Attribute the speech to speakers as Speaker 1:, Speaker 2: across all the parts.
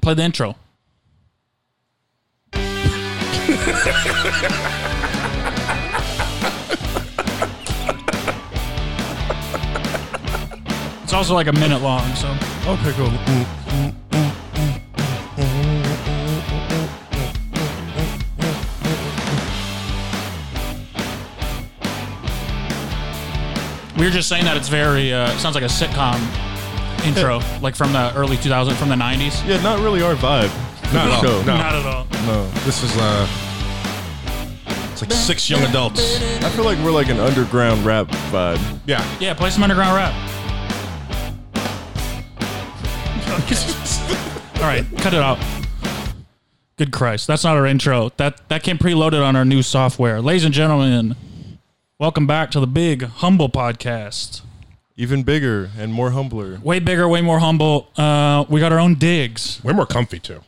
Speaker 1: Play the intro. it's also like a minute long, so. Okay, cool. We were just saying that it's very, uh, it sounds like a sitcom intro, like from the early 2000s, from the 90s.
Speaker 2: Yeah, not really our vibe.
Speaker 3: Not at all.
Speaker 2: No, no,
Speaker 1: Not at all.
Speaker 3: No, this is uh, it's like six young adults.
Speaker 2: I feel like we're like an underground rap vibe.
Speaker 3: Yeah,
Speaker 1: Yeah, play some underground rap. All right, cut it out. Good Christ, that's not our intro. That that came preloaded on our new software. Ladies and gentlemen, welcome back to the Big Humble Podcast.
Speaker 2: Even bigger and more humbler.
Speaker 1: Way bigger, way more humble. Uh, we got our own digs.
Speaker 3: we're more comfy too.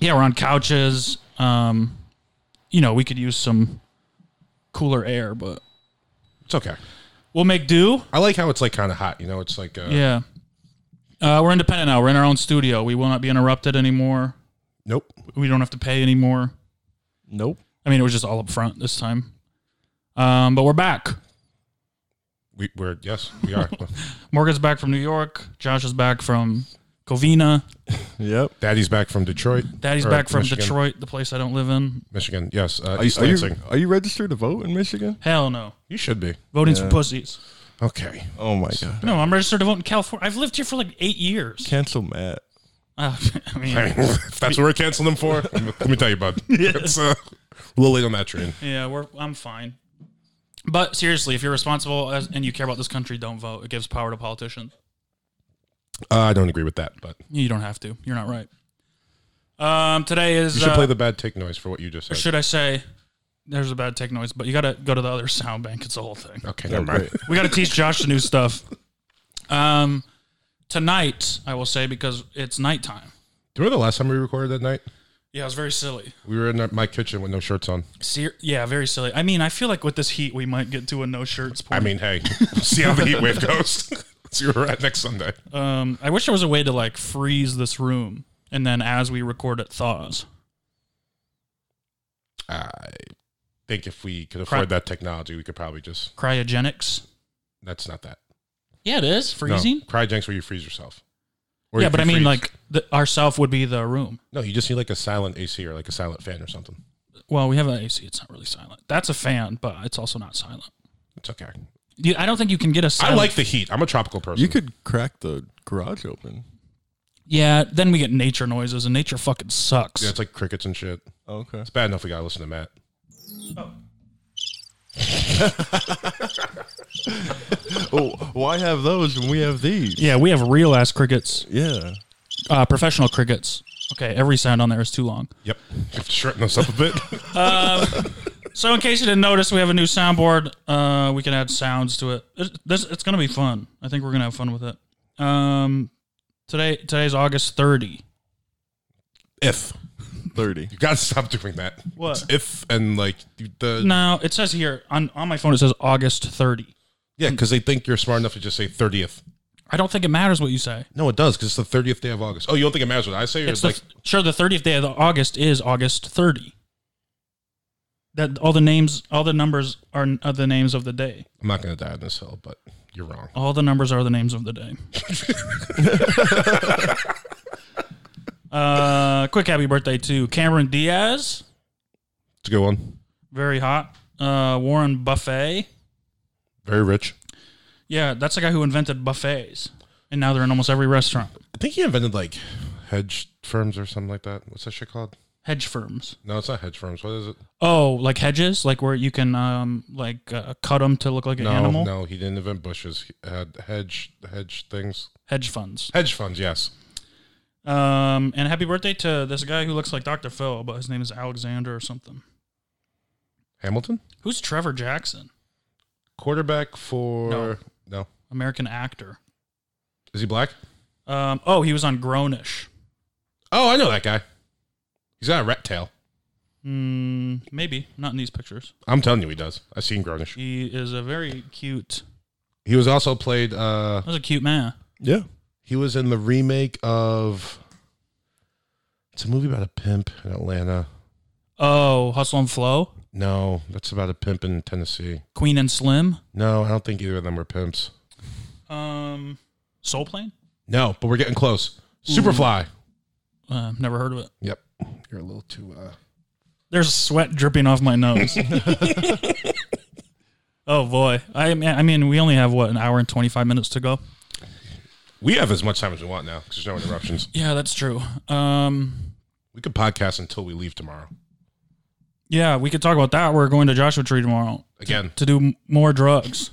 Speaker 1: Yeah, we're on couches. Um, you know, we could use some cooler air, but
Speaker 3: It's okay.
Speaker 1: we'll make do.
Speaker 3: I like how it's like kind of hot. You know, it's like uh,
Speaker 1: Yeah. Uh, we're independent now. We're in our own studio. We will not be interrupted anymore.
Speaker 3: nope.
Speaker 1: We don't have to pay anymore.
Speaker 2: Nope.
Speaker 1: I mean, it was just all up front this time. Um, but we're back.
Speaker 3: We, we're yes, we are.
Speaker 1: Morgan's back from New York. Josh is back from Covina.
Speaker 2: Yep.
Speaker 3: Daddy's back from Detroit.
Speaker 1: Daddy's
Speaker 3: Or
Speaker 1: back from
Speaker 3: Michigan.
Speaker 1: Detroit, the place I don't live in.
Speaker 3: Michigan. Yes,
Speaker 2: Are
Speaker 3: uh,
Speaker 2: you,
Speaker 3: East
Speaker 2: are, you,
Speaker 3: Lansing.
Speaker 2: are you registered to vote in Michigan?
Speaker 1: Hell no.
Speaker 3: You should be.
Speaker 1: Voting's
Speaker 2: Yeah.
Speaker 1: for pussies.
Speaker 3: Okay.
Speaker 2: Oh my god.
Speaker 1: No, I'm registered to vote in California. I've lived here for like eight years.
Speaker 2: Cancel Matt.
Speaker 1: Uh, I mean,
Speaker 3: I mean, if that's what we're canceling them for, let me tell you, bud. It's uh, a little late on that train.
Speaker 1: yeah, we're, I'm fine. But seriously, if you're responsible as, and you care about this country, don't vote. It gives power to politicians.
Speaker 3: Uh, I don't agree with that, but
Speaker 1: You don't have to. You're not right. Um, today is.
Speaker 3: you should
Speaker 1: uh,
Speaker 3: play the bad tick noise for what you just
Speaker 1: or
Speaker 3: said.
Speaker 1: should I say? There's a bad tech noise, but you got to go to the other sound bank. It's the whole thing.
Speaker 3: okay, never mind.
Speaker 2: great.
Speaker 1: We got to teach Josh the new stuff. Um, tonight I will say because it's nighttime.
Speaker 3: Do you remember the last time we recorded that night?
Speaker 1: Yeah, it was very silly.
Speaker 3: We were in our- my kitchen with no shirts on.
Speaker 1: Ser- yeah, very silly. I mean, I feel like with this heat, we might get to a no shirts
Speaker 3: I
Speaker 1: point.
Speaker 3: mean, hey, see how the heat wave goes. see where we're at next Sunday.
Speaker 1: um, I wish there was a way to like freeze this room, and then as we record, it thaws.
Speaker 3: I think if we could afford that technology, we could probably just.
Speaker 1: Cryogenics.
Speaker 3: That's not that.
Speaker 1: Yeah, it is
Speaker 3: No,
Speaker 1: freezing.
Speaker 3: cryogenics where you freeze yourself. Or
Speaker 1: Yeah,
Speaker 3: if
Speaker 1: but
Speaker 3: you
Speaker 1: I mean,
Speaker 3: freeze-
Speaker 1: like the, ourself would be the room.
Speaker 3: no, you just need like a silent AC or like a silent fan or something.
Speaker 1: Well, we have an AC. It's not really silent. That's a fan, but it's also not silent.
Speaker 3: It's okay.
Speaker 1: You, I don't think you can get a
Speaker 3: I
Speaker 1: silent.
Speaker 3: like the heat. I'm a tropical person.
Speaker 2: You could crack the garage open.
Speaker 1: Yeah, then we get nature noises, and nature fucking sucks.
Speaker 3: Yeah, it's like crickets and shit.
Speaker 2: Okay.
Speaker 3: It's bad enough we gotta listen to Matt.
Speaker 2: Oh, why have those when we have these?
Speaker 1: Yeah, we have real ass crickets,
Speaker 2: Yeah.
Speaker 1: uh, professional crickets. Okay, every sound on there is too long.
Speaker 3: Yep. Shorten us up a bit.
Speaker 1: So, in case you didn't notice, we have a new soundboard. Uh, we can add sounds to it. It's, this, it's gonna be fun. I think we're gonna have fun with it. Um, today, today's August thirty.
Speaker 3: if.
Speaker 2: 30.
Speaker 3: You gotta stop doing that.
Speaker 1: What?
Speaker 3: It's if and like the
Speaker 1: Now it says here on on my phone. It says August thirty.
Speaker 3: Yeah, because they think you're smart enough to just say thirtieth.
Speaker 1: I don't think it matters what you say.
Speaker 3: No, it does, because it's the thirtieth day of August. Oh, you don't think it matters what I say? Or
Speaker 1: It's
Speaker 3: it's
Speaker 1: the
Speaker 3: like
Speaker 1: sure the thirtieth day of the August is August thirty. That all the names, all the numbers are, are the names of the day.
Speaker 3: I'm not gonna die on this hill, but you're wrong.
Speaker 1: All the numbers are the names of the day. uh, quick happy birthday to Cameron Diaz,
Speaker 3: It's a good one.
Speaker 1: very hot. Uh, Warren Buffet,
Speaker 3: Very rich.
Speaker 1: yeah, that's the guy who invented buffets, and now they're in almost every restaurant.
Speaker 3: I think he invented like hedge firms or something like that. What's that shit called?
Speaker 1: Hedge firms.
Speaker 3: No, it's not hedge firms. What is it?
Speaker 1: Oh, like hedges, like where you can um like uh, cut them to look like an
Speaker 3: No,
Speaker 1: animal.
Speaker 3: no, he didn't invent bushes. He had hedge hedge things.
Speaker 1: Hedge funds.
Speaker 3: Hedge funds, yes.
Speaker 1: Um, and happy birthday to this guy who looks like Dr. Phil, but his name is Alexander or something.
Speaker 3: Hamilton?
Speaker 1: Who's Trevor Jackson?
Speaker 3: Quarterback for
Speaker 1: No.
Speaker 3: no.
Speaker 1: American actor.
Speaker 3: Is he black?
Speaker 1: Um, oh, he was on Grownish.
Speaker 3: Oh, I know that guy. He's got a rat tail.
Speaker 1: Hmm, maybe not in these pictures.
Speaker 3: I'm telling you he does. I've seen Grownish.
Speaker 1: He is a very cute.
Speaker 3: He was also played uh
Speaker 1: That was a cute man.
Speaker 2: Yeah.
Speaker 3: he was in the remake of It's a movie about a pimp in Atlanta.
Speaker 1: Oh, Hustle and Flow,
Speaker 3: No, that's about a pimp in Tennessee.
Speaker 1: Queen and Slim,
Speaker 3: No, I don't think either of them were pimps.
Speaker 1: um, Soul Plane.
Speaker 3: No, but we're getting close.
Speaker 2: Mm-hmm.
Speaker 3: Superfly.
Speaker 1: Uh, never heard of it.
Speaker 3: Yep. You're a little too. Uh...
Speaker 1: There's sweat dripping off my nose. oh boy, I mean, I mean, we only have what an hour and twenty five minutes to go.
Speaker 3: We have as much time as we want now because there's no interruptions.
Speaker 1: Yeah, that's true. Um,
Speaker 3: we could podcast until we leave tomorrow.
Speaker 1: yeah, we could talk about that. We're going to Joshua Tree tomorrow
Speaker 3: Again,
Speaker 1: to do m- more drugs,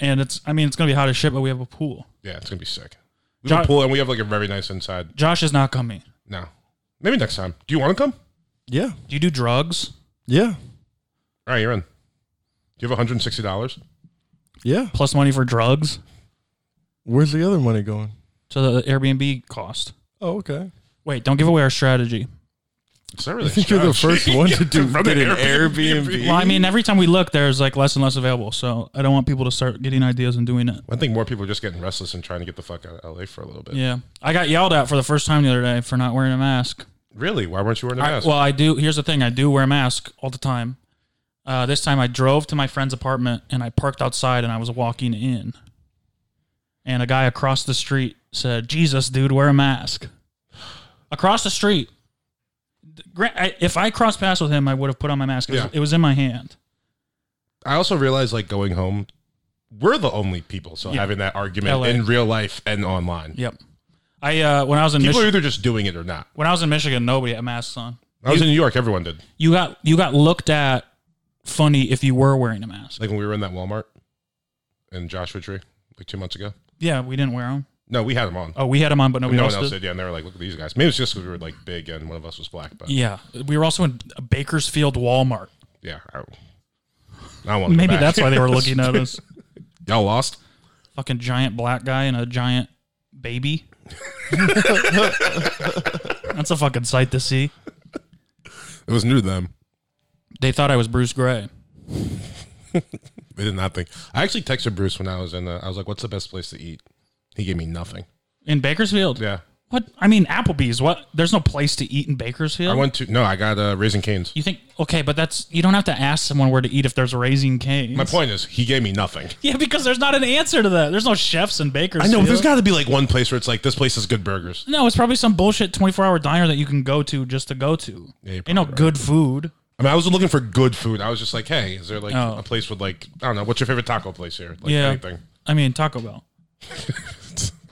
Speaker 1: and it's I mean it's gonna be hot as shit, but we have a pool.
Speaker 3: yeah, it's gonna be sick. We have
Speaker 1: John-
Speaker 3: a pool and we have like a very nice inside.
Speaker 1: Josh is not coming.
Speaker 3: No, maybe next time. Do you want to come?
Speaker 2: Yeah.
Speaker 1: Do you do drugs?
Speaker 2: Yeah.
Speaker 3: All right, you're in. Do you have 160 dollars?
Speaker 2: Yeah.
Speaker 1: Plus money for drugs
Speaker 2: Where's the other money going?
Speaker 1: to the Airbnb cost.
Speaker 2: Oh, okay.
Speaker 1: Wait, don't give away our strategy.
Speaker 3: It's not really.
Speaker 2: I think you're the
Speaker 3: strategy.
Speaker 2: first one to do
Speaker 3: run
Speaker 2: did
Speaker 3: an
Speaker 2: an Airbnb.
Speaker 1: Well, I mean, every time we look, there's like less and less available. So I don't want people to start getting ideas and doing it.
Speaker 3: I think more people are just getting restless and trying to get the fuck out of LA for a little bit.
Speaker 1: Yeah, I got yelled at for the first time the other day for not wearing a mask.
Speaker 3: Really? Why weren't you wearing a
Speaker 1: I-
Speaker 3: mask?
Speaker 1: well, I do. Here's the thing: I do wear a mask all the time. Uh, this time, I drove to my friend's apartment and I parked outside and I was walking in, and a guy across the street said, "Jesus, dude, wear a mask." Across the street. Gra- I- If I crossed paths with him, I would have put on my mask. It was-
Speaker 3: Yeah.
Speaker 1: it was in my hand.
Speaker 3: I also realized like going home, we're the only people so
Speaker 1: Yeah.
Speaker 3: having that argument
Speaker 1: LA.
Speaker 3: in real life and online.
Speaker 1: Yep. I uh, when I was in
Speaker 3: People
Speaker 1: Michigan,
Speaker 3: are either just doing it or not.
Speaker 1: when I was in Michigan, nobody had masks on.
Speaker 3: I was in New York, everyone did.
Speaker 1: You got you got looked at funny if you were wearing a mask.
Speaker 3: Like when we were in that Walmart in Joshua Tree, like two months ago.
Speaker 1: Yeah, we didn't wear them.
Speaker 3: No, we had them on.
Speaker 1: Oh, we had them on, but nobody
Speaker 3: no
Speaker 1: else,
Speaker 3: one else
Speaker 1: did.
Speaker 3: did. Yeah, and they were like, look at these guys. Maybe it's just because we were like big and one of us was black, but yeah,
Speaker 1: Yeah, we were also in a Bakersfield Walmart.
Speaker 3: I, I want.
Speaker 1: Maybe that's why they were looking at us.
Speaker 3: Y'all lost.
Speaker 1: Fucking giant black guy and a giant baby. that's a fucking sight to see.
Speaker 3: It was new to them.
Speaker 1: They thought I was Bruce Gray.
Speaker 3: They did not think. I actually texted Bruce when I was in. The, I was like, "What's the best place to eat?" He gave me nothing.
Speaker 1: In Bakersfield?
Speaker 3: Yeah,
Speaker 1: What? I mean, Applebee's. What? There's no place to eat in Bakersfield?
Speaker 3: I went to. No, I got uh, raisin canes.
Speaker 1: you think, okay, but that's, you don't have to ask someone where to eat if there's raising canes.
Speaker 3: My point is, he gave me nothing.
Speaker 1: Yeah, because there's not an answer to that. There's no chefs in
Speaker 3: I
Speaker 1: Bakersfield.
Speaker 3: know. but There's got to be like one place where it's like this place has good burgers.
Speaker 1: No, it's probably some bullshit 24 hour diner that you can go to just to go to.
Speaker 3: Yeah, you're
Speaker 1: Ain't no
Speaker 3: probably right.
Speaker 1: good food.
Speaker 3: I mean, I was looking for good food. I was just like, hey, is there like
Speaker 1: Oh.
Speaker 3: a place with like I don't know, what's your favorite taco place here? Like
Speaker 1: yeah.
Speaker 3: anything.
Speaker 1: I mean, Taco Bell.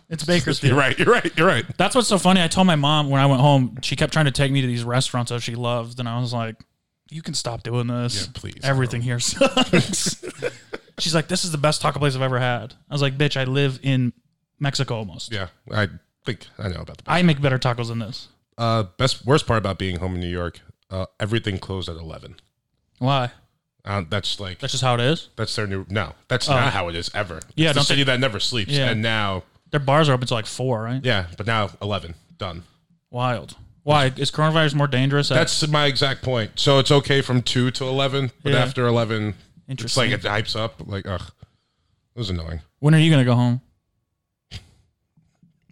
Speaker 1: it's Bakersfield.
Speaker 3: You're right. You're right. You're right.
Speaker 1: That's what's so funny. I told my mom when I went home, she kept trying to take me to these restaurants that she loved. And I was like, you can stop doing this.
Speaker 3: Yeah, please,
Speaker 1: Everything here sucks. She's like, this is the best taco place I've ever had. I was like, bitch, I live in Mexico almost.
Speaker 3: Yeah, I think I know about the
Speaker 1: I make better tacos than this.
Speaker 3: uh, best worst part about being home in New York. Uh, everything closed at eleven.
Speaker 1: Why?
Speaker 3: Uh, that's like
Speaker 1: That's just how it is.
Speaker 3: that's their new. No, that's not how it is ever.
Speaker 1: Oh. Yeah,
Speaker 3: it's the
Speaker 1: don't
Speaker 3: city that never sleeps.
Speaker 1: Yeah.
Speaker 3: And now,
Speaker 1: Their bars are open till like four, right?
Speaker 3: yeah, but now eleven done.
Speaker 1: Wild. Why is coronavirus more dangerous? At,
Speaker 3: That's my exact point. So it's okay from two to eleven, but
Speaker 1: Yeah.
Speaker 3: after eleven, it's
Speaker 1: Interesting.
Speaker 3: like it hypes up. Like ugh, it was annoying.
Speaker 1: when are you gonna go home?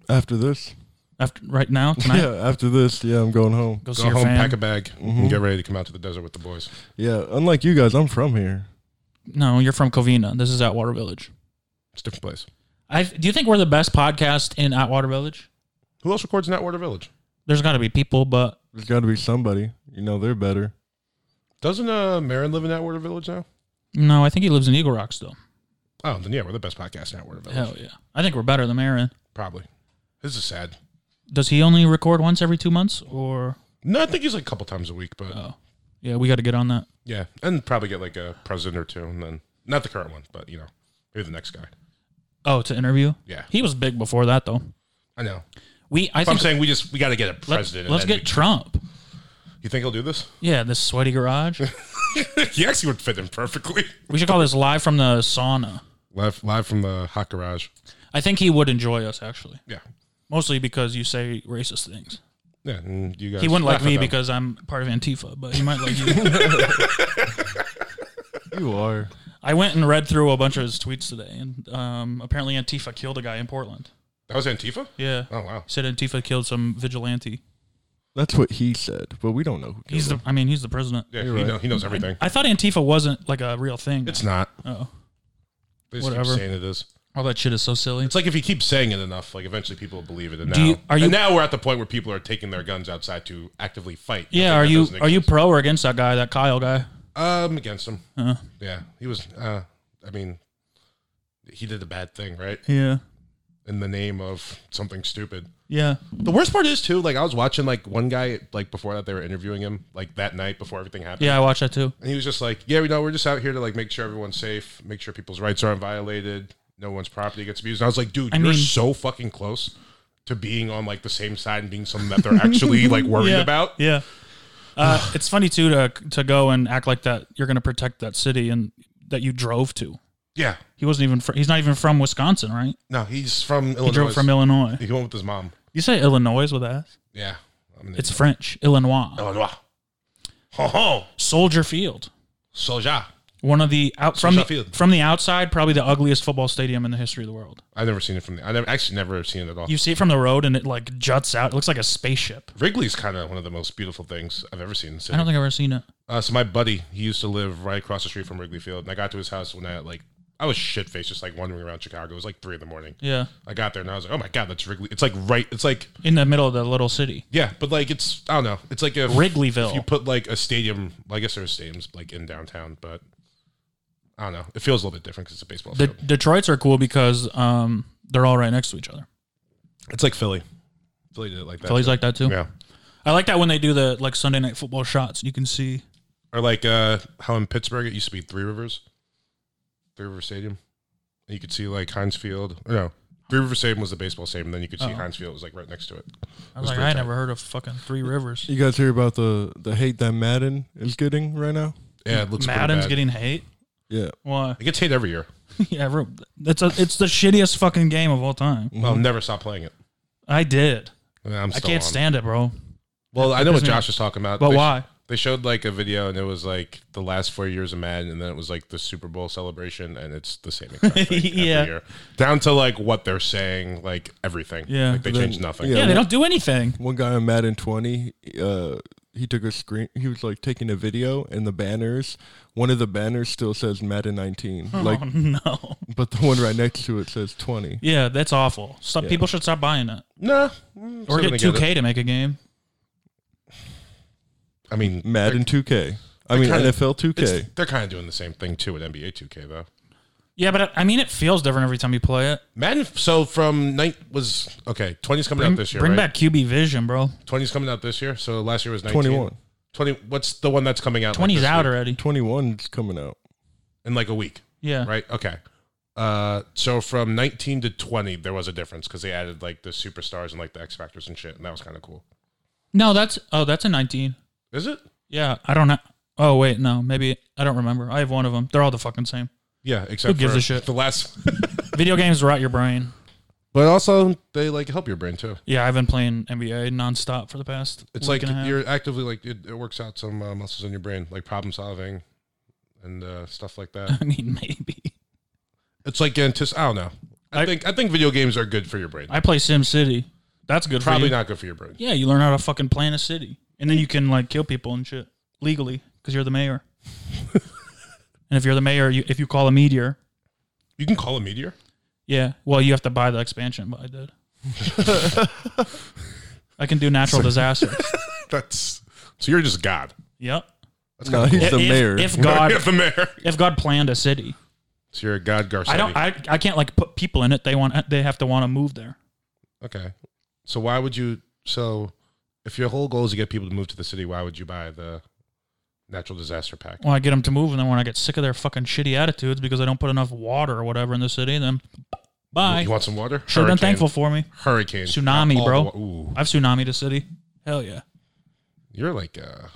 Speaker 2: After this.
Speaker 1: After right now tonight?
Speaker 2: Yeah, after this, yeah, I'm going home.
Speaker 1: Go see
Speaker 3: Go
Speaker 1: your
Speaker 3: home,
Speaker 1: fam.
Speaker 3: pack a bag, and get ready to come out to the desert with the boys.
Speaker 2: Yeah, unlike you guys, I'm from here.
Speaker 1: no, you're from Covina. This is Atwater Village.
Speaker 3: It's a different place.
Speaker 1: I do you think we're the best podcast in Atwater Village?
Speaker 3: Who else records in Atwater Village?
Speaker 1: There's got to be people, but
Speaker 2: There's got to be somebody. You know, they're better.
Speaker 3: Doesn't uh Marin live in Atwater Village now?
Speaker 1: no, I think he lives in Eagle Rock still.
Speaker 3: Oh, then yeah, we're the best podcast in Atwater Village.
Speaker 1: Hell yeah, I think we're better than Aaron.
Speaker 3: Probably. This is sad.
Speaker 1: Does he only record once every two months, or
Speaker 3: No, I think he's like a couple times a week, but
Speaker 1: oh, yeah, we got to get on that.
Speaker 3: yeah, and probably get like a president or two, and then not the current one, but you know, maybe the next guy.
Speaker 1: Oh, to interview.
Speaker 3: Yeah,
Speaker 1: He was big before that though.
Speaker 3: I know.
Speaker 1: We I
Speaker 3: But I'm
Speaker 1: think
Speaker 3: saying we just we got to get a
Speaker 1: let's,
Speaker 3: president. and
Speaker 1: let's
Speaker 3: then
Speaker 1: get Trump.
Speaker 3: we- you think he'll do this?
Speaker 1: Yeah, this sweaty garage.
Speaker 3: he actually would fit in perfectly.
Speaker 1: we should call this live from the sauna.
Speaker 3: Live live from the hot garage.
Speaker 1: I think he would enjoy us actually,
Speaker 3: Yeah,
Speaker 1: mostly because you say racist things.
Speaker 3: yeah. And you guys.
Speaker 1: He wouldn't
Speaker 3: laugh
Speaker 1: like me
Speaker 3: at them.
Speaker 1: because I'm part of Antifa, but he might like you.
Speaker 2: You are.
Speaker 1: I went and read through a bunch of his tweets today, and um, apparently Antifa killed a guy in Portland.
Speaker 3: that was Antifa.
Speaker 1: Yeah,
Speaker 3: Oh wow.
Speaker 1: said Antifa killed some vigilante.
Speaker 2: That's what he said, but we don't know. Who killed
Speaker 1: He's
Speaker 2: him.
Speaker 1: the. I mean, he's the president.
Speaker 3: Yeah, he,
Speaker 2: You're right.
Speaker 3: know, he knows everything.
Speaker 1: I thought Antifa wasn't like a real thing.
Speaker 3: It's not.
Speaker 1: oh,
Speaker 3: They just keep
Speaker 1: Whatever.
Speaker 3: saying it is.
Speaker 1: all that shit is so silly.
Speaker 3: It's like if you keep saying it enough, like eventually people will believe it. And
Speaker 1: Do
Speaker 3: now,
Speaker 1: you- are you-
Speaker 3: and now we're at the point where people are taking their guns outside to actively fight.
Speaker 1: Yeah,
Speaker 3: Nothing
Speaker 1: are
Speaker 3: that
Speaker 1: you
Speaker 3: doesn't
Speaker 1: are you
Speaker 3: exist.
Speaker 1: pro or against that guy, that Kyle guy?
Speaker 3: Um, against him.
Speaker 1: Uh,
Speaker 3: Yeah, he was. Uh, I mean, he did a bad thing, right?
Speaker 1: yeah,
Speaker 3: In the name of something stupid.
Speaker 1: yeah.
Speaker 3: The worst part is too. Like I was watching like one guy like before that they were interviewing him like that night before everything happened.
Speaker 1: Yeah, I watched that too.
Speaker 3: And he was just like, "Yeah, we know we're just out here to like make sure everyone's safe, make sure people's rights aren't violated, no one's property gets abused." And I was like, "Dude,
Speaker 1: I
Speaker 3: you're
Speaker 1: mean-
Speaker 3: so fucking close to being on like the same side and being something that they're actually like worried
Speaker 1: yeah.
Speaker 3: about."
Speaker 1: Yeah. Uh, it's funny too to to go and act like that you're going to protect that city and that you drove to.
Speaker 3: Yeah.
Speaker 1: He wasn't even fr- he's not even from Wisconsin, right?
Speaker 3: No, he's from
Speaker 1: He
Speaker 3: Illinois.
Speaker 1: drove from Illinois.
Speaker 3: He went with his mom.
Speaker 1: You say Illinois with an S?
Speaker 3: Yeah. I'm an
Speaker 1: It's French, Illinois.
Speaker 3: Illinois. Ho ho.
Speaker 1: Soldier Field.
Speaker 3: Soja.
Speaker 1: One of the out from
Speaker 3: Soldier
Speaker 1: the,
Speaker 3: Field.
Speaker 1: from the outside, probably the ugliest football stadium in the history of the world.
Speaker 3: I've never seen it from the. I never actually never have seen it at all.
Speaker 1: You see it from the road, and it like juts out. It looks like a spaceship.
Speaker 3: Wrigley's kind of one of the most beautiful things I've ever seen in the
Speaker 1: I
Speaker 3: city.
Speaker 1: don't think I've ever seen it.
Speaker 3: Uh, so my buddy, he used to live right across the street from Wrigley Field, and I got to his house when I like I was shit faced, just like wandering around Chicago. It was like three in the morning.
Speaker 1: Yeah,
Speaker 3: I got there and I was like, oh my god, that's Wrigley. It's like right. It's like
Speaker 1: in the middle of the little city,
Speaker 3: yeah, but like it's I don't know. It's like if,
Speaker 1: Wrigleyville.
Speaker 3: if you put like a stadium. Well, I guess there's stadiums like in downtown, but I don't know. It feels a little bit different because it's a baseball
Speaker 1: The
Speaker 3: field.
Speaker 1: Detroits are cool because um, they're all right next to each other.
Speaker 3: It's like Philly. Philly did it like that.
Speaker 1: Phillies like that too.
Speaker 3: yeah,
Speaker 1: I like that when they do the like Sunday night football shots. You can see.
Speaker 3: or like uh, how in Pittsburgh it used to be Three Rivers, Three River Stadium. And you could see like Heinz Field. Or no, Three River Stadium was the baseball stadium. Then you could see
Speaker 1: Oh.
Speaker 3: Heinz Field was like right next to it.
Speaker 1: I was
Speaker 3: It was
Speaker 1: like,
Speaker 3: pretty
Speaker 1: I
Speaker 3: tight.
Speaker 1: never heard of fucking Three Rivers.
Speaker 2: You guys hear about the the hate that Madden is getting right now?
Speaker 3: Yeah, it looks. pretty
Speaker 1: Madden's
Speaker 3: bad.
Speaker 1: getting hate.
Speaker 2: Yeah,
Speaker 1: Why?
Speaker 3: It gets hate every year.
Speaker 1: yeah, every- it's a, it's the shittiest fucking game of all time.
Speaker 3: I'll never stop playing it.
Speaker 1: I did.
Speaker 3: And I'm
Speaker 1: Mm-hmm. I
Speaker 3: still
Speaker 1: can't
Speaker 3: on.
Speaker 1: stand it, bro.
Speaker 3: Well, I know what
Speaker 1: Doesn't-
Speaker 3: Josh was talking about.
Speaker 1: But
Speaker 3: They sh-
Speaker 1: why?
Speaker 3: they showed like a video and it was like the last four years of Madden, and then it was like the Super Bowl celebration, and it's the same exact thing
Speaker 1: Yeah.
Speaker 3: every year, down to like what they're saying, like everything.
Speaker 1: Yeah.
Speaker 3: like, they
Speaker 2: Then-
Speaker 3: changed nothing.
Speaker 1: Yeah,
Speaker 2: Yeah,
Speaker 1: they
Speaker 2: well-
Speaker 1: don't do anything.
Speaker 2: one guy on Madden 20, uh, he took a screen. He was like taking a video, and the banners. One of the banners still says Madden 19, like,
Speaker 1: oh no.
Speaker 2: but the one right next to it says 20.
Speaker 1: Yeah, that's awful. Stop.
Speaker 2: Yeah.
Speaker 1: People should stop buying it
Speaker 3: Nah,
Speaker 1: or get 2K to make a game.
Speaker 3: I mean,
Speaker 2: Madden 2K. I mean
Speaker 3: kinda-
Speaker 2: NFL
Speaker 3: it's-
Speaker 2: 2K.
Speaker 3: they're kind of doing the same thing too with NBA 2K though.
Speaker 1: Yeah, but I I mean, it feels different every time you play it.
Speaker 3: Madden. So from night was okay. 20's coming out this year.
Speaker 1: Bring
Speaker 3: right?
Speaker 1: back QB Vision, bro.
Speaker 3: 20's coming out this year. So last year was 19.
Speaker 2: 21.
Speaker 3: 20. What's the one that's coming out? like,
Speaker 1: 20's
Speaker 3: this
Speaker 1: out
Speaker 3: week?
Speaker 1: already.
Speaker 2: 21's coming out.
Speaker 3: in like a week.
Speaker 1: Yeah.
Speaker 3: right? Okay. Uh, so from 19 to 20, there was a difference because they added like the superstars and like the X Factors and shit, and that was kind of cool.
Speaker 1: No, that's oh, that's a 19.
Speaker 3: Is it?
Speaker 1: Yeah, I don't know. Oh wait, no, maybe I don't remember. I have one of them. They're all the fucking same.
Speaker 3: Yeah, except
Speaker 1: Who gives
Speaker 3: for
Speaker 1: a shit?
Speaker 3: the last.
Speaker 1: Video games rot your brain.
Speaker 3: but also, they like help your brain too.
Speaker 1: Yeah, I've been playing NBA nonstop for the past.
Speaker 3: It's
Speaker 1: week
Speaker 3: like
Speaker 1: and a half.
Speaker 3: you're actively like it, it works out some uh, muscles in your brain, like problem solving and uh, stuff like that.
Speaker 1: I mean, maybe
Speaker 3: it's like antis. I don't know. I,
Speaker 1: I-
Speaker 3: think I think video games are good for your brain.
Speaker 1: I play Sim City. That's good.
Speaker 3: Probably
Speaker 1: for you.
Speaker 3: not good for your brain.
Speaker 1: Yeah, you learn how to fucking plan a city, and then you can like kill people and shit legally because you're the mayor. and if you're the mayor, you, if you call a meteor,
Speaker 3: You can call a meteor.
Speaker 1: yeah, well, you have to buy the expansion. But I did. I can do natural disasters.
Speaker 3: That's so you're just God.
Speaker 1: Yep.
Speaker 3: That's
Speaker 2: No,
Speaker 3: kind
Speaker 2: he's the
Speaker 1: if,
Speaker 2: mayor.
Speaker 1: If God,
Speaker 3: the mayor.
Speaker 1: if God planned a city,
Speaker 3: So you're a God Garcetti.
Speaker 1: I don't. I, I can't like put people in it. They want. They have to want to move there.
Speaker 3: Okay. So why would you? So if your whole goal is to get people to move to the city, why would you buy the natural disaster pack?
Speaker 1: When I get them to move, and then when I get sick of their fucking shitty attitudes because I don't put enough water or whatever in the city, then bye.
Speaker 3: You want some water?
Speaker 1: Should have been
Speaker 3: Hurricane.
Speaker 1: thankful for me.
Speaker 3: Hurricane.
Speaker 1: Tsunami,
Speaker 3: All
Speaker 1: bro.
Speaker 3: the wa- Ooh,
Speaker 1: I've tsunamied a city. Hell yeah.
Speaker 3: you're like uh,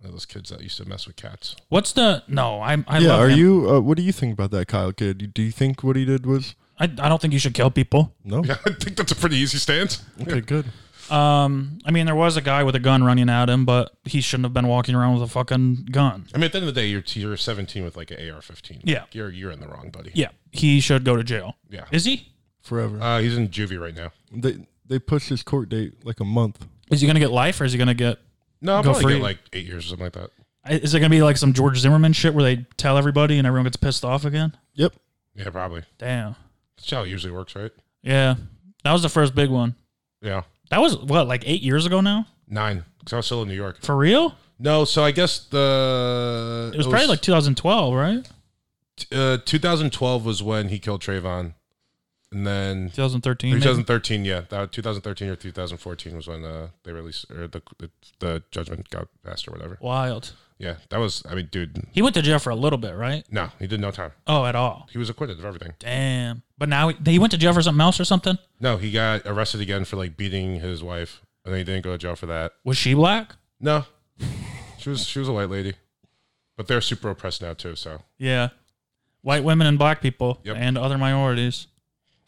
Speaker 3: one of those kids that used to mess with cats.
Speaker 1: What's the no? I I
Speaker 2: yeah,
Speaker 1: love
Speaker 2: are
Speaker 1: him.
Speaker 2: you? Uh, what do you think about that, Kyle Kid? Do you think what he did was
Speaker 1: I, I don't think you should kill people.
Speaker 2: no?
Speaker 3: Yeah, I think that's a pretty easy stance.
Speaker 2: Okay, good.
Speaker 1: Um, I mean, there was a guy with a gun running at him, but he shouldn't have been walking around with a fucking gun.
Speaker 3: I mean, at the end of the day, you're you're 17 with like an AR-15.
Speaker 1: Yeah.
Speaker 3: you're you're in the wrong, buddy.
Speaker 1: Yeah, he should go to jail.
Speaker 3: Yeah.
Speaker 1: Is he?
Speaker 2: Forever.
Speaker 3: Uh, he's in juvie right now.
Speaker 2: they they pushed his court date like a month.
Speaker 1: Is he going to get life or is he going to get.
Speaker 3: No, I'll
Speaker 1: Go
Speaker 3: probably
Speaker 1: free.
Speaker 3: get like eight years or something like that.
Speaker 1: Is it going to be like some George Zimmerman shit where they tell everybody and everyone gets pissed off again?
Speaker 2: Yep.
Speaker 3: Yeah, probably.
Speaker 1: Damn.
Speaker 3: That's how it usually works, right?
Speaker 1: Yeah. That was the first big one.
Speaker 3: Yeah.
Speaker 1: That was what, like eight years ago now?
Speaker 3: Nine. Because I was still in New York.
Speaker 1: For real?
Speaker 3: No, so I guess the.
Speaker 1: It was probably like 2012, right?
Speaker 3: uh, 2012 was when he killed Trayvon. And then
Speaker 1: 2013. maybe?
Speaker 3: 2013, yeah, that 2013 or 2014 was when uh, they released or the, the the judgment got passed or whatever.
Speaker 1: Wild.
Speaker 3: Yeah, that was. I mean, dude,
Speaker 1: He went to jail for a little bit, right?
Speaker 3: no, he did no time.
Speaker 1: Oh, at all.
Speaker 3: He was acquitted of everything.
Speaker 1: Damn. But now he, he went to jail for something else or something.
Speaker 3: No, he got arrested again for like beating his wife, and then he didn't go to jail for that.
Speaker 1: Was she black?
Speaker 3: No, she was she was a white lady, but they're super oppressed now too. So
Speaker 1: Yeah. White women and black people
Speaker 3: Yep.
Speaker 1: and other minorities.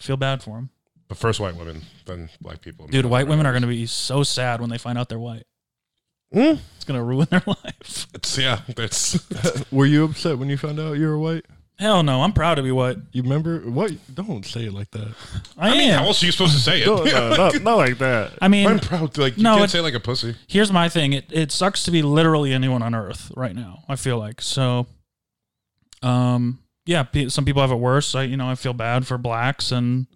Speaker 1: Feel bad for him.
Speaker 3: but first white women, then black people.
Speaker 1: Dude, white women are going to be so sad when they find out they're white.
Speaker 3: Mm.
Speaker 1: It's going to ruin their life.
Speaker 3: It's, yeah, that's
Speaker 2: Were you upset when you found out you were white?
Speaker 1: Hell no. I'm proud to be white.
Speaker 2: You remember? What? Don't say it like that.
Speaker 1: I, am.
Speaker 3: how else are you supposed to say it?
Speaker 2: No, no, not, not like that.
Speaker 1: I mean,
Speaker 3: I'm proud. Like you
Speaker 1: No,
Speaker 3: can't
Speaker 1: it-
Speaker 3: say like a pussy.
Speaker 1: here's my thing. It, it sucks to be literally anyone on earth right now. I feel like so. Um. Yeah. Pe- some people have it worse. I you know I feel bad for blacks and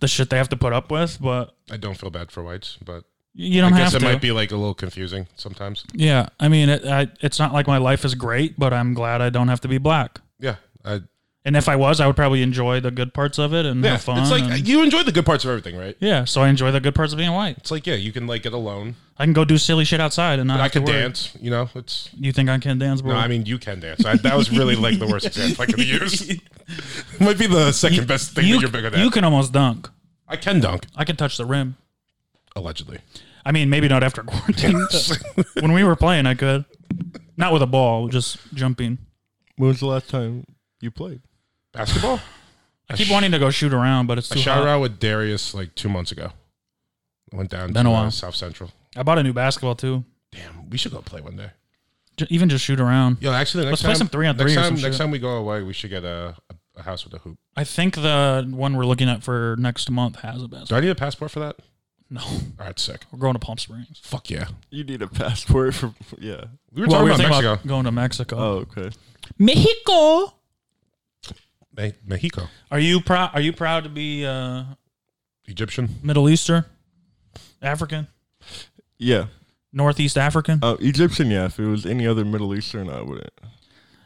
Speaker 1: the shit they have to put up with, but
Speaker 3: I don't feel bad for whites, but
Speaker 1: y- you don't
Speaker 3: I
Speaker 1: have
Speaker 3: guess it
Speaker 1: to.
Speaker 3: might be like a little confusing sometimes.
Speaker 1: yeah. I mean, it, I, it's not like my life is great, but I'm glad I don't have to be black.
Speaker 3: Yeah, I,
Speaker 1: And if I was, I would probably enjoy the good parts of it and
Speaker 3: yeah.
Speaker 1: have fun.
Speaker 3: It's like
Speaker 1: and-
Speaker 3: you enjoy the good parts of everything, right?
Speaker 1: yeah, so I enjoy the good parts of being white.
Speaker 3: It's like yeah, you can like get a loan.
Speaker 1: I can go do silly shit outside and not
Speaker 3: And I
Speaker 1: have to
Speaker 3: can
Speaker 1: worry.
Speaker 3: dance. You know, it's
Speaker 1: You think I can dance, bro?
Speaker 3: no. I mean, you can dance. I, that was really like the worst example I could use. Might be the second best thing
Speaker 1: you,
Speaker 3: that you're bigger than.
Speaker 1: you can almost dunk.
Speaker 3: I can dunk
Speaker 1: I can touch the rim.
Speaker 3: allegedly.
Speaker 1: I mean, maybe not after quarantine. when we were playing, I could. Not with a ball, just jumping.
Speaker 2: When was the last time you played?
Speaker 3: Basketball.
Speaker 1: I keep wanting to go shoot around, but it's
Speaker 3: I
Speaker 1: too
Speaker 3: shot
Speaker 1: hot.
Speaker 3: around with Darius like two months ago. I went down
Speaker 1: Been
Speaker 3: to
Speaker 1: a
Speaker 3: uh,
Speaker 1: while.
Speaker 3: South Central.
Speaker 1: I bought a new basketball too.
Speaker 3: Damn, we should go play one day.
Speaker 1: J- even just shoot around.
Speaker 3: Yo, actually, the
Speaker 1: Let's
Speaker 3: next
Speaker 1: play
Speaker 3: time,
Speaker 1: some three on three
Speaker 3: next
Speaker 1: or
Speaker 3: time,
Speaker 1: some
Speaker 3: next
Speaker 1: shit.
Speaker 3: time we go away, we should get a, a, a house with a hoop.
Speaker 1: I think the one we're looking at for next month has a
Speaker 3: Do
Speaker 1: basketball.
Speaker 3: I need a passport for that?
Speaker 1: No,
Speaker 3: All right, sick.
Speaker 1: we're going to Palm Springs.
Speaker 3: Fuck yeah.
Speaker 2: You need a passport for yeah.
Speaker 3: We
Speaker 1: Well, we were
Speaker 3: were talking about
Speaker 1: thinking
Speaker 3: Mexico.
Speaker 1: about going to Mexico.
Speaker 2: Oh, okay.
Speaker 1: Mexico.
Speaker 3: Me- Mexico.
Speaker 1: Are you proud? Are you proud to be uh,
Speaker 3: Egyptian.
Speaker 1: Middle Eastern, African,
Speaker 2: Yeah.
Speaker 1: Northeast African?
Speaker 2: Uh, Egyptian, yeah. If it was any other Middle Eastern, I wouldn't.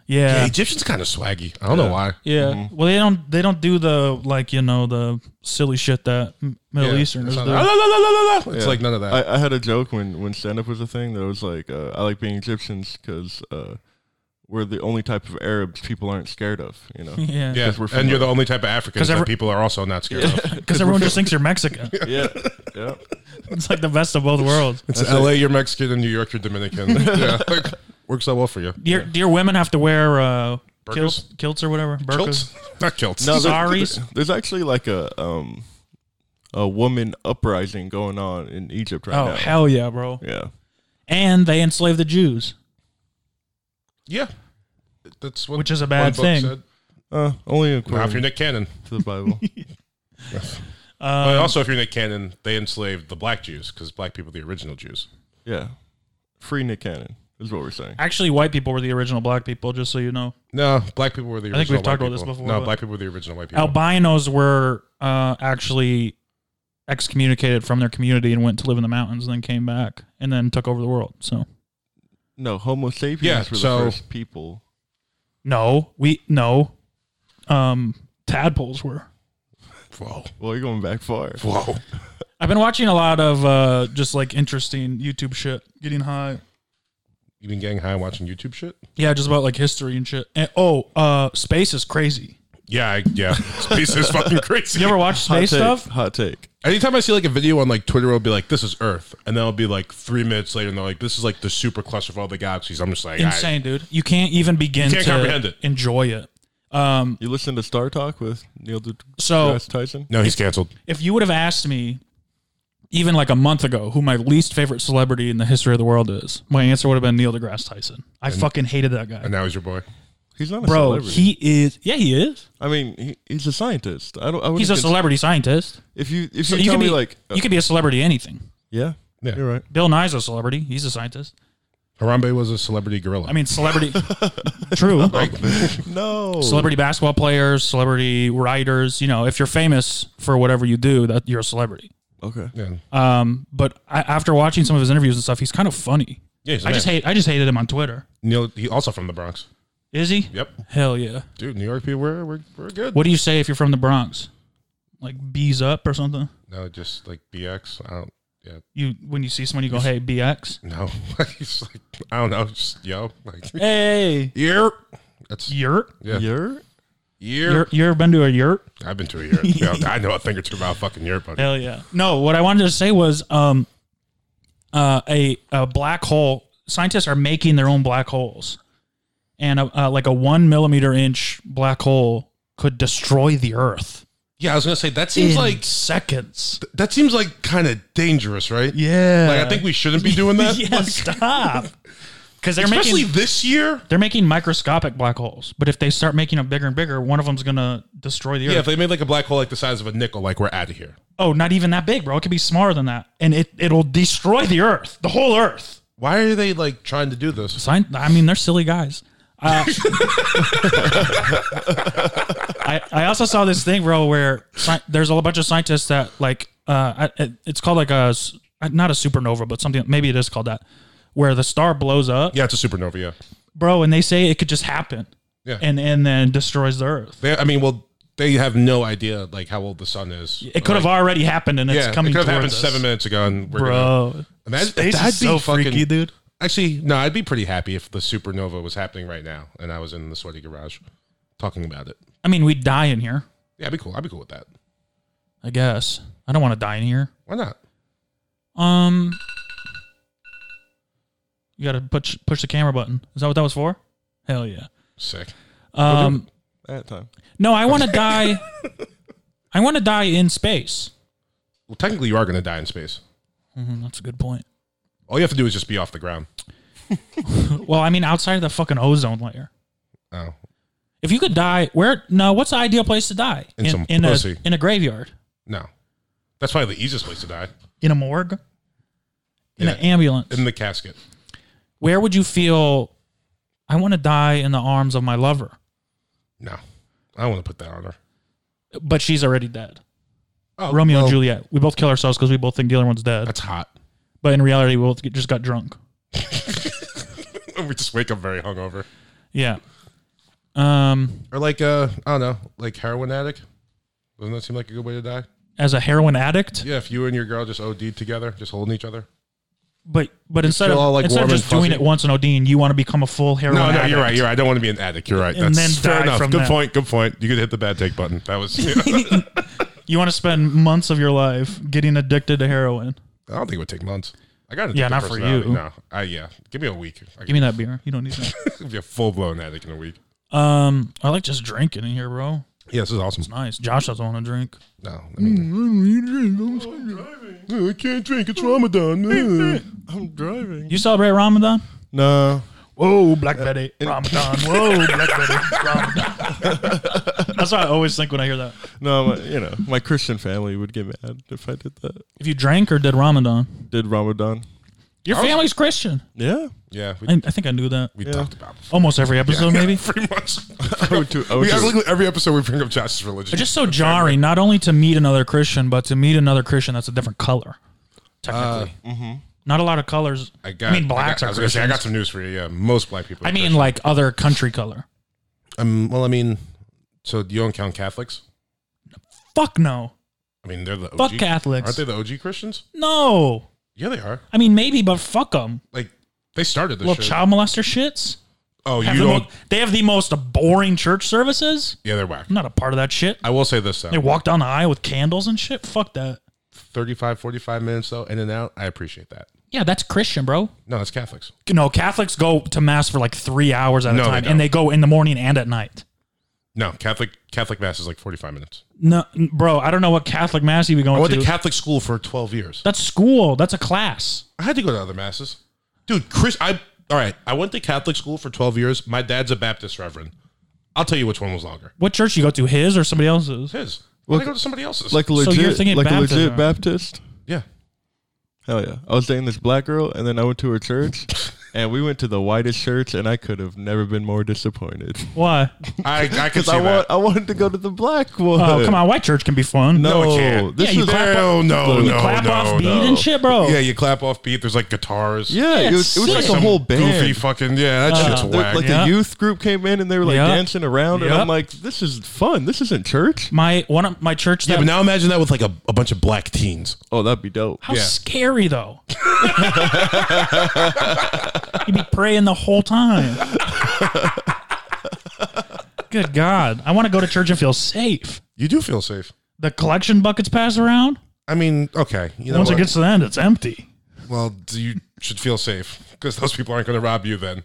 Speaker 3: Yeah,
Speaker 1: yeah,
Speaker 3: Egyptian's kind of swaggy. I don't know why.
Speaker 1: yeah.
Speaker 3: Mm-hmm.
Speaker 1: Well, they don't they don't do the like you know the silly shit that M- Middle
Speaker 3: Yeah.
Speaker 1: Easterners
Speaker 3: It's
Speaker 1: do.
Speaker 3: not- "Ah, la, la, la, la, la." It's
Speaker 2: Yeah.
Speaker 3: like none of that.
Speaker 2: I, I had a joke when when stand up was a thing that was like, uh, I like being Egyptians because uh, we're the only type of Arabs people aren't scared of. You know.
Speaker 1: yeah,
Speaker 3: yeah,
Speaker 2: 'cause we're from
Speaker 3: and you're
Speaker 2: the-
Speaker 3: the only type of Africans
Speaker 1: 'Cause every-
Speaker 3: that people are also not scared of.
Speaker 1: Because everyone just thinks you're Mexican.
Speaker 2: yeah. Yeah.
Speaker 1: It's like the best of both worlds.
Speaker 3: It's L.A. You're Mexican, and New York you're Dominican. yeah, like, works out well for you.
Speaker 1: Dear, dear women have to wear uh,
Speaker 3: Burkas?
Speaker 1: kilts, kilts or whatever. Burkas.
Speaker 3: Kilts, not kilts.
Speaker 2: No, there-
Speaker 1: Saris?
Speaker 2: there- there's actually like a um a woman uprising going on in Egypt right
Speaker 1: Oh
Speaker 2: now.
Speaker 1: hell yeah, bro!
Speaker 2: yeah.
Speaker 1: And they enslaved the Jews,
Speaker 3: Yeah, that's what
Speaker 1: which is a
Speaker 3: one
Speaker 1: bad
Speaker 3: book
Speaker 1: thing.
Speaker 3: said.
Speaker 2: Uh, only
Speaker 3: Now, if
Speaker 2: according
Speaker 3: you're Nick Cannon,
Speaker 2: to the Bible.
Speaker 1: Um,
Speaker 3: but Oh, also if you're Nick Cannon, they enslaved the black Jews because black people are the original Jews.
Speaker 2: yeah. Free Nick Cannon is what we're saying.
Speaker 1: Actually, white people were the original black people. Just so you know,
Speaker 3: No, black people were the. Original
Speaker 1: think we've
Speaker 3: white
Speaker 1: talked about this
Speaker 3: people.
Speaker 1: before,
Speaker 3: No,
Speaker 1: but-
Speaker 3: black people were the original white people.
Speaker 1: albinos were uh, actually excommunicated from their community and went to live in the mountains and then came back and then took over the world. So
Speaker 2: No, Homo sapiens
Speaker 3: Yeah,
Speaker 2: were
Speaker 3: so-
Speaker 2: the first people.
Speaker 1: no, we no, um, tadpoles were.
Speaker 3: Whoa,
Speaker 2: Well, you're going back far.
Speaker 3: whoa.
Speaker 1: I've been watching a lot of uh, just like interesting YouTube shit, getting high.
Speaker 3: You been getting high and watching YouTube shit?
Speaker 1: Yeah, just about like history and shit. And, oh, uh, space is crazy.
Speaker 3: Yeah, I, yeah. Space is fucking crazy.
Speaker 1: You ever watch
Speaker 2: Hot
Speaker 1: space
Speaker 2: take,
Speaker 1: stuff?
Speaker 2: Hot take.
Speaker 3: Anytime I see like a video on like Twitter, I'll be like, "This is Earth," and then I'll be like three minutes later, and they're like, "This is like the super cluster of all the galaxies." I'm just like, I,
Speaker 1: Insane, dude. You can't even begin
Speaker 3: can't
Speaker 1: to
Speaker 3: comprehend it.
Speaker 1: enjoy it. Um,
Speaker 2: You listen to Star Talk with Neil deGrasse
Speaker 1: so
Speaker 2: Tyson?
Speaker 3: "No, he's canceled."
Speaker 1: if you would have asked me even like a month ago who my least favorite celebrity in the history of the world is, my answer would have been Neil deGrasse Tyson. I fucking hated that guy.
Speaker 3: And now he's your boy.
Speaker 2: He's not a
Speaker 1: Bro,
Speaker 2: celebrity.
Speaker 1: he is yeah, he is.
Speaker 2: I mean, he, he's a scientist. I don't. I
Speaker 1: He's a celebrity
Speaker 2: celebrity.
Speaker 1: scientist.
Speaker 2: If you if
Speaker 1: So
Speaker 2: you,
Speaker 1: you
Speaker 2: tell
Speaker 1: could
Speaker 2: me
Speaker 1: be
Speaker 2: like uh,
Speaker 1: like you could be a celebrity anything.
Speaker 2: yeah,
Speaker 3: Yeah.
Speaker 2: You're right.
Speaker 1: Bill Nye's a celebrity. He's a scientist.
Speaker 3: Harambe was a celebrity gorilla.
Speaker 1: I mean, celebrity. true.
Speaker 2: No.
Speaker 1: Celebrity basketball players, celebrity writers. You know, if you're famous for whatever you do, that you're a celebrity.
Speaker 2: Okay.
Speaker 3: yeah,
Speaker 1: Um, but I, after watching some of his interviews and stuff, he's kind of funny.
Speaker 3: yeah he's a
Speaker 1: I just
Speaker 3: man.
Speaker 1: hate. I just hated him on Twitter.
Speaker 3: Neil. He also from the Bronx.
Speaker 1: Is he?
Speaker 3: Yep,
Speaker 1: Hell yeah.
Speaker 3: dude. New York people, we're we're, we're good.
Speaker 1: What do you say if you're from the Bronx? Like bees up or something?
Speaker 3: No, just like BX. I don't. Yeah,
Speaker 1: You when you see someone, you go, "Hey, BX."
Speaker 3: no. he's like, I don't know. Just yo, like
Speaker 1: Hey,
Speaker 3: year. That's
Speaker 1: yurt.
Speaker 3: yeah.
Speaker 2: You're
Speaker 3: Year.
Speaker 1: Yurt. You ever been to a yurt?
Speaker 3: I've been to a year. yeah, I know a thing or two about fucking Europe. Buddy.
Speaker 1: Hell yeah. No, what I wanted to say was, um, uh, a a black hole. Scientists are making their own black holes, and a, uh, like a one millimeter inch black hole could destroy the Earth
Speaker 3: Yeah, I was gonna say that seems
Speaker 1: in
Speaker 3: like
Speaker 1: seconds.
Speaker 3: that seems like kind of dangerous, right?
Speaker 1: Yeah.
Speaker 3: Like I think we shouldn't be doing that.
Speaker 1: yeah, stop. Because they're making
Speaker 3: Especially this year.
Speaker 1: They're making microscopic black holes, but if they start making them bigger and bigger, one of them's gonna destroy the
Speaker 3: Yeah, if
Speaker 1: earth.
Speaker 3: they made like a black hole like the size of a nickel, like we're out of here.
Speaker 1: oh, not even that big, bro. It could be smaller than that, and it it'll destroy the earth, the whole earth.
Speaker 3: Why are they like trying to do this?
Speaker 1: Sign. I mean, they're silly guys. Uh, I I also saw this thing, bro, where sci- there's a whole bunch of scientists that like uh, I- it's called like a s- uh, not a supernova, but something maybe it is called that, where the star blows up,
Speaker 3: Yeah, it's a supernova. Yeah,
Speaker 1: bro, and they say it could just happen,
Speaker 3: Yeah.
Speaker 1: and and then destroys the earth.
Speaker 3: they, I mean, well, they have no idea like how old the sun is.
Speaker 1: It could have already happened, and it's
Speaker 3: yeah,
Speaker 1: coming.
Speaker 3: it could have
Speaker 1: towards
Speaker 3: happened
Speaker 1: us.
Speaker 3: seven minutes ago, and we're gonna-
Speaker 1: bro.
Speaker 3: Imagine-
Speaker 1: Space
Speaker 3: that'd
Speaker 1: is
Speaker 3: be
Speaker 1: so
Speaker 3: fucking-
Speaker 1: freaky, dude.
Speaker 3: Actually, no, I'd be pretty happy if the supernova was happening right now, and I was in the sweaty garage talking about it.
Speaker 1: I mean, we'd die in here,
Speaker 3: Yeah, I'd be cool. I'd be cool with that.
Speaker 1: I guess. I don't want to die in here.
Speaker 3: Why not?
Speaker 1: Um, you gotta push push the camera button. Is that what that was for? Hell yeah.
Speaker 3: Sick.
Speaker 1: Um,
Speaker 2: that time.
Speaker 1: no, I want to die. I want to die in space.
Speaker 3: Well, technically, you are gonna die in space.
Speaker 1: Mhm, that's a good point.
Speaker 3: All you have to do is just be off the ground.
Speaker 1: Well, I mean, outside of the fucking ozone layer.
Speaker 3: Oh,
Speaker 1: If you could die, where? No, what's the ideal place to die?
Speaker 3: In some
Speaker 1: in
Speaker 3: pussy.
Speaker 1: a in a graveyard,
Speaker 3: no, that's probably the easiest place to die
Speaker 1: in a morgue, in
Speaker 3: Yeah.
Speaker 1: an ambulance.
Speaker 3: in the casket.
Speaker 1: where would you feel I want to die in the arms of my lover,
Speaker 3: No, I don't want to put that on her.
Speaker 1: but she's already dead?
Speaker 3: Oh,
Speaker 1: Romeo
Speaker 3: well,
Speaker 1: and Juliet. We both kill ourselves because we both think the other one's dead,
Speaker 3: That's hot.
Speaker 1: but in reality, we both get- just got drunk.
Speaker 3: we just wake up very hungover,
Speaker 1: Yeah. Um,
Speaker 3: or like uh, I don't know, like heroin addict. Doesn't that seem like a good way to die?
Speaker 1: as a heroin addict,
Speaker 3: Yeah, if you and your girl just OD'd together, just holding each other.
Speaker 1: but but instead of
Speaker 3: feel all, like,
Speaker 1: instead of
Speaker 3: warm and
Speaker 1: just doing
Speaker 3: fuzzy.
Speaker 1: it once and ODing, you want to become a full heroin.
Speaker 3: No, no,
Speaker 1: addict.
Speaker 3: you're right. You're right. I don't want to be an addict. You're right.
Speaker 1: And
Speaker 3: That's
Speaker 1: then
Speaker 3: fair
Speaker 1: die
Speaker 3: enough.
Speaker 1: from
Speaker 3: Good
Speaker 1: that.
Speaker 3: point. Good point. You could hit the bad take button. That was.
Speaker 1: You want to spend months of your life getting addicted to heroin.
Speaker 3: I don't think it would take months. I got an
Speaker 1: Yeah,
Speaker 3: addictive
Speaker 1: not for you.
Speaker 3: personality. No, I yeah. Give me a week. I
Speaker 1: Give me that beer. You don't need that.
Speaker 3: could be a full blown addict in a week.
Speaker 1: um, I like just drinking in here, bro.
Speaker 3: Yeah, this is awesome.
Speaker 1: Nice. Josh doesn't want to drink.
Speaker 3: No, I
Speaker 1: Mm,
Speaker 3: mean, I can't drink. It's Ramadan.
Speaker 2: I'm driving.
Speaker 1: You celebrate Ramadan?
Speaker 2: No.
Speaker 1: Whoa, Black Betty, Ramadan. Whoa, Black Betty, Ramadan. That's what I always think when I hear that.
Speaker 2: No, my, you know, my Christian family would get mad if I did that.
Speaker 1: If you drank or did Ramadan,
Speaker 2: Did Ramadan.
Speaker 1: your
Speaker 3: I was-
Speaker 1: family's Christian.
Speaker 2: Yeah.
Speaker 3: Yeah, we,
Speaker 1: I, I think I knew that.
Speaker 3: we
Speaker 2: Yeah.
Speaker 3: talked about it.
Speaker 1: Almost every episode, maybe.
Speaker 3: pretty much.
Speaker 2: I would
Speaker 1: Oh,
Speaker 2: too. I would
Speaker 3: We
Speaker 2: too.
Speaker 3: actually every episode we bring up Josh's religion.
Speaker 1: It's just so jarring, not only to meet another Christian, but to meet another Christian that's a different color. Technically, not a lot of colors.
Speaker 3: I,
Speaker 1: Uh,
Speaker 3: got,
Speaker 1: mean, blacks
Speaker 3: I
Speaker 1: are
Speaker 3: got, I was gonna
Speaker 1: Christians.
Speaker 3: say,
Speaker 1: I,
Speaker 3: I got some news for you. Yeah, most black people. are
Speaker 1: mean,
Speaker 3: Christian.
Speaker 1: like other country color.
Speaker 3: um, well, I mean, so you don't count Catholics?
Speaker 1: Fuck no.
Speaker 3: I mean, they're the OG.
Speaker 1: Fuck Catholics.
Speaker 3: Aren't they the OG Christians?
Speaker 1: No.
Speaker 3: Yeah, they are.
Speaker 1: I mean, maybe, but fuck them.
Speaker 3: Like they started this
Speaker 1: Little
Speaker 3: shit.
Speaker 1: child molester shits.
Speaker 3: oh,
Speaker 1: Have
Speaker 3: you
Speaker 1: the
Speaker 3: don't?
Speaker 1: mo- they have the most boring church services.
Speaker 3: yeah, they're whack.
Speaker 1: I'm not a part of that shit.
Speaker 3: I will say this though:
Speaker 1: They walk down the aisle with candles and shit. Fuck that.
Speaker 3: 35, 45 minutes though, in and out. I appreciate that.
Speaker 1: Yeah, that's Christian, bro.
Speaker 3: No, that's Catholics.
Speaker 1: No, Catholics go to mass for like three hours at
Speaker 3: No,
Speaker 1: a
Speaker 3: they
Speaker 1: time,
Speaker 3: don't.
Speaker 1: and they go in the morning and at night.
Speaker 3: No, Catholic Catholic mass is like forty five minutes.
Speaker 1: No, n- bro, I don't know what Catholic mass you be
Speaker 3: I
Speaker 1: going
Speaker 3: went
Speaker 1: to.
Speaker 3: to Catholic school for twelve years.
Speaker 1: that's school. That's a class.
Speaker 3: I had to go to other masses, dude. Chris, I all right. I went to Catholic school for twelve years. My dad's a Baptist reverend. I'll tell you which one was longer.
Speaker 1: What church you go to? His or somebody else's?
Speaker 3: His. Well, I go to somebody else's.
Speaker 2: Like legit,
Speaker 1: you're thinking
Speaker 2: like a
Speaker 1: Baptist,
Speaker 2: legit
Speaker 1: huh?
Speaker 2: Baptist.
Speaker 3: yeah,
Speaker 2: Hell yeah. I was dating this black girl, and then I went to her church, and we went to the whitest church, and I could have never been more disappointed.
Speaker 1: Why?
Speaker 3: I, I can
Speaker 2: Because
Speaker 3: see
Speaker 2: I, want,
Speaker 3: that.
Speaker 2: I wanted to go to the black one.
Speaker 1: Oh, come on. White church can be fun.
Speaker 2: No,
Speaker 3: No, it can't.
Speaker 2: this
Speaker 1: Yeah, you
Speaker 2: was.
Speaker 1: clap
Speaker 3: no, no,
Speaker 2: You
Speaker 3: no,
Speaker 1: Clap
Speaker 3: no,
Speaker 1: off beat
Speaker 3: no.
Speaker 1: and shit, bro.
Speaker 3: Yeah, you clap off beat. There's like guitars.
Speaker 2: yeah,
Speaker 1: Yeah,
Speaker 2: it was, it was
Speaker 1: it's
Speaker 2: like
Speaker 1: sick.
Speaker 2: a whole band.
Speaker 3: Goofy fucking yeah, that
Speaker 1: Uh,
Speaker 3: shit's
Speaker 1: they're
Speaker 2: They're-
Speaker 3: whack.
Speaker 2: like
Speaker 1: Yeah.
Speaker 2: the youth group came in and they were like
Speaker 1: Yeah.
Speaker 2: dancing around, and
Speaker 1: Yeah.
Speaker 2: I'm like, "This is fun. This isn't church."
Speaker 1: My one of my church that
Speaker 3: yeah, but now imagine that with like a, a bunch of black teens.
Speaker 2: Oh, that'd be dope.
Speaker 1: How
Speaker 3: Yeah.
Speaker 1: scary though. You'd be praying the whole time. Good God. I want to go to church and feel safe.
Speaker 3: You do feel safe.
Speaker 1: The collection buckets pass around.
Speaker 3: I mean, okay, you know
Speaker 1: Once it
Speaker 3: what?
Speaker 1: gets to the end, it's empty.
Speaker 3: well, do you should feel safe because those people aren't going to rob you. Then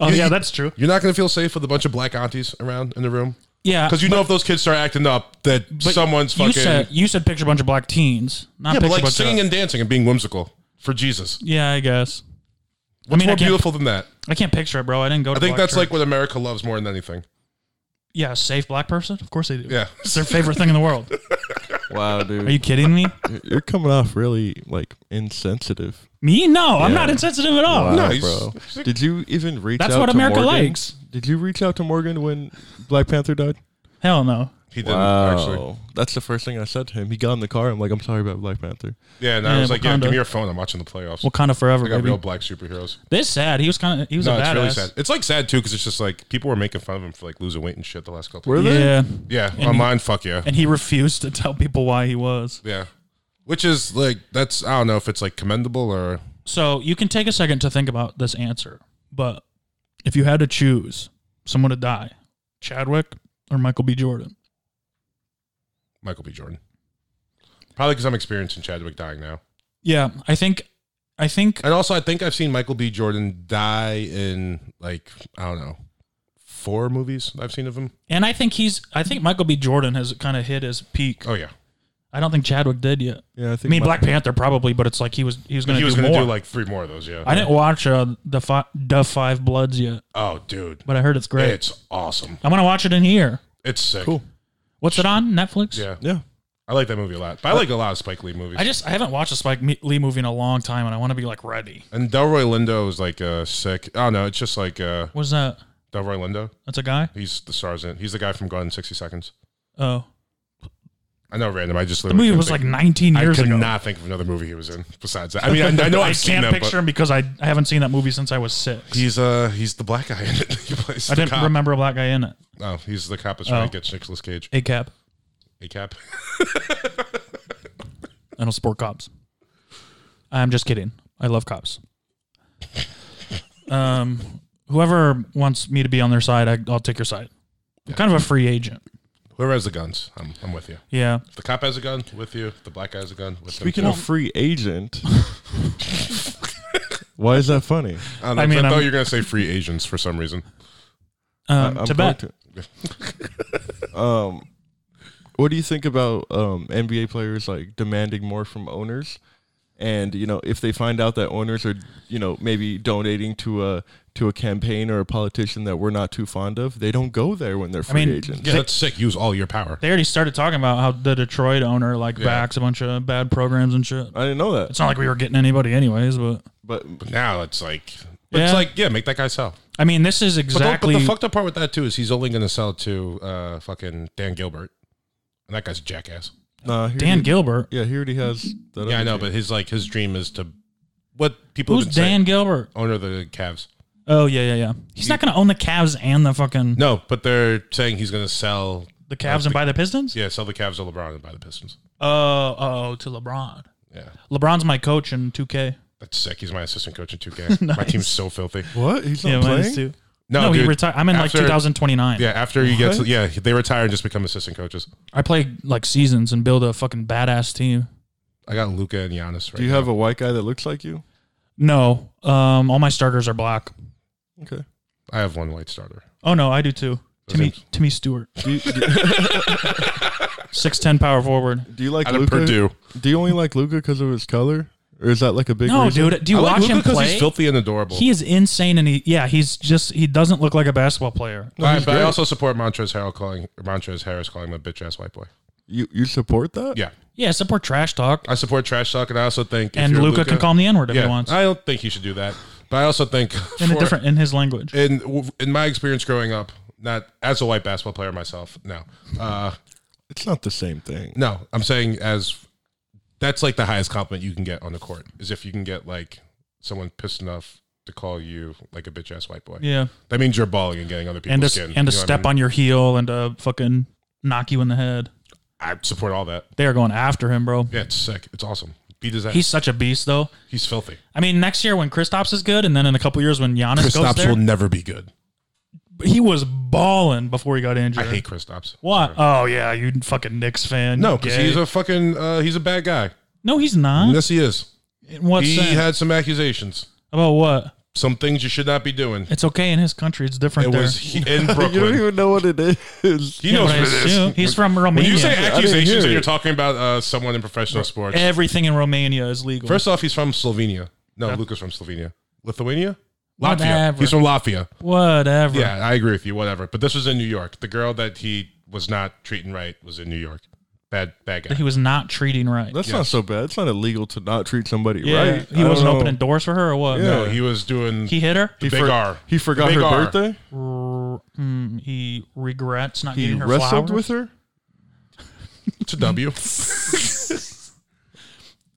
Speaker 1: Oh
Speaker 3: You-
Speaker 1: yeah,
Speaker 3: you-
Speaker 1: that's true.
Speaker 3: you're not going to feel safe with a bunch of black aunties around in the room
Speaker 1: Yeah.
Speaker 3: because you know if those kids start acting up, that
Speaker 1: but
Speaker 3: someone's
Speaker 1: you
Speaker 3: fucking
Speaker 1: said you said picture a bunch of black teens. Not
Speaker 3: yeah,
Speaker 1: picture
Speaker 3: but like
Speaker 1: bunch
Speaker 3: singing
Speaker 1: of,
Speaker 3: and dancing and being whimsical for Jesus.
Speaker 1: Yeah, I guess.
Speaker 3: What's
Speaker 1: mean, I
Speaker 3: more
Speaker 1: can't-
Speaker 3: beautiful than that?
Speaker 1: I can't picture it, bro. I didn't go to
Speaker 3: I think
Speaker 1: black
Speaker 3: that's
Speaker 1: church.
Speaker 3: like what America loves more than anything.
Speaker 1: Yeah, a safe black person? Of course they do.
Speaker 3: Yeah.
Speaker 1: It's their favorite thing in the world.
Speaker 2: Wow,
Speaker 1: Are
Speaker 2: dude,
Speaker 1: you kidding me?
Speaker 2: you're coming off really like insensitive.
Speaker 1: Me? No, I'm
Speaker 2: Yeah.
Speaker 1: not insensitive at all.
Speaker 2: Wow,
Speaker 3: no, he's-
Speaker 2: bro. Did you even reach?
Speaker 1: That's
Speaker 2: out
Speaker 1: what
Speaker 2: to
Speaker 1: America
Speaker 2: Morgan?
Speaker 1: likes.
Speaker 2: Did you reach out to Morgan when Black Panther died?
Speaker 1: Hell no.
Speaker 3: He didn't
Speaker 2: Wow,
Speaker 3: actually.
Speaker 2: that's the first thing I said to him. He got in the car. I'm like, "I'm sorry about Black Panther."
Speaker 3: Yeah, and I
Speaker 1: Yeah,
Speaker 3: was like, yeah, give
Speaker 1: Wakanda.
Speaker 3: me your phone. I'm watching the playoffs.
Speaker 1: Wakanda forever,
Speaker 3: I got
Speaker 1: baby.
Speaker 3: real black superheroes.
Speaker 1: This sad. He was kind of. He was
Speaker 3: No,
Speaker 1: a
Speaker 3: it's
Speaker 1: badass.
Speaker 3: really sad. It's like sad too because it's just like people were making fun of him for like losing weight and shit the last couple.
Speaker 2: Were they?
Speaker 1: Yeah,
Speaker 3: Yeah, online. Fuck yeah,
Speaker 1: and he refused to tell people why he was.
Speaker 3: yeah. Which is like that's I don't know if it's like commendable or
Speaker 1: So you can take a second to think about this answer, but if you had to choose someone to die, Chadwick or Michael B. Jordan,
Speaker 3: Michael B. Jordan. Probably because I'm experiencing Chadwick dying now,
Speaker 1: yeah, I think, I think
Speaker 3: and also I think I've seen Michael B. Jordan die in like I don't know four movies I've seen of him.
Speaker 1: And I think he's. I think Michael B. Jordan has kind of hit his peak.
Speaker 3: Oh yeah,
Speaker 1: I don't think Chadwick did yet.
Speaker 2: Yeah, I
Speaker 1: I
Speaker 2: think.
Speaker 1: mean,
Speaker 2: my-
Speaker 1: Black Panther probably, but it's like he was. He was going
Speaker 3: he
Speaker 1: to
Speaker 3: was
Speaker 1: do
Speaker 3: gonna
Speaker 1: more.
Speaker 3: do like three more of those. Yeah.
Speaker 1: I didn't watch uh, the fi- the Five Bloods yet,
Speaker 3: oh dude,
Speaker 1: but I heard it's great.
Speaker 3: it's awesome.
Speaker 1: I'm going to watch it in here.
Speaker 3: It's sick.
Speaker 2: Cool.
Speaker 1: What's it on Netflix?
Speaker 3: Yeah,
Speaker 2: Yeah.
Speaker 3: I like that movie a lot. But I like a lot of Spike Lee movies.
Speaker 1: I just I haven't watched a Spike Me- Lee movie in a long time, and I want to be like ready.
Speaker 3: and Delroy Lindo is like uh, sick. I don't know. It's just like uh,
Speaker 1: What's that?
Speaker 3: Delroy Lindo.
Speaker 1: That's a guy.
Speaker 3: He's the sergeant. He's the guy from Gone in 60 Seconds.
Speaker 1: Oh,
Speaker 3: I know random. I just
Speaker 1: the
Speaker 3: literally
Speaker 1: movie
Speaker 3: couldn't
Speaker 1: was
Speaker 3: think-
Speaker 1: like 19
Speaker 3: I
Speaker 1: years
Speaker 3: could
Speaker 1: ago.
Speaker 3: not think of another movie he was in besides that. I mean, I, I know I've
Speaker 1: I
Speaker 3: seen
Speaker 1: can't
Speaker 3: that,
Speaker 1: picture him because I, I haven't seen that movie since I was six.
Speaker 3: but he's uh he's the black guy in it. He plays
Speaker 1: I
Speaker 3: the
Speaker 1: didn't
Speaker 3: cop.
Speaker 1: remember a black guy in it.
Speaker 3: Oh, he's the cop that's trying
Speaker 1: Oh.
Speaker 3: to get Nicolas Cage.
Speaker 1: A cap.
Speaker 3: A cap.
Speaker 1: I don't support cops. I'm just kidding. I love cops. Um, whoever wants me to be on their side, I, I'll take your side. I'm kind of a free agent.
Speaker 3: Whoever has the guns, I'm, I'm with you.
Speaker 1: Yeah.
Speaker 3: If the cop has a gun, with you. If the black guy has a gun, with
Speaker 2: Speaking
Speaker 3: him.
Speaker 2: of free agent, why is that funny?
Speaker 3: Um, I, don't know,
Speaker 1: I
Speaker 3: 'cause
Speaker 1: mean,
Speaker 3: I thought
Speaker 1: I'm-
Speaker 3: you were gonna say free Asians for some reason.
Speaker 1: Um, Tibet.
Speaker 2: collecting- um, what do you think about um, NBA players like demanding more from owners? And you know, if they find out that owners are, you know, maybe donating to a to a campaign or a politician that we're not too fond of, they don't go there when they're free
Speaker 1: mean,
Speaker 2: agents.
Speaker 3: Yeah, that's sick. Use all your power.
Speaker 1: They already started talking about how the Detroit owner like
Speaker 3: Yeah.
Speaker 1: backs a bunch of bad programs and shit.
Speaker 2: I didn't know that,
Speaker 1: It's not like we were getting anybody, anyways. But
Speaker 2: but
Speaker 3: But now it's like
Speaker 1: Yeah.
Speaker 3: it's like yeah, make that guy sell.
Speaker 1: I mean, this is
Speaker 3: But, the-
Speaker 1: exactly.
Speaker 3: but the fucked up part with that too is he's only gonna sell to uh fucking Dan Gilbert, and that guy's a jackass.
Speaker 2: nah, he
Speaker 1: Dan
Speaker 2: already-
Speaker 1: Gilbert.
Speaker 2: Yeah, he already has. That
Speaker 3: Yeah, I
Speaker 2: other
Speaker 3: know,
Speaker 2: team.
Speaker 3: but his like his dream is to what people
Speaker 1: Who's
Speaker 3: have been saying,
Speaker 1: Dan Gilbert?
Speaker 3: owner of the Cavs.
Speaker 1: Oh yeah, yeah, yeah. He's not going to own the Cavs and the fucking
Speaker 3: No, but they're saying he's gonna sell
Speaker 1: the Cavs and buy the Pistons.
Speaker 3: yeah sell the Cavs to LeBron and buy the Pistons.
Speaker 1: Oh, oh, to LeBron.
Speaker 3: Yeah,
Speaker 1: LeBron's my coach in 2K.
Speaker 3: that's sick. He's my assistant coach in 2K. My team's so filthy.
Speaker 2: what? He's not
Speaker 1: Yeah, mine is
Speaker 2: playing.
Speaker 1: too.
Speaker 3: No,
Speaker 1: No, he
Speaker 3: Oh, dude.
Speaker 1: retired. I'm in
Speaker 3: After-
Speaker 1: like 2029.
Speaker 3: Yeah, after you get to,
Speaker 2: What?
Speaker 3: yeah, they retire and just become assistant coaches.
Speaker 1: I play like seasons and build a fucking badass team.
Speaker 3: I got Luca and Giannis right.
Speaker 2: Do you
Speaker 3: now.
Speaker 2: have a white guy that looks like you?
Speaker 1: No, um, all my starters are black.
Speaker 2: Okay.
Speaker 3: I have one white starter.
Speaker 1: Oh no, I do too. Timmy
Speaker 3: Those
Speaker 1: Timmy Stewart,
Speaker 2: Do you, do,
Speaker 1: six ten power forward.
Speaker 2: do you like
Speaker 3: Out of
Speaker 2: Luca?
Speaker 3: Purdue.
Speaker 2: Do you only like Luca because of his color, or is that like a big?
Speaker 1: No,
Speaker 2: reason?
Speaker 1: dude, do you
Speaker 3: I
Speaker 1: watch
Speaker 3: like
Speaker 1: him
Speaker 3: Luca because
Speaker 1: play?
Speaker 3: he's filthy and adorable.
Speaker 1: He is insane, and he yeah, he's just he doesn't look like a basketball player.
Speaker 2: No,
Speaker 3: All right,
Speaker 2: he's
Speaker 3: but I
Speaker 2: great.
Speaker 3: also support Montrezl Harrell calling or Montrezl Harris calling him a bitch ass white boy.
Speaker 2: you you support that?
Speaker 3: Yeah,
Speaker 1: Yeah, support trash talk.
Speaker 3: I support trash talk, and I also think if
Speaker 1: And
Speaker 3: you're
Speaker 1: Luca can call him the N word if
Speaker 3: Yeah, Ah,
Speaker 1: he wants
Speaker 3: I don't think he should do that, but I also think
Speaker 1: in a
Speaker 3: for-
Speaker 1: different in his language.
Speaker 3: in in my experience growing up, not as a white basketball player myself, no, uh,
Speaker 2: It's not the same thing.
Speaker 3: no, I'm saying as that's like the highest compliment you can get on the court is if you can get like someone pissed enough to call you like a bitch ass white boy.
Speaker 1: yeah,
Speaker 3: That means you're balling and getting other people's
Speaker 1: and to,
Speaker 3: skin
Speaker 1: and to
Speaker 3: you know what I
Speaker 1: step
Speaker 3: mean?
Speaker 1: on your heel and to fucking knock you in the head.
Speaker 3: I support all that.
Speaker 1: They are going after him, bro.
Speaker 3: Yeah, it's sick. It's awesome. Beat his ass.
Speaker 1: He's
Speaker 3: He's,
Speaker 1: such a beast, though.
Speaker 3: filthy.
Speaker 1: I mean, next year when Kristaps is good, and then in a couple years when Giannis goes
Speaker 3: Kristaps
Speaker 1: there,
Speaker 3: will never be good.
Speaker 1: he was balling before he got
Speaker 3: I
Speaker 1: injured.
Speaker 3: hate Kristaps.
Speaker 1: What? Oh yeah, you fucking Knicks fan.
Speaker 3: No,
Speaker 1: you
Speaker 3: because
Speaker 1: gay.
Speaker 3: he's a fucking uh, he's a bad guy.
Speaker 1: no, he's not.
Speaker 3: Yes, he is.
Speaker 1: In what
Speaker 3: he
Speaker 1: sense?
Speaker 3: had some accusations.
Speaker 1: About what?
Speaker 3: Some things you should not be doing.
Speaker 1: It's okay in his country. It's different
Speaker 3: It
Speaker 1: there.
Speaker 3: was he- in
Speaker 2: You don't
Speaker 3: Brooklyn.
Speaker 2: even know what it is.
Speaker 3: He
Speaker 1: Yeah,
Speaker 3: knows
Speaker 1: but I
Speaker 3: what it
Speaker 1: assume-
Speaker 3: is.
Speaker 1: He's from
Speaker 3: When
Speaker 1: Romania.
Speaker 3: you say
Speaker 2: didn't hear
Speaker 3: accusations
Speaker 2: it.
Speaker 3: and you're talking about uh, someone in professional sports,
Speaker 1: Everything in Romania is legal.
Speaker 3: first off, he's from Slovenia. No, Luca's from Slovenia. Lithuania? Latvia.
Speaker 1: Whatever.
Speaker 3: He's from Latvia.
Speaker 1: Whatever.
Speaker 3: Yeah, I agree with you. Whatever. But this was in New York. The girl that he was not treating right was in New York. Bad, bad guy.
Speaker 1: He was not treating right.
Speaker 2: That's not so bad. It's not illegal to not treat somebody
Speaker 1: yeah.
Speaker 2: right. I
Speaker 1: He
Speaker 2: don't
Speaker 1: wasn't
Speaker 2: know.
Speaker 1: opening doors for her or what?
Speaker 3: No, he was doing
Speaker 1: He hit her.
Speaker 3: the big
Speaker 2: for-
Speaker 3: R.
Speaker 2: He forgot
Speaker 3: big
Speaker 2: her
Speaker 3: R.
Speaker 2: birthday.
Speaker 1: R- hmm, he regrets not
Speaker 2: He
Speaker 1: getting her
Speaker 2: wrestled
Speaker 1: flowers.
Speaker 2: with her.
Speaker 3: It's a W.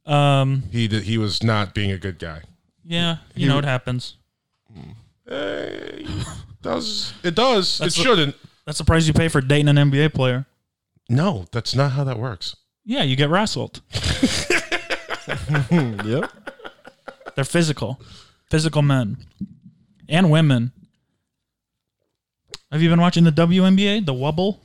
Speaker 1: um.
Speaker 3: he did, he was not being a good guy.
Speaker 1: Yeah. You know it happens.
Speaker 3: Eh, does it does
Speaker 1: That's
Speaker 3: it
Speaker 1: what-
Speaker 3: shouldn't?
Speaker 1: That's the price you pay for dating an NBA player.
Speaker 3: No, that's not how that works.
Speaker 1: Yeah, you get wrestled.
Speaker 3: Mm.
Speaker 2: Yep.
Speaker 1: They're physical, physical men and women. Have you been watching the WNBA, the Wubble?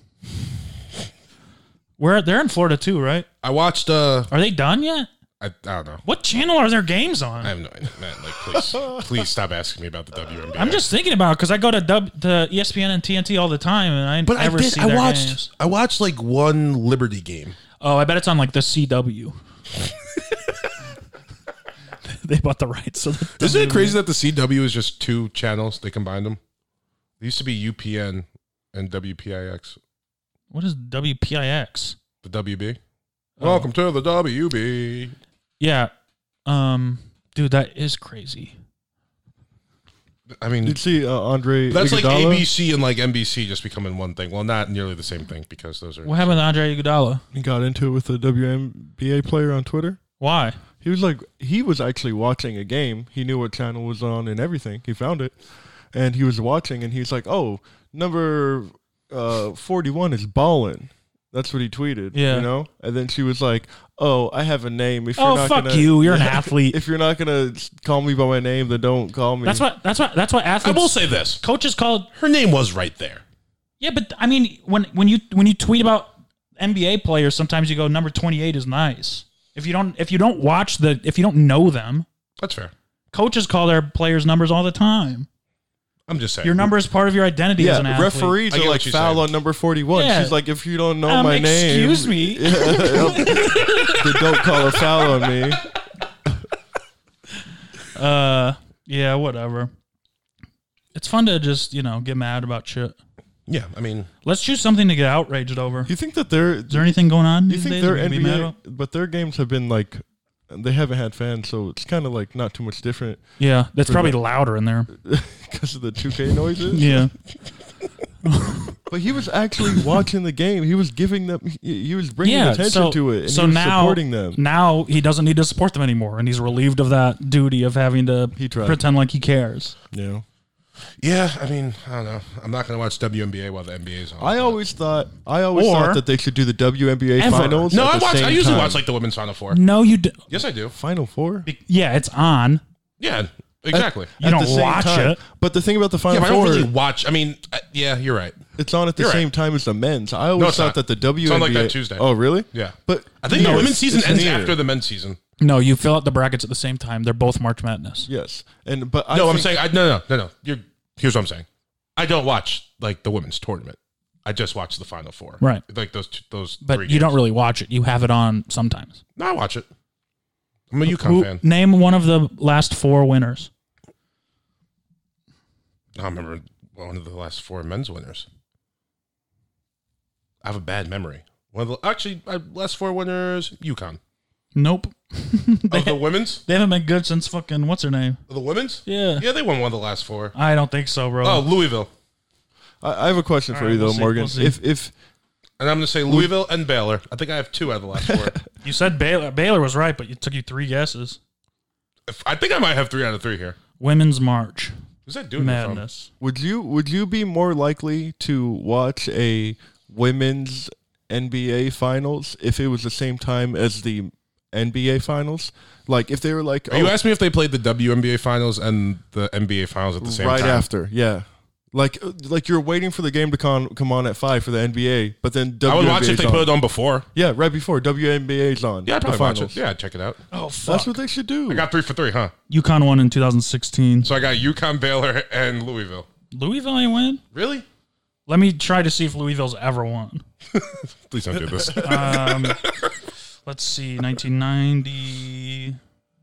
Speaker 1: Where they're in Florida too, right?
Speaker 3: I watched. uh
Speaker 1: Are they done yet?
Speaker 3: I, I don't know.
Speaker 1: What channel are their games on?
Speaker 3: I have no idea. Man, like, please, please stop asking me about the WNBA.
Speaker 1: I'm just thinking about because I go to w, to E ESPN and TNT all the time, and I
Speaker 3: But I
Speaker 1: never
Speaker 3: did.
Speaker 1: see
Speaker 3: I
Speaker 1: their
Speaker 3: watched.
Speaker 1: games.
Speaker 3: I watched like one Liberty game.
Speaker 1: Oh, I bet it's on like the CW. they bought the rights. So the
Speaker 3: Isn't it crazy that the CW is just two channels? They combined them. It used to be UPN and WPIX.
Speaker 1: what is WPIX?
Speaker 3: The WB. Welcome to the WB.
Speaker 1: Yeah, um, dude, that is crazy.
Speaker 3: I mean,
Speaker 2: Did you see uh, Andre?
Speaker 3: that's like
Speaker 2: Iguodala?
Speaker 3: ABC and like NBC just becoming one thing. Well, not nearly the same thing because those are.
Speaker 1: What happened to Andre Iguodala?
Speaker 2: He got into it with a WNBA player on Twitter.
Speaker 1: Why?
Speaker 2: He was like, he was actually watching a game. He knew what channel was on and everything. He found it, and he was watching, and he's like, "Oh, number uh, forty-one is ballin." That's what he tweeted.
Speaker 1: Yeah.
Speaker 2: you know. And then she was like, "Oh, I have a name. If you're
Speaker 1: Oh
Speaker 2: not
Speaker 1: fuck
Speaker 2: gonna,
Speaker 1: you! You're an athlete.
Speaker 2: If you're not gonna call me by my name, then don't call me."
Speaker 1: that's what. That's what. That's what
Speaker 3: I
Speaker 1: athletes.
Speaker 3: will say this:
Speaker 1: coaches called.
Speaker 3: her name was right there.
Speaker 1: Yeah, but I mean, when when you when you tweet about NBA players, sometimes you go number twenty eight is nice. If you don't if you don't watch the if you don't know them,
Speaker 3: That's fair.
Speaker 1: coaches call their players numbers all the time.
Speaker 3: I'm just saying.
Speaker 1: Your number is part of your identity as
Speaker 2: Yeah,
Speaker 1: an athlete.
Speaker 2: referees
Speaker 3: I get
Speaker 2: are
Speaker 3: what
Speaker 2: like
Speaker 3: you're
Speaker 2: foul
Speaker 3: saying.
Speaker 2: on number forty-one.
Speaker 1: Yeah.
Speaker 2: She's like, "If you don't know
Speaker 1: Um,
Speaker 2: my name,
Speaker 1: excuse me.
Speaker 2: then don't call a foul on me."
Speaker 1: Uh, yeah, whatever. It's fun to just you know get mad about shit.
Speaker 3: Yeah, I mean,
Speaker 1: Let's choose something to get outraged over.
Speaker 2: You think that they're
Speaker 1: Is there anything going on?
Speaker 2: You
Speaker 1: these
Speaker 2: think
Speaker 1: days
Speaker 2: their
Speaker 1: we can be mad
Speaker 2: NBA,
Speaker 1: about?
Speaker 2: but their games have been like they haven't had fans, so it's kind of like not too much different
Speaker 1: Yeah, that's probably louder in there.
Speaker 2: because of the 2K noises.
Speaker 1: Yeah.
Speaker 2: But he was actually watching the game. He was giving them. He, he was bringing attention to it. And he was supporting them.
Speaker 1: Now he doesn't need to support them anymore, and he's relieved of that duty of having to
Speaker 2: He tried.
Speaker 1: pretend like he cares.
Speaker 2: Yeah.
Speaker 3: yeah, I mean, I don't know. I'm not gonna watch WNBA while the NBA's on.
Speaker 2: I always thought. I always
Speaker 1: Or-
Speaker 2: thought that they should do the WNBA
Speaker 1: Ever.
Speaker 2: finals.
Speaker 3: no,
Speaker 2: at
Speaker 3: I
Speaker 2: the
Speaker 3: watch. I
Speaker 2: same
Speaker 3: usually
Speaker 2: time.
Speaker 3: watch like the women's final four.
Speaker 1: No, you do.
Speaker 3: Yes, I do.
Speaker 2: final four.
Speaker 1: Yeah, it's on.
Speaker 2: Uh,
Speaker 3: Yeah, exactly.
Speaker 1: You don't watch it.
Speaker 2: But the thing about the
Speaker 3: yeah,
Speaker 2: final
Speaker 3: but I don't
Speaker 2: four,
Speaker 3: really watch. I mean, I, yeah, you're right.
Speaker 2: it's on at the
Speaker 3: You're right.
Speaker 2: same time as the men's. I always
Speaker 3: it's
Speaker 2: thought
Speaker 3: not.
Speaker 2: that the WNBA.
Speaker 3: It's on, like, that Tuesday.
Speaker 2: Oh, really?
Speaker 3: Yeah.
Speaker 2: But
Speaker 3: I think
Speaker 2: no,
Speaker 3: the
Speaker 2: it's-
Speaker 3: women's season
Speaker 2: it's
Speaker 3: ends
Speaker 2: near.
Speaker 3: after the men's season.
Speaker 1: No, you fill out the brackets at the same time. They're both March Madness.
Speaker 2: Yes, and but I
Speaker 3: No, I'm
Speaker 2: think-
Speaker 3: saying I, no, no, no, no. You're here's what I'm saying. I don't watch like the women's tournament. I just watch the final four.
Speaker 1: Right.
Speaker 3: Like those two, those.
Speaker 1: But
Speaker 3: three
Speaker 1: you don't
Speaker 3: games.
Speaker 1: really watch it. You have it on sometimes.
Speaker 3: No, I watch it. I'm a UConn
Speaker 1: Who-
Speaker 3: fan.
Speaker 1: name one of the last four winners.
Speaker 3: I remember one of the last four men's winners. I have a bad memory. One of the actually uh, last four winners, UConn.
Speaker 1: Nope. they,
Speaker 3: Of the women's,
Speaker 1: they haven't been good since fucking what's her name?
Speaker 3: of the women's,
Speaker 1: Yeah.
Speaker 3: yeah, they won one of the last four.
Speaker 1: I don't think so, bro.
Speaker 3: Oh, Louisville,
Speaker 2: I, I have a question
Speaker 1: All
Speaker 2: for
Speaker 1: right,
Speaker 2: you though,
Speaker 1: we'll see,
Speaker 2: Morgan.
Speaker 1: we'll see.
Speaker 2: if if
Speaker 3: and I'm going to say Louisville and Baylor. I think I have two out of the last four.
Speaker 1: You said Baylor. Baylor was right, but it took you three guesses.
Speaker 3: If- I think I might have three out of three here.
Speaker 1: Women's March
Speaker 3: Who's that doing?
Speaker 1: Madness.
Speaker 2: would you would you be more likely to watch a women's NBA finals if it was the same time as the NBA finals? Like if they were like
Speaker 3: Are you
Speaker 2: oh,
Speaker 3: asking me if they played the WNBA finals and the NBA finals at the same
Speaker 2: right
Speaker 3: time?
Speaker 2: after, yeah. Like uh, like you're waiting for the game to con- come on at five for the NBA, but then WNBA
Speaker 3: I would watch it if they
Speaker 2: on.
Speaker 3: put it on before.
Speaker 2: Yeah, right before WNBA's on.
Speaker 3: Yeah, I'd
Speaker 2: the
Speaker 3: probably watch it.
Speaker 2: finals.
Speaker 3: Yeah, I'd check it out.
Speaker 1: Oh
Speaker 2: That's
Speaker 1: fuck!
Speaker 2: what they should do.
Speaker 3: I got three for three, huh?
Speaker 1: UConn won in 2016.
Speaker 3: So I got UConn, Baylor, and Louisville.
Speaker 1: Louisville ain't win.
Speaker 3: Really?
Speaker 1: Let me try to see if Louisville's ever won.
Speaker 3: Please don't do this.
Speaker 1: Um, let's see, 1990.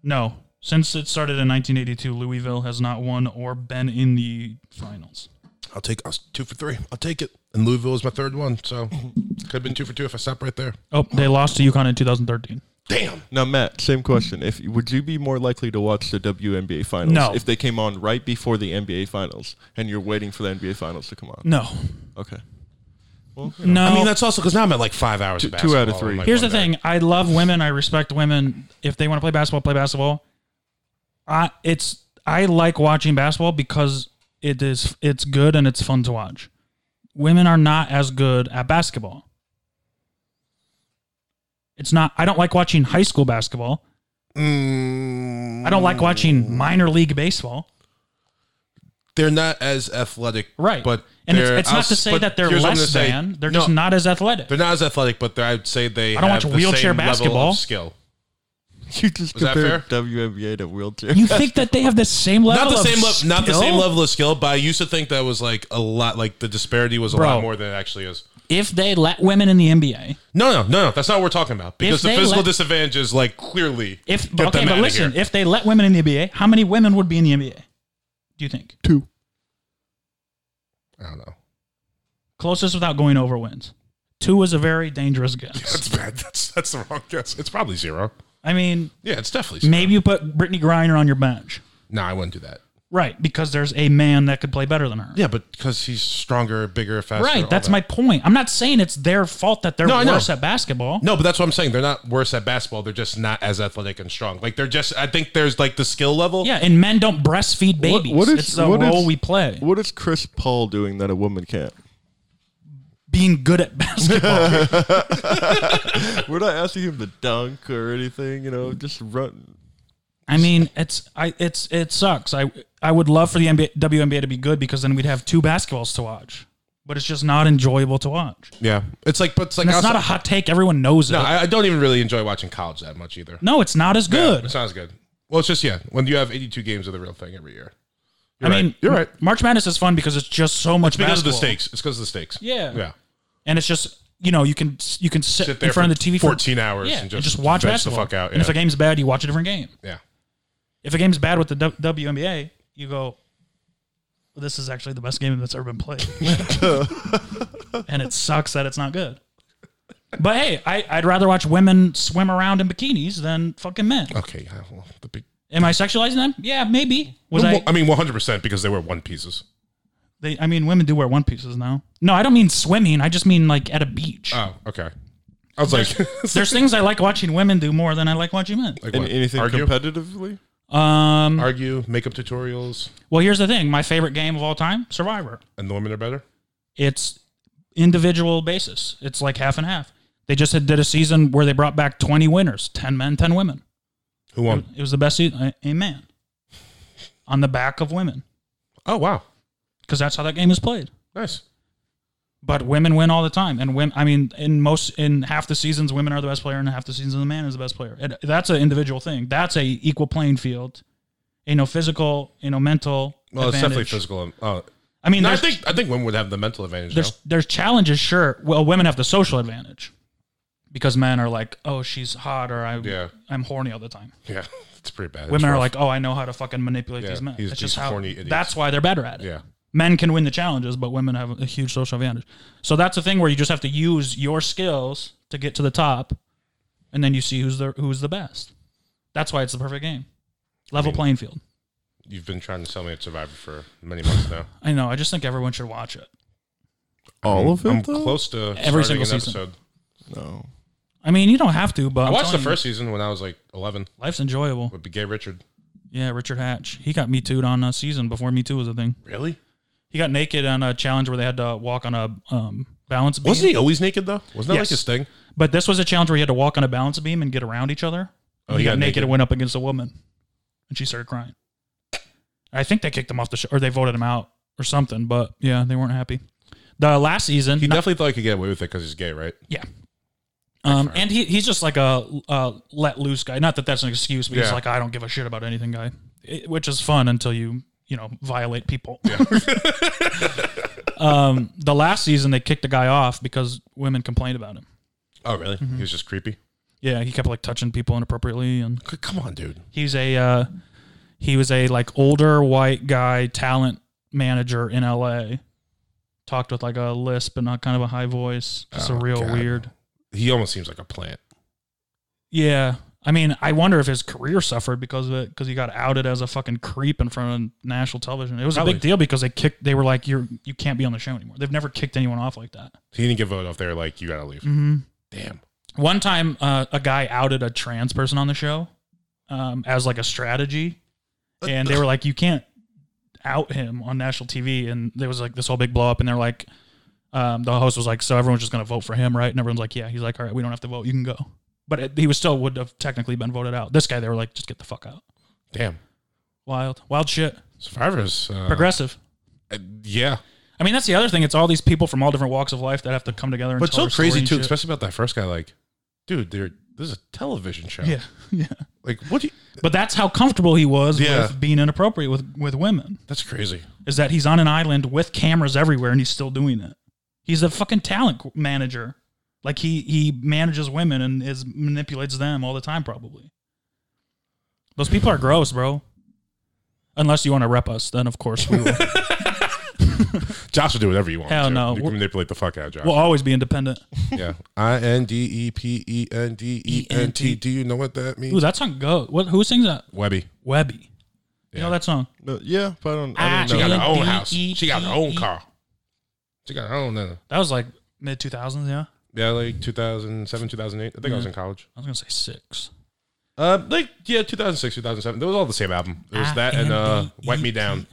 Speaker 1: No, since it started in 1982, Louisville has not won or been in the finals.
Speaker 3: I'll take I was two for three. I'll take it. And Louisville is my third one, so could have been two for two if I stopped right there.
Speaker 1: Oh, they lost to UConn in 2013.
Speaker 3: Damn.
Speaker 2: Now, Matt, same question. If would you be more likely to watch the WNBA finals
Speaker 1: No.
Speaker 2: if they came on right before the NBA finals and you're waiting for the NBA finals to come on?
Speaker 1: No,
Speaker 2: Okay.
Speaker 1: no.
Speaker 3: I mean, that's also because now I'm at like five hours. of
Speaker 2: Two- two out of
Speaker 3: basketball
Speaker 2: three.
Speaker 3: in, like,
Speaker 1: Here's the
Speaker 3: one day.
Speaker 1: thing: I love women. I respect women. If they want to play basketball, play basketball. I it's I like watching basketball because it is it's good and it's fun to watch. Women are not as good at basketball. It's not. I don't like watching high school basketball.
Speaker 3: Mm,
Speaker 1: I don't like watching minor league baseball.
Speaker 3: They're not as athletic,
Speaker 1: Right,
Speaker 3: But
Speaker 1: and it's,
Speaker 3: they're-
Speaker 1: it's not
Speaker 3: I'll-
Speaker 1: to say
Speaker 3: but
Speaker 1: that they're
Speaker 3: here's what I'm gonna
Speaker 1: less
Speaker 3: say.
Speaker 1: than. They're
Speaker 3: No,
Speaker 1: just not as athletic.
Speaker 3: They're not as athletic, but they're, I'd say they.
Speaker 1: I don't
Speaker 3: have
Speaker 1: watch
Speaker 3: the
Speaker 1: wheelchair
Speaker 3: same level of
Speaker 1: basketball.
Speaker 3: skill.
Speaker 2: You just
Speaker 3: Was that
Speaker 2: compared
Speaker 3: fair?
Speaker 2: WNBA to wheelchair.
Speaker 1: you think that they have the same level?
Speaker 3: Not the
Speaker 1: of
Speaker 3: same level. Not the same
Speaker 1: skill?
Speaker 3: level of skill. But I used to think that was like a lot. Like the disparity was a
Speaker 1: Bro.
Speaker 3: lot more than it actually is.
Speaker 1: If they let women in the NBA,
Speaker 3: No, no, no, no. That's not what we're talking about. Because the
Speaker 1: they
Speaker 3: physical
Speaker 1: let-
Speaker 3: disadvantage is like clearly.
Speaker 1: If
Speaker 3: Get
Speaker 1: okay,
Speaker 3: them
Speaker 1: but
Speaker 3: outta
Speaker 1: listen,
Speaker 3: here.
Speaker 1: if they let women in the NBA, how many women would be in the NBA? Do you think
Speaker 2: two?
Speaker 3: I don't know.
Speaker 1: closest without going over wins? Two is a very dangerous guess.
Speaker 3: That's bad. That's that's the wrong guess. It's probably zero.
Speaker 1: I mean,
Speaker 3: Yeah, it's definitely zero.
Speaker 1: maybe you put Brittany Griner on your bench,
Speaker 3: No, I wouldn't do that.
Speaker 1: right? Because there's a man that could play better than her.
Speaker 3: Yeah, but because he's stronger, bigger, faster. all
Speaker 1: right. That's
Speaker 3: that.
Speaker 1: my point. I'm not saying it's their fault that they're
Speaker 3: No, I know.
Speaker 1: worse at basketball.
Speaker 3: No, but that's what I'm saying. They're not worse at basketball. They're just not as athletic and strong. Like they're just. I think there's like the skill level.
Speaker 1: Yeah, and men don't breastfeed
Speaker 2: What-
Speaker 1: babies.
Speaker 2: what is-
Speaker 1: it's the
Speaker 2: what
Speaker 1: role
Speaker 2: is-
Speaker 1: we play.
Speaker 2: What is Chris Paul doing that a woman can't?
Speaker 1: Being good at basketball.
Speaker 2: We're not asking him to dunk or anything. You know, just run.
Speaker 1: I mean, it's I it's it sucks. I I would love for the NBA, WNBA to be good because then we'd have two basketballs to watch. But it's just not enjoyable to watch.
Speaker 3: yeah. It's like, but it's like
Speaker 1: And that's
Speaker 3: also-
Speaker 1: not a hot take. Everyone knows it.
Speaker 3: No, I, I don't even really enjoy watching college that much either.
Speaker 1: no, it's not as good.
Speaker 3: It sounds good. Well, it's just yeah. When you have 82 games of the real thing every year,
Speaker 1: I
Speaker 3: You're right.
Speaker 1: mean,
Speaker 3: You're right.
Speaker 1: March Madness is fun because it's just so much
Speaker 3: because of the
Speaker 1: basketball.
Speaker 3: stakes. It's because of the stakes.
Speaker 1: Yeah.
Speaker 3: Yeah.
Speaker 1: and it's just you know you can you can sit,
Speaker 3: Sit there
Speaker 1: in front of
Speaker 3: for
Speaker 1: the TV
Speaker 3: 14 hours
Speaker 1: yeah,
Speaker 3: and
Speaker 1: and just,
Speaker 3: just
Speaker 1: watch
Speaker 3: veg the
Speaker 1: basketball.
Speaker 3: fuck out,
Speaker 1: And if
Speaker 3: yeah.
Speaker 1: a game's bad, you watch a different game.
Speaker 3: Yeah.
Speaker 1: If a game's bad with the W- WNBA, you go, "This is actually the best game that's ever been played," and it sucks that it's not good. But hey, I, I'd rather watch women swim around in bikinis than fucking men.
Speaker 3: Okay. yeah, Well, the big,
Speaker 1: Am I sexualizing them? Yeah, maybe. Was
Speaker 3: well,
Speaker 1: I?
Speaker 3: I mean, 100 percent because they wear one pieces.
Speaker 1: They, I mean, women do wear one pieces now. No, I don't mean swimming. I just mean like at a beach.
Speaker 3: Oh, okay. I was like,
Speaker 1: There's things I like watching women do more than I like watching men.
Speaker 3: like
Speaker 2: And
Speaker 3: what?
Speaker 2: anything
Speaker 3: argue,
Speaker 2: competitively?
Speaker 1: Um,
Speaker 3: argue, makeup tutorials,
Speaker 1: well, here's the thing. My favorite game of all time, Survivor.
Speaker 3: and the women are better.
Speaker 1: It's individual basis. It's like half and half. They just had, did a season where they brought back 20 winners, 10 men, 10 women.
Speaker 3: Who won?
Speaker 1: It was the best season. A- A man on the back of women
Speaker 3: Oh wow,
Speaker 1: because that's how that game is played.
Speaker 3: nice.
Speaker 1: But women win all the time, and women. I mean, in most, in half the seasons, women are the best player, and half the seasons, the man is the best player. And that's an individual thing. That's a equal playing field. You know, physical. You know, mental.
Speaker 3: Well, it's definitely
Speaker 1: advantage.
Speaker 3: physical. Oh,
Speaker 1: I mean,
Speaker 3: no, I
Speaker 1: there's,
Speaker 3: think I think women would have the mental advantage.
Speaker 1: there's there's challenges, sure. Well, women have the social advantage because men are like, oh, she's hot, or I,
Speaker 3: Yeah.
Speaker 1: I'm horny all the time.
Speaker 3: though. yeah, it's pretty bad.
Speaker 1: Women
Speaker 3: It's
Speaker 1: are
Speaker 3: rough.
Speaker 1: like, oh, I know how to fucking manipulate
Speaker 3: Yeah,
Speaker 1: these men.
Speaker 3: these-
Speaker 1: That's just
Speaker 3: these
Speaker 1: how.
Speaker 3: horny idiots.
Speaker 1: That's why they're better at it.
Speaker 3: yeah,
Speaker 1: men can win the challenges, but women have a huge social advantage. So that's a thing where you just have to use your skills to get to the top, and then you see who's the who's the best. That's why it's the perfect game, level playing field.
Speaker 3: You've been trying to sell me at Survivor for many months now.
Speaker 1: I know. I just think everyone should watch it.
Speaker 2: All of it,
Speaker 3: I'm
Speaker 2: though?
Speaker 3: close to
Speaker 1: Every
Speaker 3: every
Speaker 1: single
Speaker 3: single an
Speaker 1: season.
Speaker 3: episode.
Speaker 2: No.
Speaker 1: I mean, you don't have to, but
Speaker 3: I
Speaker 1: I'm
Speaker 3: watched the
Speaker 1: telling you,
Speaker 3: first season when I was like 11
Speaker 1: Life's enjoyable.
Speaker 3: with Gay Richard.
Speaker 1: Yeah, Richard Hatch. He got me too'd on a season before Me Too was a thing.
Speaker 3: Really?
Speaker 1: He got naked on a challenge where they had to walk on a um, balance beam.
Speaker 3: Wasn't he always naked though? Wasn't that
Speaker 1: Yes.
Speaker 3: like his thing?
Speaker 1: But this was a challenge where he had to walk on a balance beam and get around each other.
Speaker 3: Oh,
Speaker 1: he,
Speaker 3: he
Speaker 1: got,
Speaker 3: got
Speaker 1: naked,
Speaker 3: naked.
Speaker 1: and went up against a woman, and she started crying. I think they kicked him off the show, or they voted him out, or something. But yeah, they weren't happy. The last season,
Speaker 3: He
Speaker 1: not-
Speaker 3: definitely thought he could get away with it because he's gay, right?
Speaker 1: yeah. Um, and he, he's just like a, uh let loose guy. Not that that's an excuse, but he's
Speaker 3: Yeah.
Speaker 1: like I don't give a shit about anything guy, It- which is fun until you you know violate people. um, the last season they kicked a guy off because women complained about him.
Speaker 3: Oh, really?
Speaker 1: Mm-hmm.
Speaker 3: He was just creepy.
Speaker 1: Yeah, he kept like touching people inappropriately, and
Speaker 3: C- Come on, dude.
Speaker 1: he's a uh, he was a like older white guy talent manager in L.A. Talked with like a lisp and not kind of a high voice, just a
Speaker 3: Oh,
Speaker 1: real
Speaker 3: God.
Speaker 1: weird.
Speaker 3: He almost seems like a plant.
Speaker 1: Yeah. I mean, I wonder if his career suffered because of it, because he got outed as a fucking creep in front of national television. It was a
Speaker 3: Probably.
Speaker 1: big deal because they kicked. They were like, "You're you can't be on the show anymore." They've never kicked anyone off like that.
Speaker 3: He didn't get voted off there. Like you gotta leave.
Speaker 1: Mm-hmm.
Speaker 3: Damn.
Speaker 1: One time, uh, a guy outed a trans person on the show um, as like a strategy, and they were like, "You can't out him on national TV." And there was like this whole big blow up, and they're like, um, the host was like, "So everyone's just gonna vote for him, right?" And everyone's like, "Yeah." He's like, "All right, we don't have to vote. You can go." But it, he was still would have technically been voted out. This guy, they were like, "Just get the fuck out."
Speaker 3: Damn.
Speaker 1: Wild, wild shit.
Speaker 3: Survivors. Uh,
Speaker 1: Progressive.
Speaker 3: uh, yeah,
Speaker 1: I mean, that's the other thing. It's all these people from all different walks of life that have to come together. And
Speaker 3: but
Speaker 1: tell
Speaker 3: so
Speaker 1: their story
Speaker 3: crazy
Speaker 1: and
Speaker 3: too,
Speaker 1: shit.
Speaker 3: especially about that first guy. Like, dude, there. This is a television show.
Speaker 1: Yeah, yeah.
Speaker 3: Like, what? Do you,
Speaker 1: But that's how comfortable he was
Speaker 3: Yeah.
Speaker 1: with being inappropriate with with women.
Speaker 3: that's crazy.
Speaker 1: is that he's on an island with cameras everywhere and he's still doing it. He's a fucking talent co- manager. Like he he manages women and is manipulates them all the time probably. Those people are gross, bro. Unless you want to rep us, then of course we will.
Speaker 3: Josh will do whatever you want.
Speaker 1: Hell
Speaker 3: to.
Speaker 1: no.
Speaker 3: You can manipulate the fuck out of Josh.
Speaker 1: we'll always be independent.
Speaker 3: yeah. I N D E P E N D E N T. Do you know what that means?
Speaker 1: Ooh, that song go. What who sings that?
Speaker 3: Webby.
Speaker 1: Webby. You
Speaker 3: Yeah.
Speaker 1: know that song?
Speaker 2: No, yeah, but I don't,
Speaker 1: Ah,
Speaker 2: I
Speaker 1: she
Speaker 3: She
Speaker 2: don't
Speaker 3: got
Speaker 2: know.
Speaker 1: got-
Speaker 3: her own house.
Speaker 1: E-
Speaker 3: She got her
Speaker 1: E-
Speaker 3: own car. She got her own. Uh,
Speaker 1: That was like mid two thousands, yeah.
Speaker 3: yeah, like 2007, 2008. I think I
Speaker 1: Mm-hmm.
Speaker 3: was in college.
Speaker 1: I was gonna say six.
Speaker 3: Um, like yeah, 2006, 2007. That was all the same album. It was that and
Speaker 1: E
Speaker 3: uh, Wipe Me Down.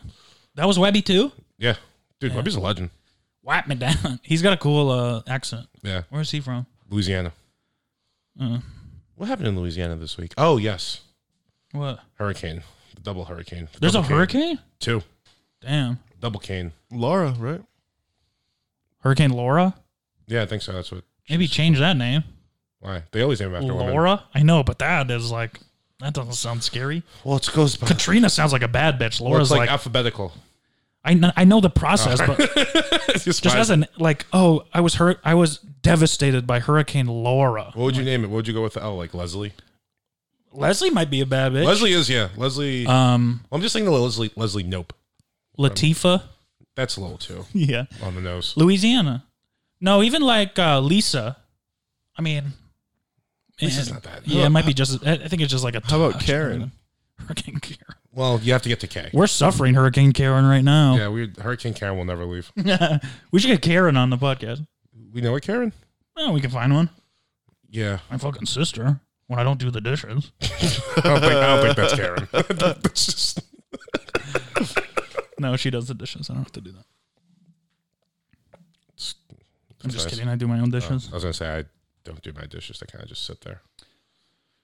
Speaker 1: That was Webby too?
Speaker 3: Yeah, dude, Webby's a legend.
Speaker 1: Wipe me down. He's got a cool uh, accent.
Speaker 3: Yeah,
Speaker 1: Where is he from?
Speaker 3: Louisiana.
Speaker 1: Uh,
Speaker 3: What happened in Louisiana this week? Oh yes,
Speaker 1: what?
Speaker 3: hurricane, the double hurricane. The
Speaker 1: There's a
Speaker 3: double cane.
Speaker 1: hurricane?
Speaker 3: Two
Speaker 1: Damn.
Speaker 3: double cane.
Speaker 2: Laura, right?
Speaker 1: Hurricane Laura?
Speaker 3: Yeah, I think so. That's what.
Speaker 1: Maybe change that name.
Speaker 3: Why they always name it after women.
Speaker 1: Laura? I know, but that is like, that doesn't sound scary.
Speaker 3: Well, it goes by.
Speaker 1: Katrina sounds like a bad bitch.
Speaker 3: Well,
Speaker 1: Laura's
Speaker 3: it's like,
Speaker 1: like,
Speaker 3: alphabetical.
Speaker 1: I, know, I know the process, but
Speaker 3: Just
Speaker 1: just
Speaker 3: by-
Speaker 1: as an, like, oh, I was hurt. I was devastated by Hurricane Laura.
Speaker 3: what would you name it? What would you go with the L? Like Leslie.
Speaker 1: Leslie might be a bad bitch.
Speaker 3: Leslie is yeah. Leslie.
Speaker 1: Um,
Speaker 3: I'm just thinking of Leslie. Leslie. Nope.
Speaker 1: Latifa.
Speaker 3: That's a little too
Speaker 1: Yeah.
Speaker 3: on the nose.
Speaker 1: Louisiana. No, even like uh, Lisa. I mean,
Speaker 3: Lisa's
Speaker 1: man,
Speaker 3: not bad.
Speaker 1: Yeah, it might be just, I I think it's just like a.
Speaker 2: How about
Speaker 1: touch.
Speaker 2: Karen?
Speaker 1: Hurricane Karen.
Speaker 3: Well, you have to get to K.
Speaker 1: We're suffering Hurricane Karen right now.
Speaker 3: Yeah, we Hurricane Karen will never leave.
Speaker 1: we should get Karen on the podcast.
Speaker 3: We know it, Karen.
Speaker 1: Oh, we can find one.
Speaker 3: Yeah,
Speaker 1: My fucking sister. When I don't do the dishes.
Speaker 3: I don't think, I don't think that's Karen. that's just,
Speaker 1: No, she does the dishes. I don't have to do that.
Speaker 3: it's-
Speaker 1: I'm just
Speaker 3: nice. Uh,
Speaker 1: kidding. I do my own dishes.
Speaker 3: I was gonna say I don't do my dishes. I kind of just sit there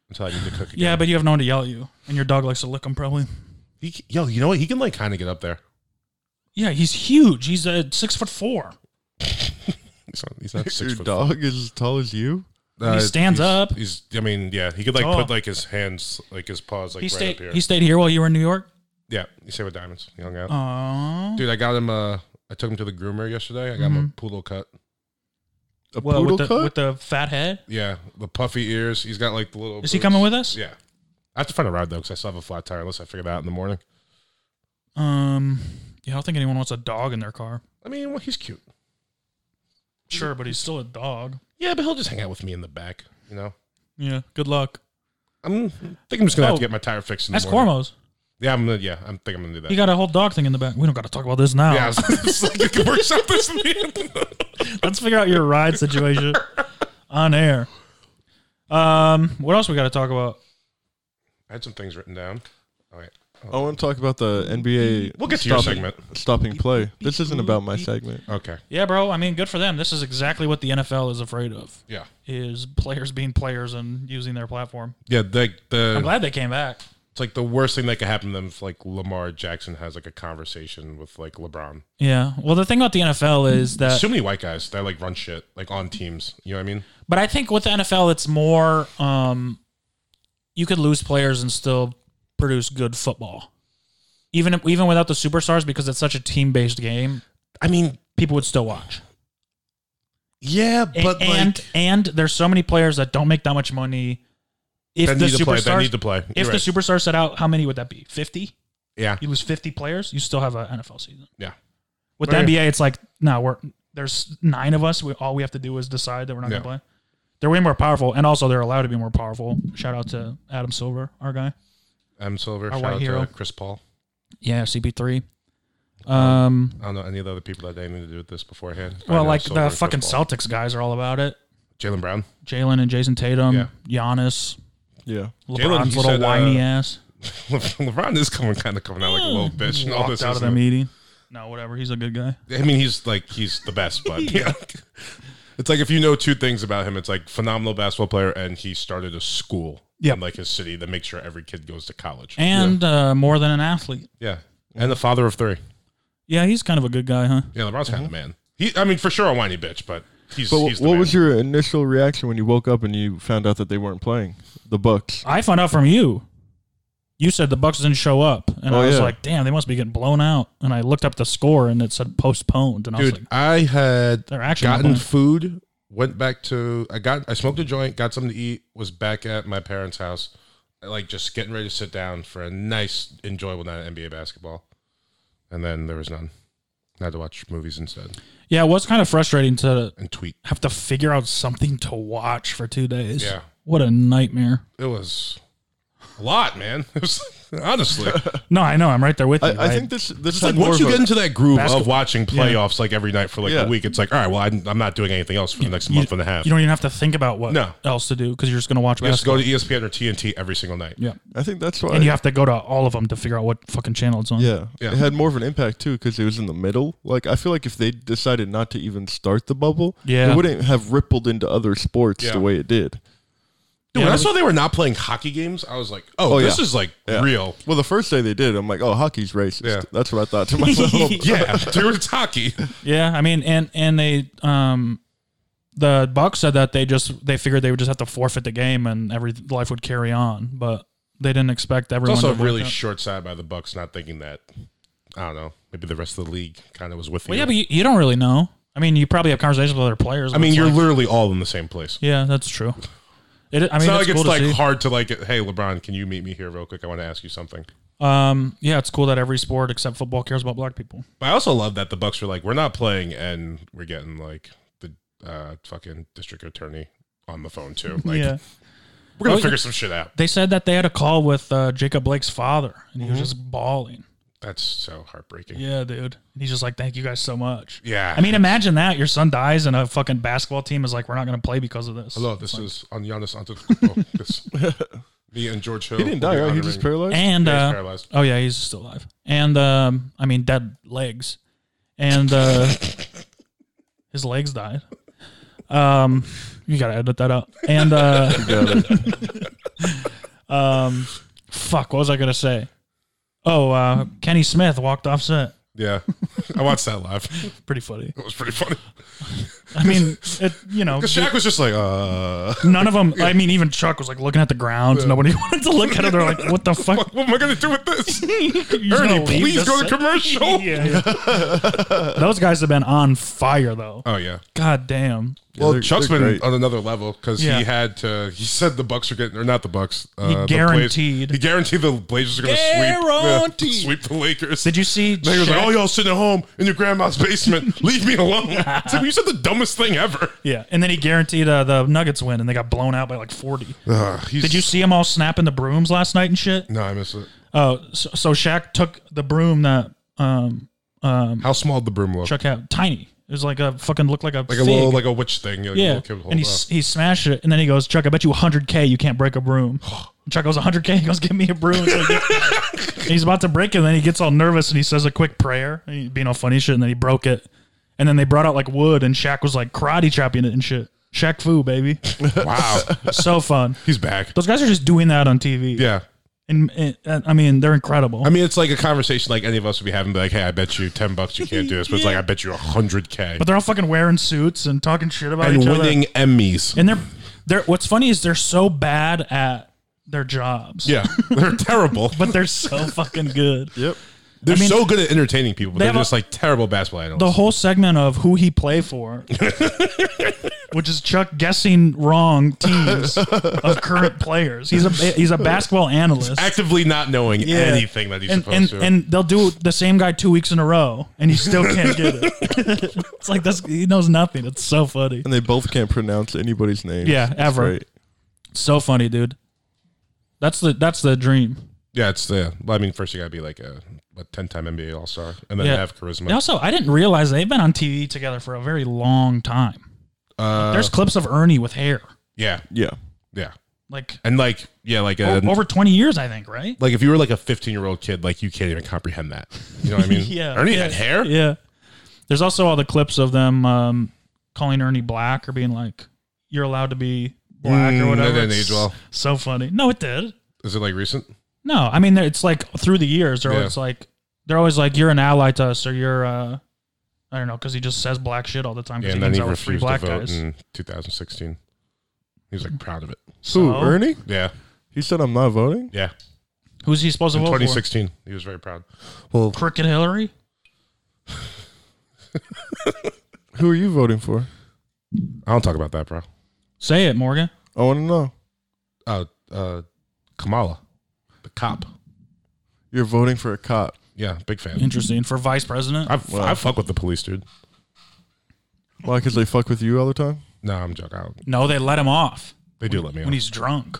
Speaker 3: until I need to cook. Again.
Speaker 1: yeah, but you have no one to yell at you, and your dog likes to lick them probably.
Speaker 3: he, c- yo, you know what? He can like kind of get up there.
Speaker 1: Yeah, he's huge. He's uh, six foot four.
Speaker 3: He's not, he's not six
Speaker 2: Your
Speaker 3: foot.
Speaker 2: dog is as tall as you?
Speaker 1: He stands
Speaker 3: he's-
Speaker 1: up.
Speaker 3: He's. I mean, yeah, he could like
Speaker 1: Tall.
Speaker 3: put like his hands, like his paws, like
Speaker 1: he
Speaker 3: right
Speaker 1: stayed.
Speaker 3: up here.
Speaker 1: He stayed here while you were in New York.
Speaker 3: yeah, you say with diamonds. He hung out.
Speaker 1: Aww.
Speaker 3: Dude, I got him. Uh, I took him to the groomer yesterday. I got him
Speaker 1: Mm-hmm.
Speaker 3: a poodle cut.
Speaker 2: A
Speaker 1: Well,
Speaker 2: poodle
Speaker 1: with the,
Speaker 2: cut?
Speaker 1: with the fat head.
Speaker 3: Yeah, the puffy ears. He's got like the little.
Speaker 1: Is he coming with us?
Speaker 3: Yeah. I have to find a ride though, because I still have a flat tire. Unless I figure that out in the morning.
Speaker 1: Um, Yeah, I don't think anyone wants a dog in their car.
Speaker 3: I mean, well, he's cute.
Speaker 1: Sure, but he's still a dog.
Speaker 3: Yeah, but he'll just hang out with me in the back. You know,
Speaker 1: Yeah. Good luck.
Speaker 3: I'm think I'm just gonna have
Speaker 1: Oh,
Speaker 3: to get my tire fixed. In the
Speaker 1: That's
Speaker 3: morning.
Speaker 1: Cormos.
Speaker 3: Yeah, I'm gonna, yeah, I'm think I'm gonna do that.
Speaker 1: He got a whole dog thing in the back. We don't got to talk about this now.
Speaker 3: yeah, it's like you can workshop this. in the end.
Speaker 1: Let's figure out your ride situation on air. Um, what else we got to talk about?
Speaker 3: I had some things written down. All right,
Speaker 2: I want to talk about the NBA.
Speaker 3: We'll get to your
Speaker 2: stopping-
Speaker 3: segment.
Speaker 2: Stopping play. This isn't about my segment.
Speaker 3: okay,
Speaker 1: Yeah, bro. I mean, good for them. This is exactly what the NFL is afraid of:
Speaker 3: yeah,
Speaker 1: is players being players and using their platform.
Speaker 3: yeah. The the
Speaker 1: I'm glad they came back.
Speaker 3: it's like the worst thing that could happen to them if like Lamar Jackson has like a conversation with like LeBron.
Speaker 1: Yeah. Well, the thing about the NFL is that
Speaker 3: so many white guys that like run shit like on teams. You know what I mean?
Speaker 1: But I think with the NFL, it's more um, you could lose players and still produce good football, even even without the superstars, because it's such a team based game.
Speaker 3: I mean,
Speaker 1: People would still watch.
Speaker 3: yeah,
Speaker 1: A- and and there's so many players that don't make that much money. If
Speaker 3: that
Speaker 1: the
Speaker 3: need to play. That
Speaker 1: superstars,
Speaker 3: need to play.
Speaker 1: if
Speaker 3: You're
Speaker 1: the
Speaker 3: right.
Speaker 1: superstars set out, how many would that be? Fifty.
Speaker 3: yeah,
Speaker 1: You lose fifty players, you still have an NFL season.
Speaker 3: yeah.
Speaker 1: With
Speaker 3: Right.
Speaker 1: the NBA, it's like no, we're there's nine of us. We all we have to do is decide that we're not
Speaker 3: Yeah.
Speaker 1: gonna play. They're way more powerful, and also they're allowed to be more powerful. Shout out to Adam Silver, our guy.
Speaker 3: I'm Silver.
Speaker 1: Our
Speaker 3: shout
Speaker 1: white
Speaker 3: out
Speaker 1: hero.
Speaker 3: to Chris Paul.
Speaker 1: Yeah, CP3. Um,
Speaker 3: I don't know any of the other people that they need to do with this beforehand. I
Speaker 1: well,
Speaker 3: know
Speaker 1: like
Speaker 3: Silver
Speaker 1: the
Speaker 3: and Chris
Speaker 1: fucking
Speaker 3: Paul.
Speaker 1: Celtics guys are all about it.
Speaker 3: Jalen Brown.
Speaker 1: Jalen and Jason Tatum,
Speaker 3: Yeah.
Speaker 1: Giannis,
Speaker 2: Yeah.
Speaker 1: LeBron's
Speaker 3: he
Speaker 1: little
Speaker 3: said, uh,
Speaker 1: whiny ass.
Speaker 3: LeBron is coming kind of coming out like a little bitch and all
Speaker 1: Mm, Walked
Speaker 3: this.
Speaker 1: out of the
Speaker 3: isn't it?
Speaker 1: meeting. No, whatever. He's a good guy.
Speaker 3: I mean, he's like he's the best, but yeah. It's like if you know two things about him, it's like phenomenal basketball player, and he started a school
Speaker 1: Yep.
Speaker 3: in like his city that makes sure every kid goes to college.
Speaker 1: And uh, more than an athlete.
Speaker 3: yeah, and the father of three.
Speaker 1: Yeah, he's kind of a good guy, huh?
Speaker 3: Yeah, LeBron's
Speaker 1: Mm-hmm.
Speaker 3: kind of the man. He, I mean, for sure a whiny bitch, but he's.
Speaker 2: But
Speaker 3: he's the
Speaker 2: what
Speaker 3: man.
Speaker 2: was your initial reaction when you woke up and you found out that they weren't playing the Bucks?
Speaker 1: I found out from you. You said the Bucks didn't show up, and
Speaker 2: Oh,
Speaker 1: I was
Speaker 2: yeah.
Speaker 1: like, "Damn, they must be getting blown out." And I looked up the score, and it said postponed, and I was
Speaker 3: dude?
Speaker 1: like,
Speaker 3: I had
Speaker 1: "They're actually not playing."
Speaker 3: gotten food, went back to I got I smoked a joint, got something to eat, was back at my parents' house, like just getting ready to sit down for a nice, enjoyable night of NBA basketball, and then there was none. I had to watch movies instead
Speaker 1: Yeah, it was kind of frustrating to
Speaker 3: and tweet.
Speaker 1: have to figure out something to watch for two days.
Speaker 3: Yeah.
Speaker 1: What a nightmare.
Speaker 3: It was a lot, man. It was honestly it's
Speaker 1: No, I know. I'm right there with you.
Speaker 2: I, I
Speaker 1: right?
Speaker 2: think this this is
Speaker 3: like
Speaker 2: like more
Speaker 3: once
Speaker 2: of
Speaker 3: you
Speaker 2: a-
Speaker 3: get into that groove of
Speaker 1: Basketball.
Speaker 3: watching playoffs like every night for like
Speaker 2: Yeah.
Speaker 3: a week, it's like all right, well I'm, I'm not doing anything else for the next month and a half.
Speaker 1: you don't even have to think about what
Speaker 3: No.
Speaker 1: else to do because you're just going to watch
Speaker 3: You just
Speaker 1: basketball.
Speaker 3: go to E ESPN or TNT every single night.
Speaker 1: Yeah.
Speaker 2: I think that's why.
Speaker 1: And you have to go to all of them to figure out what fucking channel it's on.
Speaker 2: yeah,
Speaker 3: Yeah.
Speaker 2: it had more of an impact too because it was in the middle. Like I feel like if they decided not to even start the bubble,
Speaker 1: Yeah.
Speaker 2: it wouldn't have rippled into other sports
Speaker 3: Yeah.
Speaker 2: the way it did.
Speaker 3: Dude,
Speaker 1: Yeah,
Speaker 3: when I
Speaker 1: it
Speaker 3: saw they were not playing hockey games, I was like, "Oh,
Speaker 2: Oh,
Speaker 3: this
Speaker 2: yeah.
Speaker 3: is like
Speaker 2: Yeah.
Speaker 3: real."
Speaker 2: Well, the first day they did, I'm like, oh, hockey's racist.
Speaker 3: Yeah.
Speaker 2: That's what I thought to myself.
Speaker 3: Yeah, dude, it's hockey.
Speaker 1: Yeah. I mean, and, and they, um, the Bucks said that they just, they figured they would just have to forfeit the game and every life would carry on, but they didn't expect
Speaker 3: It's
Speaker 1: everyone
Speaker 3: also
Speaker 1: to work
Speaker 3: really
Speaker 1: out.
Speaker 3: short sighted by the Bucks not thinking that. I don't know. Maybe the rest of the league kind of was with
Speaker 1: Well,
Speaker 3: you.
Speaker 1: yeah, but you, you don't really know. I mean, you probably have conversations with other players.
Speaker 3: I
Speaker 1: but
Speaker 3: mean,
Speaker 1: it's
Speaker 3: you're
Speaker 1: like-
Speaker 3: literally all in the same place.
Speaker 1: yeah, that's true. It, I mean,
Speaker 3: it's not
Speaker 1: it's
Speaker 3: like
Speaker 1: cool
Speaker 3: it's
Speaker 1: to
Speaker 3: like
Speaker 1: see.
Speaker 3: hard to like. Hey, LeBron, can you meet me here real quick? I want to ask you something.
Speaker 1: Um, yeah, it's cool that every sport except football cares about black people.
Speaker 3: But I also love that the Bucks were like, "We're not playing," and we're getting like the uh, fucking district attorney on the phone too. Like,
Speaker 1: yeah,
Speaker 3: we're gonna
Speaker 1: Oh, yeah.
Speaker 3: figure some shit out.
Speaker 1: they said that they had a call with uh, Jacob Blake's father, and he was
Speaker 3: Mm-hmm.
Speaker 1: just bawling.
Speaker 3: That's so heartbreaking.
Speaker 1: Yeah, dude, and he's just like, "Thank you guys so much."
Speaker 3: Yeah.
Speaker 1: I mean, imagine that your son dies and a fucking basketball team is like, "We're not going to play because of this."
Speaker 3: Hello, this is on Giannis Antetokounmpo. this, me and George Hill.
Speaker 2: he didn't die, right? He just paralyzed.
Speaker 1: And
Speaker 3: Yeah, he's
Speaker 1: uh,
Speaker 3: paralyzed.
Speaker 1: oh yeah, he's still alive. And um, I mean, dead legs, and uh, his legs died. Um, you gotta edit that out. And uh, um, fuck, what was I gonna say? Oh, uh, Kenny Smith walked off set.
Speaker 3: Yeah, I watched that live.
Speaker 1: Pretty funny.
Speaker 3: It was pretty funny.
Speaker 1: I mean, it, you know,
Speaker 3: Because Shaq was just like, uh,
Speaker 1: none of them. I mean, even Chuck was like looking at the ground. Nobody wanted to look at it. They're like, "What the fuck?"
Speaker 3: what am I gonna do with this?
Speaker 1: You're
Speaker 3: Ernie,
Speaker 1: gonna leave
Speaker 3: please
Speaker 1: this
Speaker 3: go
Speaker 1: set?
Speaker 3: to commercial.
Speaker 1: Yeah, yeah. Those guys have been on fire though.
Speaker 3: Oh yeah,
Speaker 1: God damn.
Speaker 3: Well,
Speaker 2: they're-
Speaker 3: Chuck's
Speaker 2: they're
Speaker 3: been
Speaker 2: great.
Speaker 3: on another level because
Speaker 1: Yeah.
Speaker 3: he had to. He said the Bucks are getting, or not the Bucks. Uh, the Blaz-
Speaker 1: guaranteed.
Speaker 3: he guaranteed the Blazers are going to sweep, the-
Speaker 2: Guaranteed.
Speaker 3: sweep the Lakers.
Speaker 1: Did you see?
Speaker 3: And he was like,
Speaker 1: Shaq-
Speaker 3: "Oh, y'all sitting at home in your grandma's basement. Leave me alone." It's like, you said the dumbest thing ever.
Speaker 1: Yeah, and then he guaranteed uh, the Nuggets win, and they got blown out by like forty.
Speaker 3: Ugh, he's-
Speaker 1: Did you see him all snapping the brooms last night and shit?
Speaker 3: No, I missed it.
Speaker 1: Oh, so, so Shaq took the broom that um
Speaker 3: How small the broom look?
Speaker 1: Chuck had, tiny. It was like a fucking looked like a
Speaker 3: like a little, like a witch thing. Like a
Speaker 1: yeah,
Speaker 3: little kid would hold
Speaker 1: and he
Speaker 3: up.
Speaker 1: s he smashed it, and then he goes, Chuck, I bet you 100k you can't break a broom. Chuck goes 100k, he goes, give me a broom. So he gets- he's about to break it, and then he gets all nervous and he says a quick prayer, and he being all funny shit, and then he broke it, and then they brought out like wood, and Shaq was like karate chopping it and shit. Shaq Fu, baby,
Speaker 3: Wow,
Speaker 1: so fun.
Speaker 3: he's back.
Speaker 1: Those guys are just doing that on TV.
Speaker 3: Yeah,
Speaker 1: and, and- and, I mean they're incredible.
Speaker 3: I mean, it's like a conversation like any of us would be having. Be like, "Hey, I bet you ten bucks you can't do this," but it's like, "I bet you a hundred k."
Speaker 1: but they're all fucking wearing suits and talking shit about
Speaker 3: And
Speaker 1: each other.
Speaker 3: winning Emmys.
Speaker 1: And they're they're what's funny is they're so bad at their jobs.
Speaker 3: Yeah, they're terrible.
Speaker 1: But they're so fucking good.
Speaker 2: Yep.
Speaker 3: They're
Speaker 1: I mean-
Speaker 3: so good at entertaining people, but
Speaker 1: They
Speaker 3: they are
Speaker 1: have a-
Speaker 3: just like terrible basketball analysts.
Speaker 1: The whole segment of who he play for, which is Chuck guessing wrong teams of current players. He's a he's a basketball analyst.
Speaker 3: Actively not knowing
Speaker 1: Yeah.
Speaker 3: anything that he's
Speaker 1: and,
Speaker 3: supposed
Speaker 1: and,
Speaker 3: to.
Speaker 1: and they'll do the same guy two weeks in a row, and he still can't get it. it's like that's he knows nothing. It's so funny.
Speaker 2: And they both can't pronounce anybody's name.
Speaker 1: Yeah, ever. So funny, dude. That's the that's the dream.
Speaker 3: yeah, it's the. Well, I mean, first you gotta be like a what ten time NBA All Star, and then
Speaker 1: Yeah.
Speaker 3: have charisma.
Speaker 1: They also, I didn't realize they've been on TV together for a very long time.
Speaker 3: Uh,
Speaker 1: There's clips of Ernie with hair,
Speaker 3: yeah,
Speaker 2: Yeah.
Speaker 3: yeah,
Speaker 1: like
Speaker 3: and like yeah, like uh, a,
Speaker 1: o- over 20 years, I think, right?
Speaker 3: like if you were like a fifteen year old kid, like you can't even comprehend that. You know what I mean?
Speaker 1: Yeah,
Speaker 3: Ernie
Speaker 1: yeah,
Speaker 3: had hair.
Speaker 1: Yeah. There's also all the clips of them um, calling Ernie black or being like, "You're allowed to be black"
Speaker 3: Mm,
Speaker 1: or
Speaker 3: that
Speaker 1: whatever.
Speaker 3: didn't
Speaker 1: It's
Speaker 3: age well.
Speaker 1: So funny. No, it did.
Speaker 3: Is it like recent?
Speaker 1: No, I mean it's like through the years, they're
Speaker 3: Yeah.
Speaker 1: always like they're always like, "You're an ally to us," or "You're." Uh, I don't know, because he just says black shit all the time.
Speaker 3: Yeah,
Speaker 1: Because
Speaker 3: and
Speaker 1: he hangs
Speaker 3: then he
Speaker 1: out with free
Speaker 3: refused
Speaker 1: black
Speaker 3: to vote
Speaker 1: guys.
Speaker 3: in 2016. He was like proud of it.
Speaker 2: So
Speaker 1: So? Oh.
Speaker 2: Ernie?
Speaker 3: Yeah,
Speaker 2: He said I'm not voting.
Speaker 3: yeah.
Speaker 1: Who's he supposed to
Speaker 3: In
Speaker 1: vote
Speaker 3: 2016, he was very proud. Well,
Speaker 1: for? Crooked Hillary.
Speaker 2: Who are you voting for?
Speaker 3: I don't talk about that, bro.
Speaker 1: Say it, Morgan.
Speaker 3: Mm-hmm.
Speaker 2: I want to know.
Speaker 3: Uh, uh, Kamala, the cop.
Speaker 2: You're voting for a cop.
Speaker 3: Yeah, big fan.
Speaker 1: Interesting for vice president.
Speaker 3: I, f- I fuck with the police, dude.
Speaker 2: Why? Because they fuck with you all the time.
Speaker 3: No, I'm joking. I don't-
Speaker 1: No, they let him off
Speaker 3: They do let me.
Speaker 1: when
Speaker 3: When
Speaker 1: he's drunk.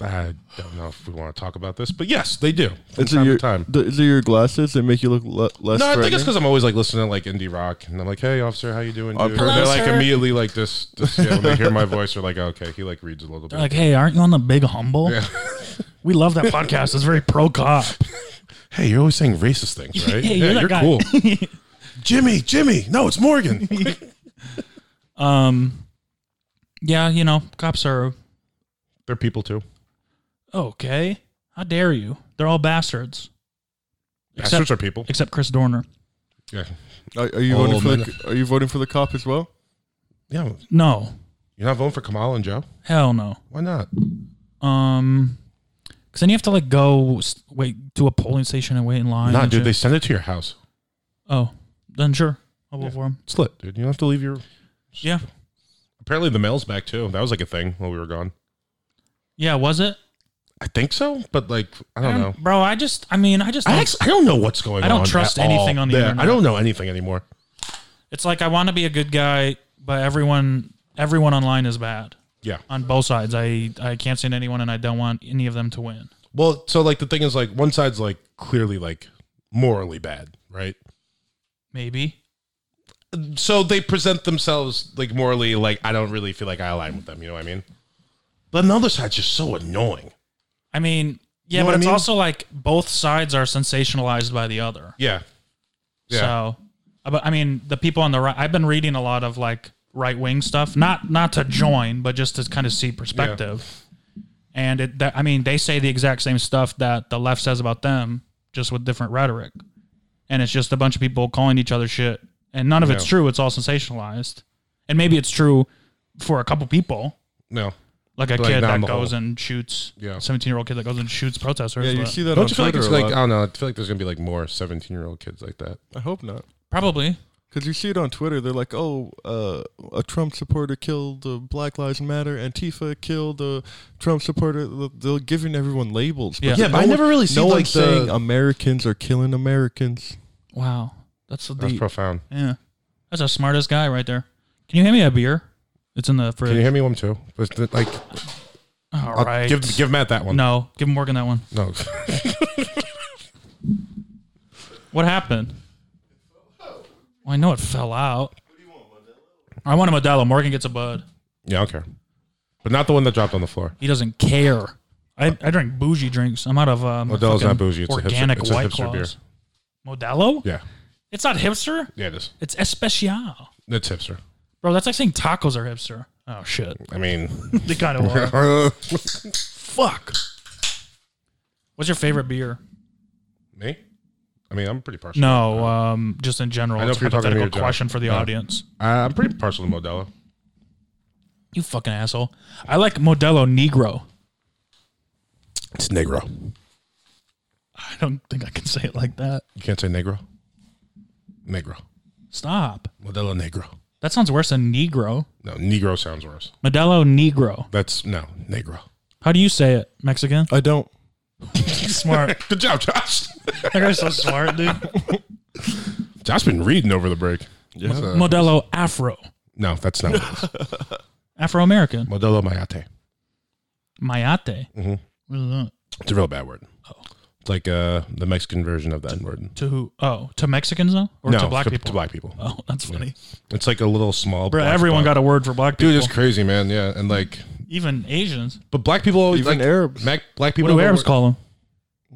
Speaker 3: I don't know if we want to talk about this, but yes, they do from
Speaker 2: Is it
Speaker 3: time
Speaker 2: your
Speaker 3: to time.
Speaker 2: th- is it your glasses that make you look le- less?
Speaker 3: No, I think it's
Speaker 2: threatening?
Speaker 3: because I'm always like listening to like indie rock, and I'm like, "Hey, officer, how you doing?"
Speaker 2: On
Speaker 3: Dude? And
Speaker 2: purpose.
Speaker 3: they're like
Speaker 1: Hello, sir.
Speaker 3: immediately like this. this yeah, when they hear my voice, they're like, "Okay, he like reads a little bit."
Speaker 1: They're like, hey, aren't you on the big humble? We love that podcast. It's very pro cop.
Speaker 3: Hey, you're always saying racist things, right?
Speaker 1: Yeah, you're that guy.
Speaker 3: Jimmy, Jimmy. No, it's Morgan.
Speaker 1: Um, yeah, you know, cops are
Speaker 3: They're people too.
Speaker 1: okay. How dare you? They're all bastards.
Speaker 3: Bastards
Speaker 1: Except,
Speaker 3: are people.
Speaker 1: except Chris Dorner.
Speaker 3: Yeah.
Speaker 2: Are, are you
Speaker 3: Oh,
Speaker 2: voting for
Speaker 3: man.
Speaker 2: the, Are you voting for the cop as well?
Speaker 3: Yeah.
Speaker 1: No,
Speaker 3: You're not voting for Kamala and Joe?
Speaker 1: hell no.
Speaker 3: Why not?
Speaker 1: Um, because then you have to like go s- wait to a polling station and wait in line.
Speaker 3: Nah,
Speaker 1: and
Speaker 3: dude. They
Speaker 1: shit.
Speaker 3: send it to your house.
Speaker 1: oh, then sure, I'll vote for him.
Speaker 3: It's lit, dude. You don't have to leave your.
Speaker 1: Yeah,
Speaker 3: Apparently, the mail's back too. That was like a thing while we were gone.
Speaker 1: yeah. Was it?
Speaker 3: I think so, but like, I don't know.
Speaker 1: bro. I just, I mean, I just,
Speaker 3: I,
Speaker 1: don't-
Speaker 3: actually, I don't know what's going on.
Speaker 1: Um, I don't trust
Speaker 3: at
Speaker 1: anything on the
Speaker 3: Yeah,
Speaker 1: internet.
Speaker 3: I don't know anything anymore.
Speaker 1: it's like I want to be a good guy, but everyone, everyone online is bad
Speaker 3: Yeah.
Speaker 1: on both sides. I, I can't stand anyone, and I don't want any of them to win.
Speaker 3: Well, so like the thing is like one side's like clearly like morally bad, right?
Speaker 1: Maybe.
Speaker 3: so they present themselves like morally like I don't really feel like I align with them. You know what I mean? But another side's just so annoying.
Speaker 1: I mean, yeah,
Speaker 3: know
Speaker 1: but
Speaker 3: what I
Speaker 1: it's
Speaker 3: mean?
Speaker 1: also like both sides are sensationalized by the other.
Speaker 3: Yeah,
Speaker 1: So, uh, but I mean, the people on the right. I've been reading a lot of like right wing stuff, not not to join, but just to kind of see perspective. And it, that, I mean, they say the exact same stuff that the left says about them, just with different rhetoric. And it's just a bunch of people calling each other shit, and none of it's
Speaker 3: Yeah.
Speaker 1: true. It's all sensationalized, and maybe it's true for a couple people,
Speaker 3: no.
Speaker 1: like a
Speaker 3: Like,
Speaker 1: kid
Speaker 3: not
Speaker 1: that
Speaker 3: the
Speaker 1: goes
Speaker 3: whole-
Speaker 1: and shoots,
Speaker 3: Yeah.
Speaker 1: seventeen-year-old kid that goes and shoots protesters.
Speaker 2: Yeah, you
Speaker 1: but-
Speaker 2: see that on
Speaker 3: Don't you feel like uh,
Speaker 2: Twitter
Speaker 3: it's
Speaker 2: a
Speaker 3: like
Speaker 2: lot.
Speaker 3: I don't know? I feel like there's gonna be like more 17 year old kids like that.
Speaker 2: I hope not.
Speaker 1: probably.
Speaker 2: Because you see it on Twitter, they're like, "Oh, uh, a Trump supporter killed the Black Lives Matter. Antifa killed a Trump supporter." They're giving everyone labels.
Speaker 1: Yeah.
Speaker 4: Yeah, but I
Speaker 2: one-
Speaker 4: never really see,
Speaker 2: no
Speaker 4: like,
Speaker 2: one's saying
Speaker 4: the-
Speaker 2: Americans are killing Americans.
Speaker 1: Wow, that's the
Speaker 3: That's profound.
Speaker 1: yeah. That's a smartest guy right there. Can you hand me a beer? It's in the
Speaker 3: Can you
Speaker 1: fridge.
Speaker 3: hear me one too? But the- like,
Speaker 1: All
Speaker 3: I'll
Speaker 1: right.
Speaker 3: give give Matt that one.
Speaker 1: no, give Morgan that one.
Speaker 3: no.
Speaker 1: What happened? Well, I know it fell out. I want a Modelo. Morgan gets a Bud.
Speaker 3: yeah, I don't care. But not the one that dropped on the floor.
Speaker 1: He doesn't care. I, I drink bougie drinks. I'm out of um,
Speaker 3: Modelo's
Speaker 1: fucking
Speaker 3: not bougie. It's a hipster-
Speaker 1: organic
Speaker 3: it's a
Speaker 1: white
Speaker 3: hipster beer.
Speaker 1: claws. Modelo?
Speaker 3: Yeah,
Speaker 1: It's not hipster.
Speaker 3: yeah, it is.
Speaker 1: It's especial,
Speaker 3: That's hipster.
Speaker 1: bro. That's like saying tacos are hipster. Oh shit,
Speaker 3: I mean,
Speaker 1: they kind of are. Fuck. What's your favorite beer?
Speaker 3: me. I mean, I'm pretty partial.
Speaker 1: No, um, just in general.
Speaker 3: I know
Speaker 1: it's
Speaker 3: if you're
Speaker 1: a
Speaker 3: talking to
Speaker 1: hypothetical
Speaker 3: me, you're drunk.
Speaker 1: question for the
Speaker 3: No.
Speaker 1: audience.
Speaker 3: Uh, I'm pretty partial to Modelo.
Speaker 1: You fucking asshole. I like Modelo Negro.
Speaker 3: It's Negro.
Speaker 1: I don't think I can say it like that.
Speaker 3: You can't say Negro. Negro.
Speaker 1: Stop.
Speaker 3: Modelo Negro.
Speaker 1: That sounds worse than Negro.
Speaker 3: No, Negro sounds worse.
Speaker 1: Modelo Negro.
Speaker 3: That's no Negro.
Speaker 1: How do you say it, Mexican?
Speaker 2: I don't.
Speaker 1: smart.
Speaker 3: Good job, Josh.
Speaker 1: That guy's so smart, dude.
Speaker 3: Josh been reading over the break.
Speaker 2: Yeah.
Speaker 3: Uh,
Speaker 1: Modelo Afro.
Speaker 3: no, that's not what it is.
Speaker 1: Afro American.
Speaker 3: Modelo Mayate.
Speaker 1: Mayate.
Speaker 3: Mhm.
Speaker 1: What is that?
Speaker 3: It's a real bad word.
Speaker 1: Oh.
Speaker 3: It's like uh, the Mexican version of that word.
Speaker 1: To who? Oh, to Mexicans though? Or
Speaker 3: no,
Speaker 1: to black people?
Speaker 3: To black people.
Speaker 1: Oh, that's funny.
Speaker 3: It's like a little small.
Speaker 1: Bro,
Speaker 3: black
Speaker 1: everyone
Speaker 3: spot.
Speaker 1: got a word for black people.
Speaker 3: Dude, it's crazy, man. Yeah, and like,
Speaker 1: Even Asians.
Speaker 3: but black people always
Speaker 2: Even
Speaker 3: like
Speaker 2: Arabs.
Speaker 3: Mac, black
Speaker 1: What
Speaker 3: people.
Speaker 1: do
Speaker 3: have a
Speaker 1: Arabs
Speaker 3: word-
Speaker 1: call them?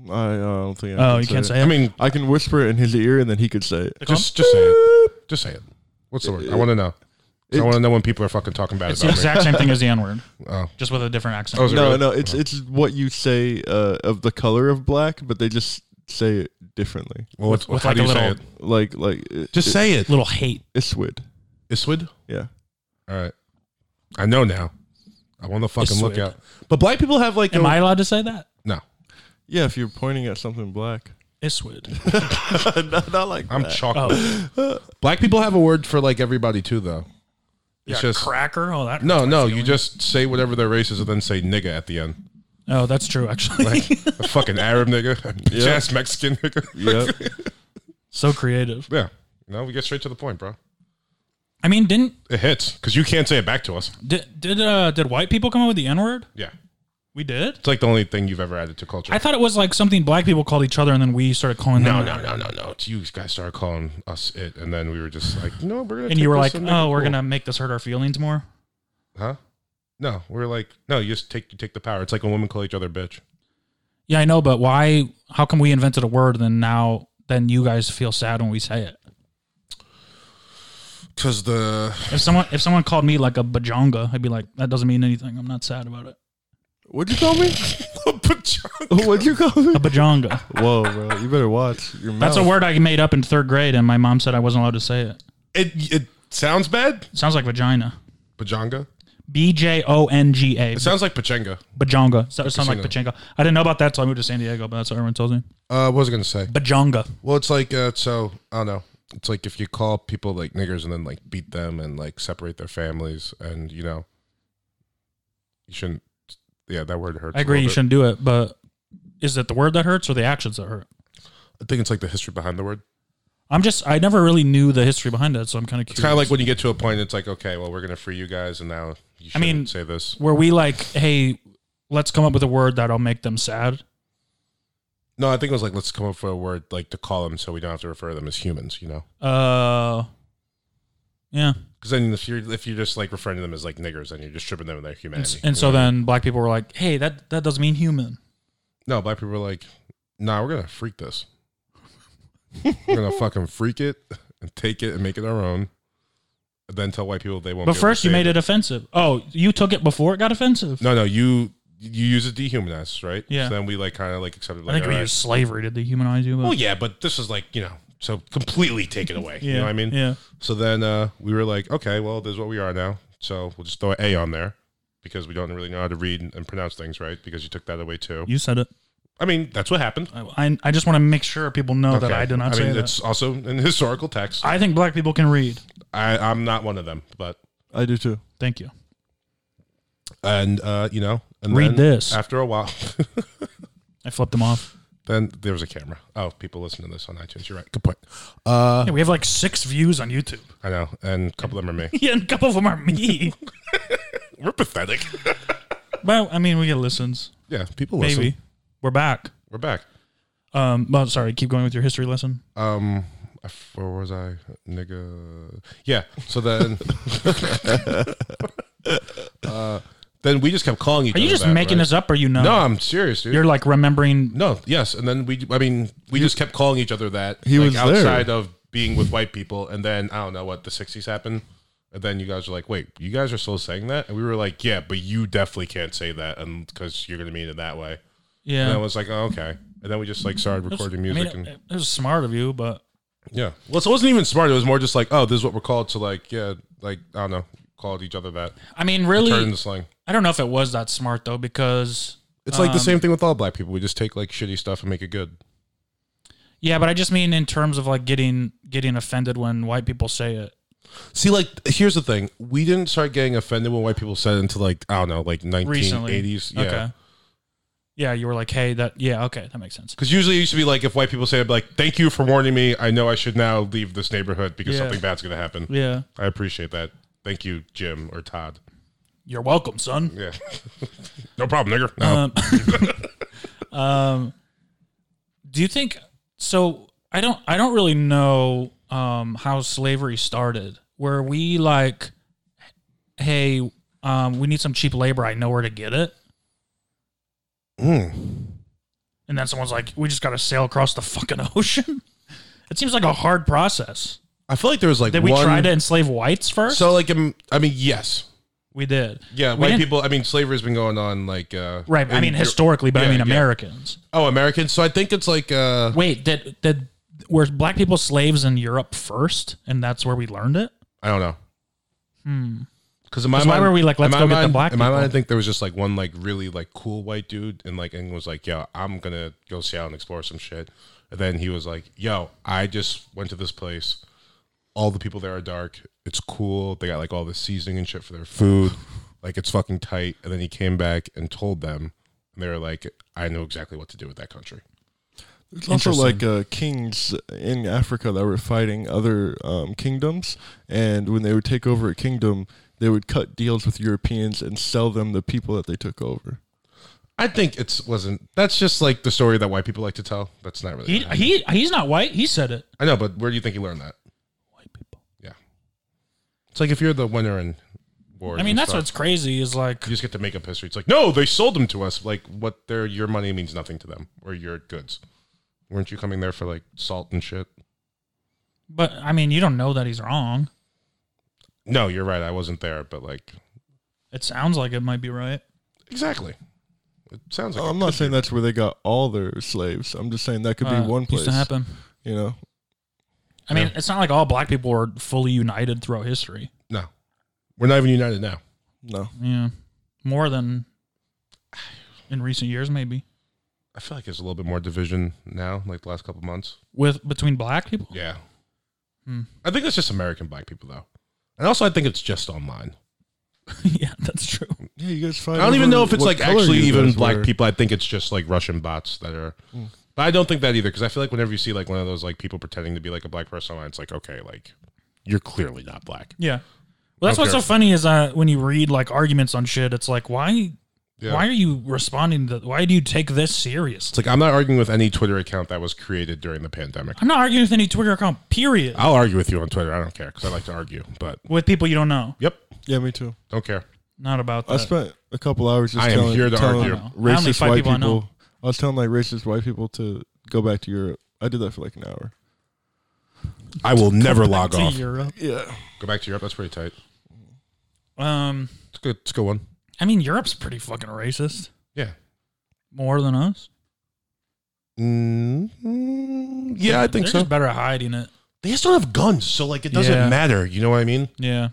Speaker 2: I, uh, I don't think. I
Speaker 1: Oh, you can't
Speaker 2: it.
Speaker 1: say it.
Speaker 3: I mean,
Speaker 2: I can whisper it in his ear, and then he could say it.
Speaker 3: just just say it. Just say it. What's the word? I want to know. I
Speaker 2: it-
Speaker 3: want to know when people are fucking talking bad
Speaker 1: it's the
Speaker 3: about me.
Speaker 1: exact same thing as the N word,
Speaker 3: Oh.
Speaker 1: just with a different accent.
Speaker 3: Oh, is it
Speaker 2: No,
Speaker 3: really?
Speaker 2: no, it's it's what you say uh, of the color of black, but they just say it differently.
Speaker 3: Well, what's,
Speaker 1: with
Speaker 3: how
Speaker 1: like
Speaker 3: do
Speaker 1: a
Speaker 3: you say
Speaker 1: little-
Speaker 3: it?
Speaker 2: Like like it,
Speaker 3: Just say it.
Speaker 1: Little hate.
Speaker 2: Iswid.
Speaker 3: Iswid.
Speaker 2: Yeah.
Speaker 3: All right. I know now. I want to fucking look
Speaker 1: Iswid.
Speaker 3: out. But black people have like
Speaker 1: Am
Speaker 3: a,
Speaker 1: I allowed to say that?
Speaker 3: no.
Speaker 2: Yeah, if you're pointing at something black.
Speaker 1: Iswid.
Speaker 2: not, not like
Speaker 3: I'm chocolate.
Speaker 1: Oh,
Speaker 3: Black people have a word for like everybody too, though. It's
Speaker 1: yeah,
Speaker 3: just
Speaker 1: cracker. Oh, that.
Speaker 3: no, no. You just say whatever their race is, and then say nigga at the end.
Speaker 1: Oh, that's true. Actually,
Speaker 3: A fucking Arab nigga, a bitch ass Mexican nigga.
Speaker 2: Yep.
Speaker 1: so creative.
Speaker 3: Yeah. No, we get straight to the point, bro.
Speaker 1: I mean, didn't
Speaker 3: It hits because you can't say it back to us.
Speaker 1: did did uh did white people come up with the N word?
Speaker 3: Yeah.
Speaker 1: We did.
Speaker 3: It's like the only thing you've ever added to culture.
Speaker 1: I thought it was like something black people called each other, and then we started calling them.
Speaker 3: no, no,
Speaker 1: that.
Speaker 3: no, no, no. It's you guys started calling us it, and then we were just like, no, we're gonna.
Speaker 1: And you were like,
Speaker 3: take this make
Speaker 1: "Oh,
Speaker 3: it
Speaker 1: we're
Speaker 3: cool."
Speaker 1: gonna make this hurt our feelings more."
Speaker 3: huh? No, we we're like, no, you just take you take the power. It's like when women call each other bitch.
Speaker 1: Yeah, I know, but why? How come we invented a word, and then now then you guys feel sad when we say it?
Speaker 3: Because the
Speaker 1: If someone if someone called me like a bajonga, I'd be like, "That doesn't mean anything. I'm not sad about it."
Speaker 2: What'd you call me? What'd you call me?
Speaker 1: A bajonga.
Speaker 2: Whoa, bro. You better watch your mouth.
Speaker 1: That's a word I made up in third grade, and my mom said I wasn't allowed to say it.
Speaker 3: it it sounds bad.
Speaker 1: It sounds like vagina.
Speaker 3: Pajanga.
Speaker 1: B J O N G A.
Speaker 3: It sounds like pachanga.
Speaker 1: Bajonga. So it sounds like Pachinko. I didn't know about that, so I moved to San Diego, but that's what everyone tells me.
Speaker 3: Uh, what was I gonna say?
Speaker 1: Bajonga.
Speaker 3: Well, it's like uh, so. I don't know. It's like if you call people like niggers and then like beat them and like separate their families, and you know, you shouldn't. Yeah, that word hurts.
Speaker 1: I agree
Speaker 3: a
Speaker 1: you
Speaker 3: little
Speaker 1: shouldn't do it, but is it the word that hurts or the actions that hurt?
Speaker 3: bit. I think it's like the history behind the word.
Speaker 1: I'm just I never really knew the history behind it, so I'm kind of
Speaker 3: It's
Speaker 1: curious.
Speaker 3: kind of like when you get to a point, it's like, okay, well, we're gonna free you guys, and now you
Speaker 1: I
Speaker 3: shouldn't
Speaker 1: mean-
Speaker 3: say this.
Speaker 1: were we like, hey, let's come up with a word that'll make them sad?
Speaker 3: No, I think it was like let's come up with a word like to call them so we don't have to refer to them as humans, you know?
Speaker 1: Uh yeah,
Speaker 3: Because then if you're if you're just like referring to them as like niggers, then you're just stripping them of their
Speaker 1: and,
Speaker 3: humanity.
Speaker 1: s- and so then black people were like, "Hey, that that doesn't mean human."
Speaker 3: No, black people were like, nah, we're gonna freak this. we're gonna fucking freak it and take it and make it our own. And then tell white people they won't.
Speaker 1: But
Speaker 3: be able to
Speaker 1: first, you
Speaker 3: say
Speaker 1: made it offensive. Oh, you took it before it got offensive.
Speaker 3: No, no, you you use it dehumanize, right?
Speaker 1: Yeah.
Speaker 3: So then we like kind of like accepted.
Speaker 1: I
Speaker 3: Like,
Speaker 1: think
Speaker 3: all
Speaker 1: we
Speaker 3: right.
Speaker 1: used slavery to dehumanize you. but-
Speaker 3: Well, yeah, but this is like you know, so completely take it away.
Speaker 1: yeah,
Speaker 3: You know what I mean?
Speaker 1: yeah.
Speaker 3: So then uh, we were like, okay, well, this is what we are now. So we'll just throw an A on there because we don't really know how to read and pronounce things right because you took that away too.
Speaker 1: You said it.
Speaker 3: I mean, that's what happened.
Speaker 1: I, I- I just want to make sure people know that
Speaker 3: Okay.
Speaker 1: I did not
Speaker 3: I
Speaker 1: say
Speaker 3: mean,
Speaker 1: that.
Speaker 3: it's also in historical text. I,
Speaker 1: I think black people can read.
Speaker 3: I, am not one of them, but
Speaker 2: I do too.
Speaker 1: Thank you.
Speaker 3: and uh, you know, and
Speaker 1: Read
Speaker 3: then
Speaker 1: this.
Speaker 3: After a while,
Speaker 1: I flipped them off.
Speaker 3: then there was a camera. Oh, people listen to this on iTunes. You're right. Good point. Uh,
Speaker 1: Yeah, we have like six views on YouTube.
Speaker 3: I know, and a couple of them are me.
Speaker 1: Yeah, and a couple of them are me.
Speaker 3: We're pathetic.
Speaker 1: well, I mean, we get listens.
Speaker 3: yeah, people
Speaker 1: Maybe
Speaker 3: listen.
Speaker 1: we're back.
Speaker 3: We're back.
Speaker 1: Um, well, sorry. Keep going with your history lesson.
Speaker 3: Um, I f- where was I, nigga? Yeah. So then, uh, then we just kept calling each
Speaker 1: Are
Speaker 3: other.
Speaker 1: you just
Speaker 3: that,
Speaker 1: making
Speaker 3: right?
Speaker 1: this up, or you know?
Speaker 3: No, I'm serious, dude.
Speaker 1: You're like remembering.
Speaker 3: no, yes, and then we. I mean, we just kept calling each other that.
Speaker 2: He
Speaker 3: like,
Speaker 2: was there.
Speaker 3: outside of being with white people, and then I don't know what the '60s happened. And then you guys were like, "Wait, you guys are still saying that?" And we were like, "Yeah, but you definitely can't say that, and because you're gonna mean it that way." And I
Speaker 1: Yeah.
Speaker 3: was like, "Oh, okay." And then we just like started recording
Speaker 1: I
Speaker 3: music
Speaker 1: mean,
Speaker 3: and
Speaker 1: it, it was smart of you, but
Speaker 3: Yeah. Well, so it wasn't even smart. It was more just like, oh, this is what we're called. So like, yeah, like I don't know, called each other that.
Speaker 1: I mean,
Speaker 3: Turn in
Speaker 1: really,
Speaker 3: the slang.
Speaker 1: I don't know if it was that smart though, because
Speaker 3: It's
Speaker 1: Um,
Speaker 3: like the same thing with all black people. We just take like shitty stuff and make it good.
Speaker 1: yeah, but I just mean in terms of like getting getting offended when white people say it.
Speaker 3: See, like here's the thing: we didn't start getting offended when white people said it until like I don't know, like 1980s.
Speaker 1: Recently.
Speaker 3: Yeah.
Speaker 1: Okay. Yeah, you were like, hey, that. Yeah, okay, that makes sense.
Speaker 3: Because usually it used to be like if white people say it, like, "Thank you for warning me. I know I should now leave this neighborhood because
Speaker 1: Yeah.
Speaker 3: something bad's gonna happen."
Speaker 1: Yeah.
Speaker 3: I appreciate that. Thank you, Jim or Todd.
Speaker 1: You're welcome, son.
Speaker 3: Yeah. no problem, nigger.
Speaker 1: Uh,
Speaker 3: No.
Speaker 1: Um, um, do you think so? I don't. I don't really know um, how slavery started. Were we like, hey, um, we need some cheap labor. I know where to get it.
Speaker 3: Hmm.
Speaker 1: And then someone's like, we just got to sail across the fucking ocean. it seems like a hard process.
Speaker 3: I feel like there was like
Speaker 1: Did we
Speaker 3: one.
Speaker 1: try to enslave whites first?
Speaker 3: so like um, I mean, yes,
Speaker 1: we did.
Speaker 3: Yeah,
Speaker 1: We
Speaker 3: white
Speaker 1: didn't-
Speaker 3: people. I mean, slavery's been going on like uh,
Speaker 1: Right. I
Speaker 3: in
Speaker 1: mean,
Speaker 3: Europe-
Speaker 1: historically, but I
Speaker 3: yeah,
Speaker 1: mean,
Speaker 3: yeah.
Speaker 1: Americans.
Speaker 3: Oh, Americans. So I think it's like uh,
Speaker 1: Wait, did did were black people slaves in Europe first, and that's where we learned it?
Speaker 3: I don't know. Hmm. Because in my
Speaker 1: 'Cause Hmm. why
Speaker 3: mind,
Speaker 1: were we like, let's
Speaker 3: in my
Speaker 1: go get the
Speaker 3: mind-
Speaker 1: black
Speaker 3: In my mind, I
Speaker 1: people?
Speaker 3: think there was just like one like really like cool white dude, and like and was like, "Yo, I'm gonna go see out and explore some shit." And then he was like, "Yo, I just went to this place. All the people there are dark. It's cool. They got like all the seasoning and shit for their food. Like it's fucking tight." And then he came back and told them, and they were like, "I know exactly what to do with that country."
Speaker 2: It's also like uh, kings in Africa that were fighting other um, kingdoms, and when they would take over a kingdom, they would cut deals with Europeans and sell them the people that they took over.
Speaker 3: I think it's wasn't. That's just like the story that white people like to tell. That's not really.
Speaker 1: He he he's not white. He said it.
Speaker 3: I know, but where do you think he learned that?
Speaker 1: White people.
Speaker 3: Yeah, it's like if you're the winner in war.
Speaker 1: I mean, that's what's crazy is like
Speaker 3: you just get to make up history. It's like no, they sold them to us. Like what? Their your money means nothing to them or your goods. Weren't you coming there for like salt and shit?
Speaker 1: but I mean, you don't know that he's wrong.
Speaker 3: No, you're right. I wasn't there, but like
Speaker 1: It sounds like it might be right.
Speaker 3: exactly. It sounds like
Speaker 2: Oh, I'm
Speaker 3: it
Speaker 2: not
Speaker 3: could
Speaker 2: saying
Speaker 3: be.
Speaker 2: that's where they got all their slaves. I'm just saying that could
Speaker 1: Uh,
Speaker 2: be one place.
Speaker 1: Used to happen.
Speaker 2: You know,
Speaker 1: I mean, it's not like all black people were fully united throughout history.
Speaker 3: no. We're not even united now.
Speaker 2: no.
Speaker 1: Yeah, more than in recent years, maybe
Speaker 3: I feel like there's a little bit more division now, like the last couple months.
Speaker 1: with between black people.
Speaker 3: Yeah.
Speaker 1: Hmm.
Speaker 3: I think that's just American black people though. And also I think it's just online.
Speaker 1: yeah, that's true.
Speaker 2: Yeah, you guys fight.
Speaker 3: I don't even
Speaker 2: over
Speaker 3: know if it's
Speaker 2: what
Speaker 3: like
Speaker 2: color
Speaker 3: actually
Speaker 2: you
Speaker 3: even
Speaker 2: guys
Speaker 3: black
Speaker 2: were.
Speaker 3: people. I think it's just like Russian bots that are But I don't think that either because I feel like whenever you see like one of those like people pretending to be like a black person online, it's like okay, like you're clearly not black.
Speaker 1: Yeah. Well, that's what's
Speaker 3: Okay.
Speaker 1: so funny is uh, when you read like arguments on shit, it's like why,
Speaker 3: Yeah.
Speaker 1: why are you responding to? Why do you take this serious?
Speaker 3: It's like I'm not arguing with any Twitter account that was created during the pandemic.
Speaker 1: I'm not arguing with any Twitter account. Period.
Speaker 3: I'll argue with you on Twitter. I don't care because I like to argue. But
Speaker 1: with people you don't know.
Speaker 3: yep,
Speaker 2: Yeah, me too.
Speaker 3: don't care.
Speaker 1: Not about
Speaker 2: I
Speaker 1: that.
Speaker 2: spent a couple hours just
Speaker 3: I am
Speaker 2: telling,
Speaker 3: here to
Speaker 2: telling
Speaker 3: argue.
Speaker 1: I only
Speaker 2: racist
Speaker 1: fight
Speaker 2: white
Speaker 1: people
Speaker 2: people.
Speaker 1: I know.
Speaker 2: I was telling like racist white people to go back to Europe. I did that for like an hour.
Speaker 3: I will never log
Speaker 1: to
Speaker 3: off.
Speaker 1: Europe.
Speaker 2: Yeah.
Speaker 3: Go back to Europe. That's pretty tight.
Speaker 1: Um,
Speaker 3: It's good. It's a good one.
Speaker 1: I mean Europe's pretty fucking racist.
Speaker 3: Yeah.
Speaker 1: More than us.
Speaker 3: mm Yeah, I think
Speaker 1: They're
Speaker 3: so.
Speaker 1: just better at hiding it.
Speaker 3: they just don't have guns, so like it doesn't
Speaker 1: Yeah.
Speaker 3: matter. You know what I mean?
Speaker 1: Yeah.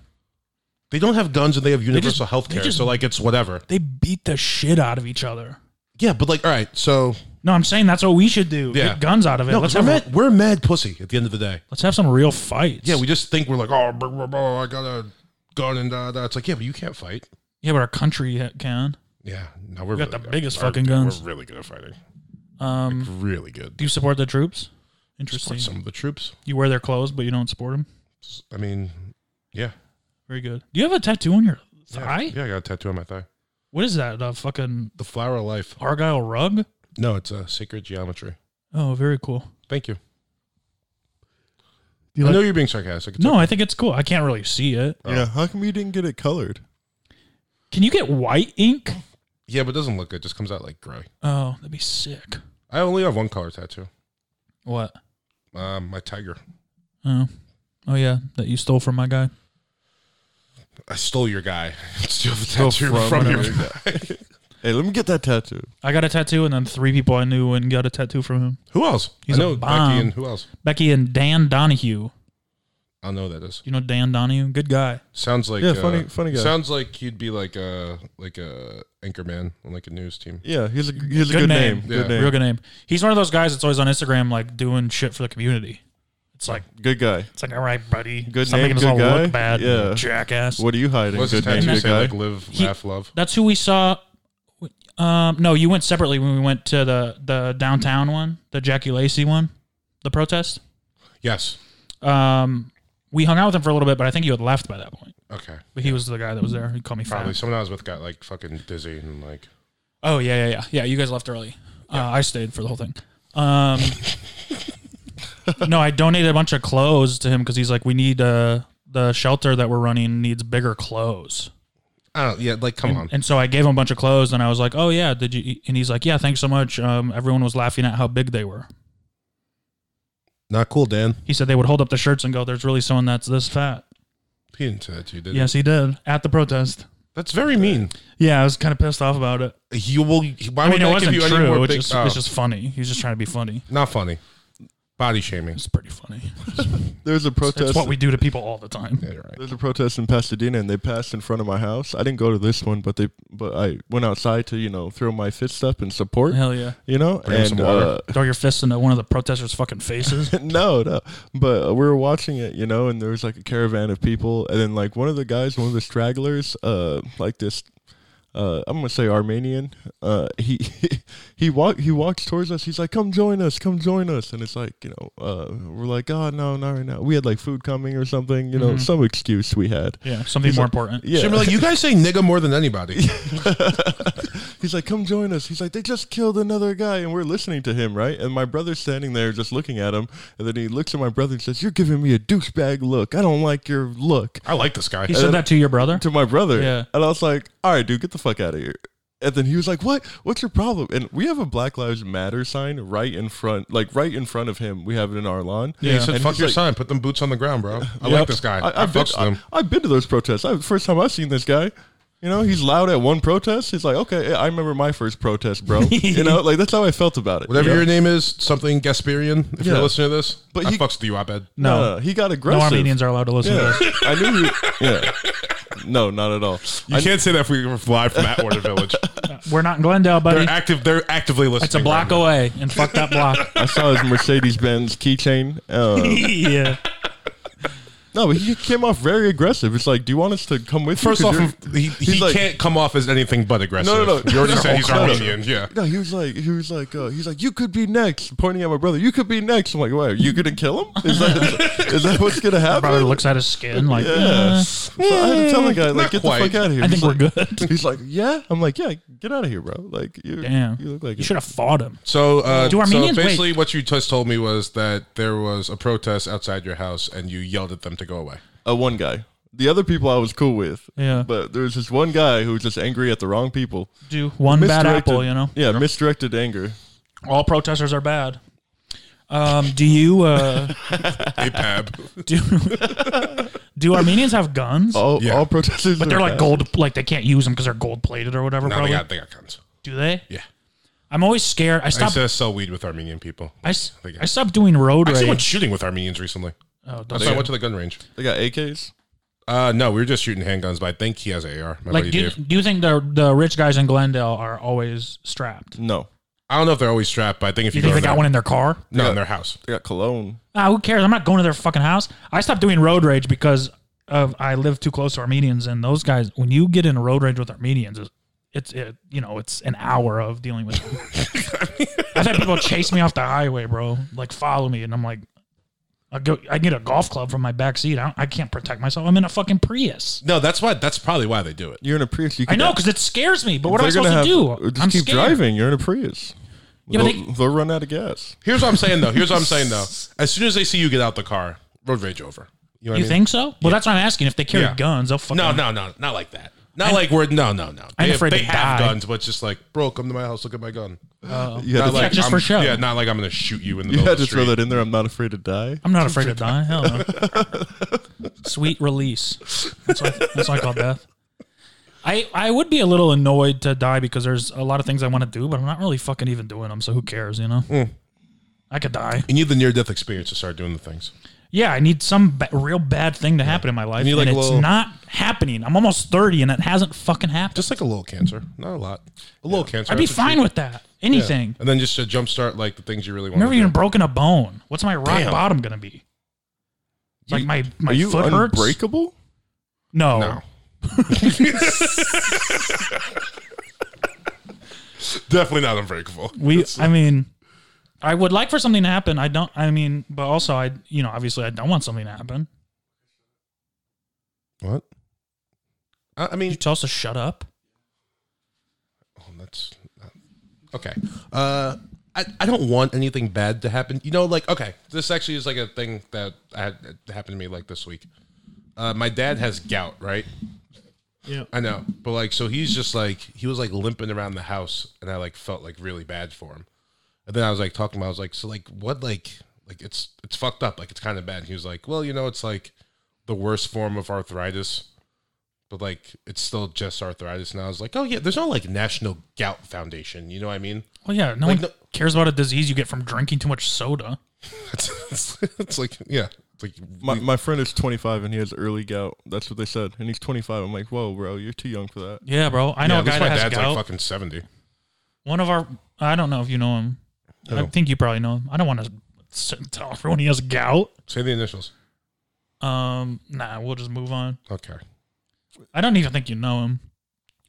Speaker 3: They don't have guns and they have universal health
Speaker 1: they
Speaker 3: care,
Speaker 1: just-
Speaker 3: so like it's whatever.
Speaker 1: They beat the shit out of each other.
Speaker 3: Yeah, but like, all right, so
Speaker 1: No, I'm saying that's what we should do.
Speaker 3: Yeah.
Speaker 1: Get guns out of it.
Speaker 3: No,
Speaker 1: let's
Speaker 3: 'cause
Speaker 1: have
Speaker 3: we're mad, we're mad pussy at the end of the day.
Speaker 1: let's have some real fights.
Speaker 3: Yeah, we just think we're like, oh, blah, blah, blah, I got a gun and da, da. It's like, yeah, but you can't fight.
Speaker 1: yeah, but our country ha- can.
Speaker 3: Yeah, no, we're
Speaker 1: got the
Speaker 3: good.
Speaker 1: biggest
Speaker 3: Our-
Speaker 1: fucking guns.
Speaker 3: We're really good at fighting.
Speaker 1: Um,
Speaker 3: Really good.
Speaker 1: do you support the troops? Interesting.
Speaker 3: Support some of the troops.
Speaker 1: You wear their clothes, but you don't support them.
Speaker 3: I mean, yeah.
Speaker 1: Very good. Do you have a tattoo on your
Speaker 3: Yeah.
Speaker 1: thigh?
Speaker 3: Yeah, I got a tattoo on my thigh.
Speaker 1: What is that? A fucking
Speaker 3: The flower of life.
Speaker 1: argyle rug?
Speaker 3: No, it's a sacred geometry.
Speaker 1: Oh, very cool.
Speaker 3: Thank you.
Speaker 2: Do you
Speaker 3: I
Speaker 2: like-
Speaker 3: know you're being sarcastic. It's
Speaker 1: No, I think it's cool. I can't really see it.
Speaker 2: Yeah, how come you didn't get it colored?
Speaker 1: Can you get white ink?
Speaker 3: Yeah, but it doesn't look good. It just comes out like gray.
Speaker 1: Oh, that'd be sick.
Speaker 3: I only have one color tattoo.
Speaker 1: What?
Speaker 3: Um, my tiger.
Speaker 1: Oh, oh yeah, that you stole from my guy.
Speaker 3: I stole your guy. Steal the
Speaker 2: Stole
Speaker 3: tattoo
Speaker 2: from
Speaker 3: from, your
Speaker 2: another
Speaker 3: guy.
Speaker 2: Hey, let me get that tattoo.
Speaker 1: I got a tattoo, and then three people I knew and got a tattoo from him.
Speaker 3: who else?
Speaker 1: He's
Speaker 3: I
Speaker 1: a
Speaker 3: know
Speaker 1: bomb.
Speaker 3: Becky and who else?
Speaker 1: Becky and Dan Donahue.
Speaker 3: I know who that is.
Speaker 1: You know Dan Donahue, good guy.
Speaker 3: Sounds like
Speaker 2: Yeah,
Speaker 3: uh,
Speaker 2: funny- funny guy.
Speaker 3: Sounds like he'd be like a like a anchorman on like a news team.
Speaker 2: Yeah, he's a he's a
Speaker 1: Good
Speaker 2: good,
Speaker 1: name.
Speaker 2: name.
Speaker 3: Yeah.
Speaker 2: Good name.
Speaker 1: Real good name. He's one of those guys that's always on Instagram, like doing shit for the community. It's like
Speaker 2: Good guy.
Speaker 1: it's like, all right, buddy,
Speaker 2: Good
Speaker 1: stop
Speaker 2: name,
Speaker 1: making us
Speaker 2: good
Speaker 1: all
Speaker 2: guy.
Speaker 1: look bad,
Speaker 2: Yeah.
Speaker 1: jackass.
Speaker 2: What are you hiding?
Speaker 3: What's his
Speaker 2: good name.
Speaker 3: tattoo
Speaker 2: Good
Speaker 3: say?
Speaker 2: guy.
Speaker 3: Like live,
Speaker 1: He-
Speaker 3: laugh, love.
Speaker 1: That's who we saw. Um, no, you went separately when we went to the the downtown one, the Jackie Lacey one, the protest.
Speaker 3: Yes.
Speaker 1: Um, we hung out with him for a little bit, but I think you had left by that point.
Speaker 3: Okay.
Speaker 1: But he was the guy that was there. He called me
Speaker 3: Probably
Speaker 1: fat.
Speaker 3: someone I was with got like fucking dizzy and like
Speaker 1: Oh yeah, yeah, yeah, yeah. You guys left early. Uh, I stayed for the whole thing. Um, no, I donated a bunch of clothes to him because he's like, we need uh, the shelter that we're running needs bigger clothes.
Speaker 3: I don't yeah like come on
Speaker 1: And so I gave him a bunch of clothes, and I was like, "Oh yeah, did you?" And he's like, "Yeah, thanks so much." Um, everyone was laughing at how big they were.
Speaker 3: not cool Dan
Speaker 1: He said they would hold up the shirts and go, "There's really someone that's this fat."
Speaker 3: he didn't say that to you did he?
Speaker 1: Yes, he did at the protest.
Speaker 3: that's very mean
Speaker 1: Yeah, I was kind of pissed off about it.
Speaker 3: he will why
Speaker 1: I mean, it
Speaker 3: would that give
Speaker 1: wasn't
Speaker 3: you any
Speaker 1: true.
Speaker 3: more
Speaker 1: It's
Speaker 3: big,
Speaker 1: just,
Speaker 3: oh,
Speaker 1: it's just funny. He was just trying to be funny.
Speaker 3: not funny body shaming
Speaker 1: It's pretty funny.
Speaker 2: There was a protest.
Speaker 1: It's what we do to people all the time.
Speaker 3: yeah, you're right.
Speaker 2: There's a protest in Pasadena, and they passed in front of my house. I didn't go to this one, but they but I went outside to you know throw my fist up and support.
Speaker 1: Hell yeah.
Speaker 2: You know,
Speaker 3: Bring
Speaker 2: and
Speaker 3: some water.
Speaker 1: Throw your fist into one of the protesters' fucking faces.
Speaker 2: uh, no, no. But uh, we were watching it, you know, and there was like a caravan of people, and then like one of the guys, one of the stragglers, uh, like this. Uh, I'm gonna say Armenian. Uh, he he walk he walks towards us. He's like, "Come join us, come join us." And it's like, you know, uh, we're like, "Oh no, not right now." We had like food coming or something, you know, some excuse we had.
Speaker 1: Yeah, something more important.
Speaker 2: Yeah,
Speaker 3: Should be like you guys say nigga more than anybody
Speaker 2: He's like, come join us. He's like, they just killed another guy, and we're listening to him, right? And my brother's standing there just looking at him, and then he looks at my brother and says, "You're giving me a douchebag look. I don't like your look."
Speaker 3: I like this guy
Speaker 1: He said that to your brother?
Speaker 2: To my brother,
Speaker 1: Yeah.
Speaker 2: And I was like, all right, dude, get the fuck out of here. And then he was like, "What? What's your problem?" And we have a Black Lives Matter sign right in front, like right in front of him. We have it in our lawn.
Speaker 3: yeah, he said
Speaker 2: And
Speaker 3: fuck
Speaker 2: he's
Speaker 3: your
Speaker 2: like-
Speaker 3: sign put them boots on the ground bro I like this guy I,
Speaker 2: have been,
Speaker 3: fucks with
Speaker 2: I-
Speaker 3: him
Speaker 2: I've been to those protests. I, first time I've seen this guy. You know, he's loud at one protest. He's like, okay, I remember my first protest, bro. you know, like that's how I felt about it.
Speaker 3: whatever
Speaker 2: you know?
Speaker 3: your name is something Gasparian if
Speaker 2: Yeah.
Speaker 3: you're listening to this
Speaker 2: But
Speaker 3: I
Speaker 2: he-
Speaker 3: fucks with you op-ed
Speaker 1: no.
Speaker 2: Uh, he got
Speaker 1: No
Speaker 2: aggressive.
Speaker 1: Armenians are allowed to listen to
Speaker 2: Yeah.
Speaker 1: this.
Speaker 2: I knew. He, yeah. No, not at all.
Speaker 3: you can't say that if we fly from Atwater Village
Speaker 1: We're not in Glendale, buddy.
Speaker 3: they're active they're actively listening
Speaker 1: It's a block
Speaker 3: right now.
Speaker 1: away, and fuck that block.
Speaker 2: I saw his Mercedes Benz keychain. Uh,
Speaker 1: yeah.
Speaker 2: no, but he came off very aggressive. It's like, do you want us to come with
Speaker 3: First
Speaker 2: you?
Speaker 3: off,
Speaker 2: 'Cause you're-
Speaker 3: he, he
Speaker 2: he's like-
Speaker 3: can't come off as anything but aggressive.
Speaker 2: No, no, no.
Speaker 3: You already said he's
Speaker 2: No, no.
Speaker 3: Armenian. Yeah.
Speaker 2: No, he was like, he was like, uh, he's like, you could be next, pointing at my brother. You could be next. I'm like, what? Are you gonna kill him? Is that, is, that what's gonna happen?
Speaker 1: Brother looks at his skin like,
Speaker 2: Yeah.
Speaker 1: "Uh,
Speaker 2: So I had to tell the guy, like,
Speaker 3: Not
Speaker 2: get
Speaker 3: quite.
Speaker 2: the fuck out of here.
Speaker 1: I think
Speaker 2: He's
Speaker 1: we're
Speaker 2: like-
Speaker 1: good.
Speaker 2: He's like, yeah. I'm like, yeah, get out of here, bro. Like, you,
Speaker 1: Damn.
Speaker 2: you look like
Speaker 1: you
Speaker 2: it.
Speaker 1: should have fought him.
Speaker 3: So, uh,
Speaker 1: Do Armenians-
Speaker 3: so basically, what you just told me was that there was a protest outside your house, and you yelled at them to go away.
Speaker 2: Uh, one guy. The other people I was cool with.
Speaker 1: Yeah.
Speaker 2: But there was this one guy who was just angry at the wrong people.
Speaker 1: Do one bad apple, you know?
Speaker 2: Yeah, misdirected anger.
Speaker 1: All protesters are bad. Um, do you uh,
Speaker 3: Hey, Pab.
Speaker 1: do do Armenians have guns?
Speaker 2: All,
Speaker 3: Yeah.
Speaker 2: all protesters.
Speaker 1: But they're
Speaker 2: are
Speaker 1: like
Speaker 2: bad.
Speaker 1: gold, like they can't use them because they're gold plated or whatever.
Speaker 3: no, they
Speaker 1: probably
Speaker 3: got they got guns.
Speaker 1: do they?
Speaker 3: Yeah.
Speaker 1: I'm always scared. I
Speaker 3: I
Speaker 1: stopped.
Speaker 3: used to sell weed with Armenian people.
Speaker 1: I, s-
Speaker 3: They got-
Speaker 1: I stopped doing road
Speaker 3: Actually, I went
Speaker 1: rage.
Speaker 3: shooting with Armenians recently.
Speaker 1: Oh, don't
Speaker 3: That's
Speaker 1: say
Speaker 3: why I
Speaker 1: that.
Speaker 3: went to the gun range.
Speaker 2: They got AKs.
Speaker 3: Uh, no, we were just shooting handguns, but I think he has AR. My
Speaker 1: like,
Speaker 3: buddy
Speaker 1: do you,
Speaker 3: Dave.
Speaker 1: do you think the the rich guys in Glendale are always strapped?
Speaker 2: No.
Speaker 3: I don't know if they're always strapped, but I think if you,
Speaker 1: You think
Speaker 3: go
Speaker 1: they
Speaker 3: to their,
Speaker 1: got one in their car?
Speaker 3: no, in their house.
Speaker 2: They got cologne.
Speaker 1: Ah, who cares? I'm not going to their fucking house. I stopped doing road rage because of I live too close to Armenians, and those guys. When you get in a road rage with Armenians, it's- it's it, you know it's an hour of dealing with. I've had people chase me off the highway, bro. Like follow me, and I'm like, I go. I get a golf club from my back seat. I, don't, I can't protect myself. I'm in a fucking Prius.
Speaker 3: No, that's why. That's probably why they do it.
Speaker 2: You're in a Prius. You
Speaker 1: I
Speaker 2: could-
Speaker 1: know because it scares me. But what am I
Speaker 2: they're
Speaker 1: supposed
Speaker 2: gonna
Speaker 1: to
Speaker 2: have-
Speaker 1: do?
Speaker 2: Just
Speaker 1: I'm
Speaker 2: keep
Speaker 1: scared.
Speaker 2: driving. You're in a Prius.
Speaker 1: Yeah, but
Speaker 2: they'll,
Speaker 1: they-
Speaker 2: they'll run out of gas.
Speaker 3: Here's what I'm saying though. Here's what I'm saying though. As soon as they see you get out the car, road rage over. You, know what I
Speaker 1: You
Speaker 3: mean?
Speaker 1: think so? Well, that's what I'm asking. If they carry
Speaker 3: Yeah.
Speaker 1: guns, they'll fucking
Speaker 3: No, no, no, not like that. Not like we're no, no, no.
Speaker 1: I'm
Speaker 3: They,
Speaker 1: afraid
Speaker 3: they
Speaker 1: to
Speaker 3: have
Speaker 1: die.
Speaker 3: guns, but it's just like, bro, come to my house, look at my gun.
Speaker 2: You had,
Speaker 3: Not
Speaker 2: to,
Speaker 3: like
Speaker 1: just
Speaker 3: I'm-
Speaker 1: for show.
Speaker 3: Yeah, not like I'm gonna shoot you in the
Speaker 2: you
Speaker 3: middle
Speaker 2: had
Speaker 3: of the
Speaker 2: to throw
Speaker 3: street.
Speaker 2: that in there. I'm not afraid to die.
Speaker 1: I'm not afraid of dying. Hell no. Sweet release. That's why, that's why I call death. I, I would be a little annoyed to die because there's a lot of things I want to do, but I'm not really fucking even doing them. So who cares, you know? I could die.
Speaker 3: You need the near death experience to start doing the things.
Speaker 1: Yeah, I need some ba- real bad thing to happen in my life,
Speaker 2: need, like,
Speaker 1: and
Speaker 2: a
Speaker 1: it's
Speaker 2: little-
Speaker 1: not happening. I'm almost thirty, and it hasn't fucking happened.
Speaker 3: Just like a little cancer, not a lot. A little cancer.
Speaker 1: I'd be
Speaker 3: that's what
Speaker 1: fine
Speaker 3: you-
Speaker 1: with that.
Speaker 3: yeah.
Speaker 1: Anything.
Speaker 3: And then just to jumpstart like the things you really want.
Speaker 1: Never
Speaker 3: to do.
Speaker 1: even broken a bone. What's my rock
Speaker 3: Damn.
Speaker 1: bottom gonna be? It's like my my
Speaker 2: Are you
Speaker 1: foot hurts.
Speaker 2: unbreakable?
Speaker 1: No.
Speaker 3: No. Definitely not unbreakable.
Speaker 1: we i mean i would like for something to happen i don't i mean but also i you know obviously i don't want something to happen
Speaker 3: What? I, I
Speaker 1: you
Speaker 3: mean,
Speaker 1: tell us to shut up
Speaker 3: oh, that's okay. Uh, I, I don't want anything bad to happen. You know, like okay, this actually is like a thing that I had, that happened to me like this week. Uh, my dad has gout, right?
Speaker 1: Yeah.
Speaker 3: I know, but like, so he's just like he was like limping around the house, and I like felt like really bad for him. And then I was like talking about, I was like, so like what, like like it's it's fucked up, like it's kind of bad. And he was like, well, you know, it's like the worst form of arthritis, but like it's still just arthritis. And I was like, oh yeah, there's no like National Gout Foundation, you know what I mean?
Speaker 1: well yeah no
Speaker 3: Like,
Speaker 1: one
Speaker 3: no-
Speaker 1: cares about a disease you get from drinking too much soda
Speaker 3: It's, it's, it's like yeah, it's like
Speaker 2: My, my friend is 25 and he has early gout. That's what they said. And he's 25. I'm like, whoa, bro, you're too young for that.
Speaker 1: yeah bro i know
Speaker 3: yeah,
Speaker 1: a
Speaker 3: at
Speaker 1: guy
Speaker 3: least my
Speaker 1: that has
Speaker 3: dad's
Speaker 1: gout
Speaker 3: like fucking seventy.
Speaker 1: one of our i don't know if you know him i
Speaker 3: Who?
Speaker 1: think you probably know him i don't want to tell everyone he has gout
Speaker 3: Say the initials.
Speaker 1: um nah we'll just move on
Speaker 3: Okay.
Speaker 1: I don't even think you know him,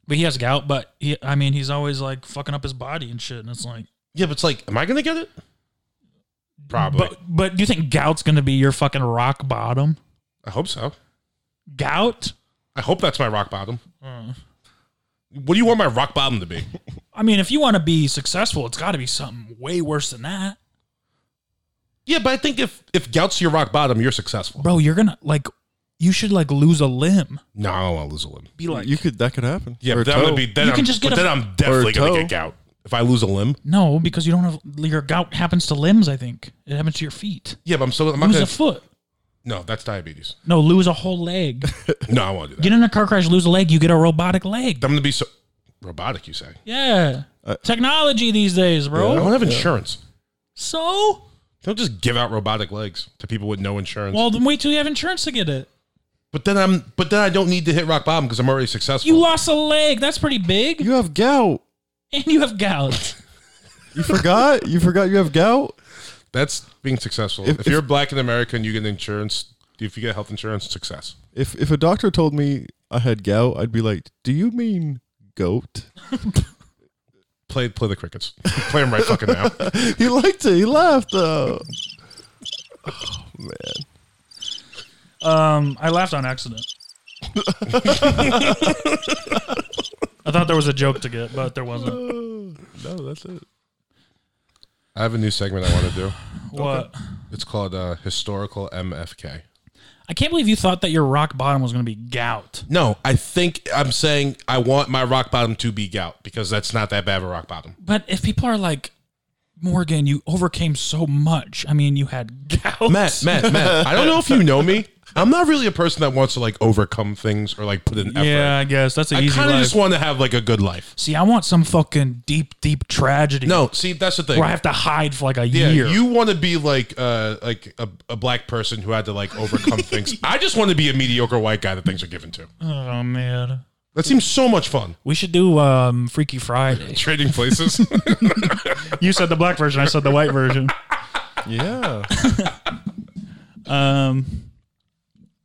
Speaker 1: but he has gout. But he, I mean, he's always like fucking up his body and shit. And it's like,
Speaker 3: Yeah, but it's like, am I gonna get it? Probably.
Speaker 1: but but do you think gout's gonna be your fucking rock bottom?
Speaker 3: I hope so.
Speaker 1: Gout?
Speaker 3: I hope that's my rock bottom. Mm. What do you want my rock bottom to be?
Speaker 1: I mean, if you want to be successful, it's got to be something way worse than that,
Speaker 3: yeah, but I think if if gout's your rock bottom, you're successful.
Speaker 1: bro. You're gonna like, you should like lose a limb.
Speaker 3: No, I don't want to lose a limb.
Speaker 1: Be like,
Speaker 2: you could that could happen.
Speaker 3: Yeah,
Speaker 2: Or a
Speaker 3: but that would
Speaker 2: toe.
Speaker 3: be then.
Speaker 1: You
Speaker 3: I'm,
Speaker 1: can just get
Speaker 3: but
Speaker 1: a-
Speaker 3: then I'm definitely gonna
Speaker 2: toe.
Speaker 3: get gout if I lose a limb.
Speaker 1: no, because you don't have your gout happens to limbs. I think it happens to your feet.
Speaker 3: Yeah, but I'm still. I'm not
Speaker 1: Lose
Speaker 3: gonna.
Speaker 1: a foot.
Speaker 3: no, that's diabetes.
Speaker 1: No, lose a whole leg.
Speaker 3: No, I want to do that.
Speaker 1: Get in a car crash, lose a leg, you get a robotic leg.
Speaker 3: I'm gonna be so robotic. You say?
Speaker 1: Yeah. Technology these days, bro.
Speaker 3: Uh, I don't have insurance.
Speaker 1: So?
Speaker 3: Don't just give out robotic legs to people with no insurance.
Speaker 1: Well, then wait till you have insurance to get it.
Speaker 3: but then I'm. But then I don't need to hit rock bottom because I'm already successful.
Speaker 1: You lost a leg. That's pretty big.
Speaker 2: You have gout.
Speaker 1: and you have gout.
Speaker 2: You forgot? You forgot you have gout?
Speaker 3: that's being successful.
Speaker 2: If-
Speaker 3: If, you're black in America and you get insurance, if you get health insurance, success.
Speaker 2: If if a doctor told me I had gout, I'd be like, "Do you mean goat?"
Speaker 3: Play play the crickets. Play them right fucking now.
Speaker 2: he liked it. He laughed. Uh, oh man.
Speaker 1: um, I laughed on accident. I thought there was a joke to get, but there wasn't.
Speaker 2: No, that's it.
Speaker 3: I have a new segment I want to do.
Speaker 1: What?
Speaker 3: It's called uh, historical MFK.
Speaker 1: I can't believe you thought that your rock bottom was going to be gout.
Speaker 3: No, I think I'm saying I want my rock bottom to be gout because that's not that bad of a rock bottom.
Speaker 1: But if people are like, Morgan, you overcame so much. I mean, you had gout.
Speaker 3: Matt, Matt, Matt. I don't know if you know me. I'm not really a person that wants to like overcome things or like put in effort.
Speaker 1: Yeah, I guess that's an
Speaker 3: I
Speaker 1: easy
Speaker 3: kind of
Speaker 1: life.
Speaker 3: just want to have like a good life.
Speaker 1: See, I want some fucking deep, deep tragedy.
Speaker 3: No, see, that's the thing.
Speaker 1: where I have to hide for like a
Speaker 3: Yeah,
Speaker 1: year.
Speaker 3: you want to be like uh like a, a black person who had to like overcome things. I just want to be a mediocre white guy that things are given to.
Speaker 1: oh man,
Speaker 3: That seems so much fun.
Speaker 1: We should do um, Freaky Friday.
Speaker 3: Trading places.
Speaker 1: you said the black version. I said the white version.
Speaker 2: Yeah.
Speaker 1: Um,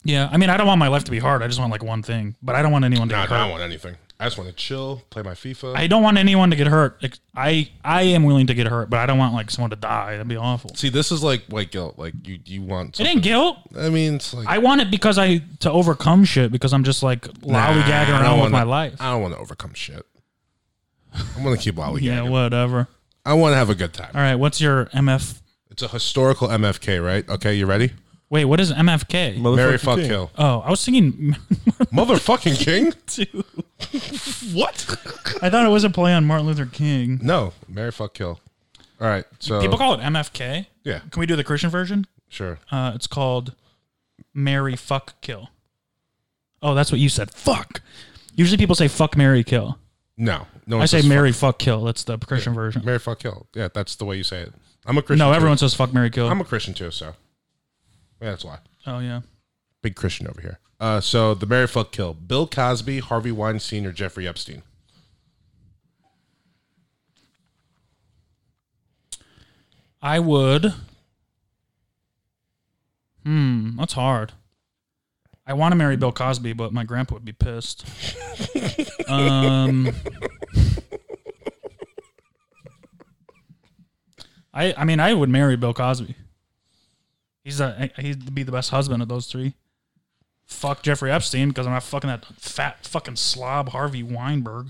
Speaker 1: yeah, I mean, I don't want my life to be hard. I just want like one thing, but I don't want anyone to
Speaker 3: nah, I
Speaker 1: get hurt.
Speaker 3: don't want anything. I just want to chill, play my FIFA.
Speaker 1: I don't want anyone to get hurt. Ex- I I am willing to get hurt, but I don't want like someone to die. That'd be awful.
Speaker 3: See, this is like white guilt. Like you, you want.
Speaker 1: It
Speaker 3: Something.
Speaker 1: ain't guilt.
Speaker 3: I mean, it's like
Speaker 1: I want it because I to overcome shit because I'm just like lollygagging
Speaker 3: I don't
Speaker 1: around with
Speaker 3: wanna-
Speaker 1: my life.
Speaker 3: I don't want to overcome shit. I want to keep lollygagging.
Speaker 1: Yeah, whatever.
Speaker 3: I want to have a good time.
Speaker 1: All right, what's your MF?
Speaker 3: It's a historical MFK, right? Okay, you ready?
Speaker 1: Wait, what is MFK?
Speaker 3: Mary
Speaker 2: Motherfucking
Speaker 3: fuck
Speaker 2: king.
Speaker 3: kill.
Speaker 1: Oh, I was thinking
Speaker 3: Motherfucking king?
Speaker 1: too.
Speaker 3: What?
Speaker 1: I thought it was a play on Martin Luther King.
Speaker 3: no, Mary fuck kill. All right, so
Speaker 1: People call it MFK.
Speaker 3: yeah,
Speaker 1: Can we do the Christian version?
Speaker 3: sure.
Speaker 1: Uh, it's called Mary Fuck Kill. Oh, that's what you said. Fuck. Usually people say fuck Mary Kill.
Speaker 3: No, no. one
Speaker 1: I say
Speaker 3: says
Speaker 1: Mary Fuck Kill. That's the Christian
Speaker 3: fuck-
Speaker 1: version.
Speaker 3: Mary fuck kill. Yeah, that's the way you say it. I'm a Christian.
Speaker 1: No,
Speaker 3: too.
Speaker 1: everyone says fuck Mary Kill.
Speaker 3: I'm a Christian too, so yeah, that's why.
Speaker 1: oh yeah.
Speaker 3: Big Christian over here. Uh, so the Mary fuck kill: Bill Cosby, Harvey Weinstein, or Jeffrey Epstein.
Speaker 1: I would. Hmm, that's hard. I want to marry Bill Cosby, but my grandpa would be pissed. um, I I mean I would marry Bill Cosby. He's a he'd be the best husband of those three. Fuck Jeffrey Epstein because I'm not fucking that fat fucking slob Harvey Weinberg.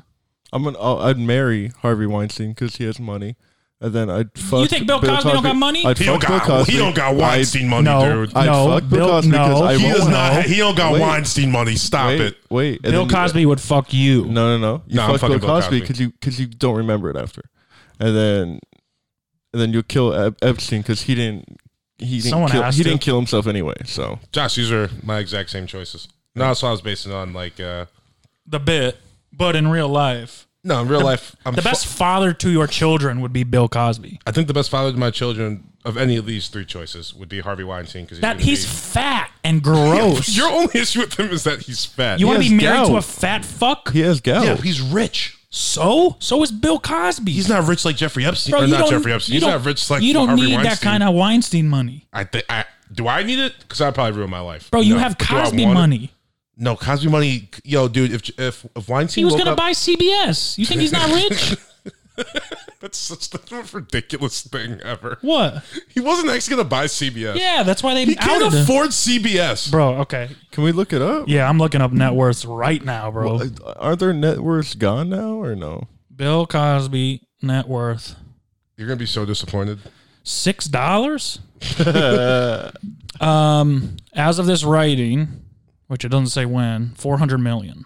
Speaker 2: I'm gonna. I'll, I'd marry Harvey Weinstein because he has money, and then I'd fuck.
Speaker 1: think Bill Cosby don't got money?
Speaker 2: I'd fuck Bill Cosby. I'd-
Speaker 3: money,
Speaker 1: No,
Speaker 2: I'd
Speaker 1: no,
Speaker 2: fuck Bill
Speaker 1: Bill-
Speaker 2: Cosby because
Speaker 1: no.
Speaker 2: I
Speaker 1: He
Speaker 2: won't.
Speaker 3: does not. He don't got
Speaker 2: Wait.
Speaker 3: Weinstein money. Stop
Speaker 2: wait, wait. and
Speaker 1: Bill
Speaker 2: then you-
Speaker 1: Cosby would fuck you.
Speaker 2: No, no, no. You
Speaker 3: No, I'm
Speaker 2: fuck
Speaker 3: fucking
Speaker 2: Bill
Speaker 3: Bill
Speaker 2: Cosby
Speaker 3: Cosby.
Speaker 2: because you because you don't remember it after, and then and then you'll kill Ep- Epstein because he didn't. He didn't
Speaker 1: Someone
Speaker 2: kill,
Speaker 1: has
Speaker 2: he
Speaker 1: to.
Speaker 2: didn't kill himself anyway. So
Speaker 3: Josh, these are my exact same choices. No, that's what I was basing it on. Like, uh,
Speaker 1: The bit, but in real life.
Speaker 3: no, in real life, I'm
Speaker 1: The
Speaker 3: fu-
Speaker 1: best father to your children would be Bill Cosby.
Speaker 3: I think the best father to my children of any of these three choices would be Harvey Weinstein because he's,
Speaker 1: That
Speaker 3: gonna
Speaker 1: he's
Speaker 3: be-
Speaker 1: fat and gross.
Speaker 3: your only issue with him is that he's fat.
Speaker 1: you want to
Speaker 2: has
Speaker 1: be married to a
Speaker 2: gout.
Speaker 1: fat fuck?
Speaker 2: he has gout.
Speaker 3: yeah, but he's rich.
Speaker 1: So, so is Bill Cosby.
Speaker 3: He's not rich like Jeffrey Epstein.
Speaker 1: Bro,
Speaker 3: or
Speaker 1: you
Speaker 3: not
Speaker 1: don't-
Speaker 3: Jeffrey Epstein.
Speaker 1: you
Speaker 3: He's not
Speaker 1: don't-
Speaker 3: rich like
Speaker 1: you don't
Speaker 3: Harvey
Speaker 1: need
Speaker 3: Weinstein.
Speaker 1: that kind of Weinstein money,
Speaker 3: I thi- I, do I need it? Because I'd probably ruin my life.
Speaker 1: bro. You
Speaker 3: No.
Speaker 1: have
Speaker 3: Do I
Speaker 1: Cosby
Speaker 3: want it?
Speaker 1: money.
Speaker 3: No, Cosby money. Yo, dude, if if if Weinstein
Speaker 1: He was
Speaker 3: woke
Speaker 1: gonna
Speaker 3: up-
Speaker 1: buy CBS. You think he's not rich?
Speaker 3: that's such the most ridiculous thing ever.
Speaker 1: what?
Speaker 3: He wasn't actually gonna buy CBS.
Speaker 1: Yeah, that's why they
Speaker 3: He can't
Speaker 1: outed him.
Speaker 3: afford CBS.
Speaker 1: bro, okay.
Speaker 2: Can we look it up?
Speaker 1: Yeah, I'm looking up net worths right now, bro.
Speaker 2: Are Uh, their net worths gone now or no?
Speaker 1: Bill Cosby net worth
Speaker 3: You're gonna be so disappointed.
Speaker 1: six dollars. um, as of this writing, which it doesn't say when, four hundred million.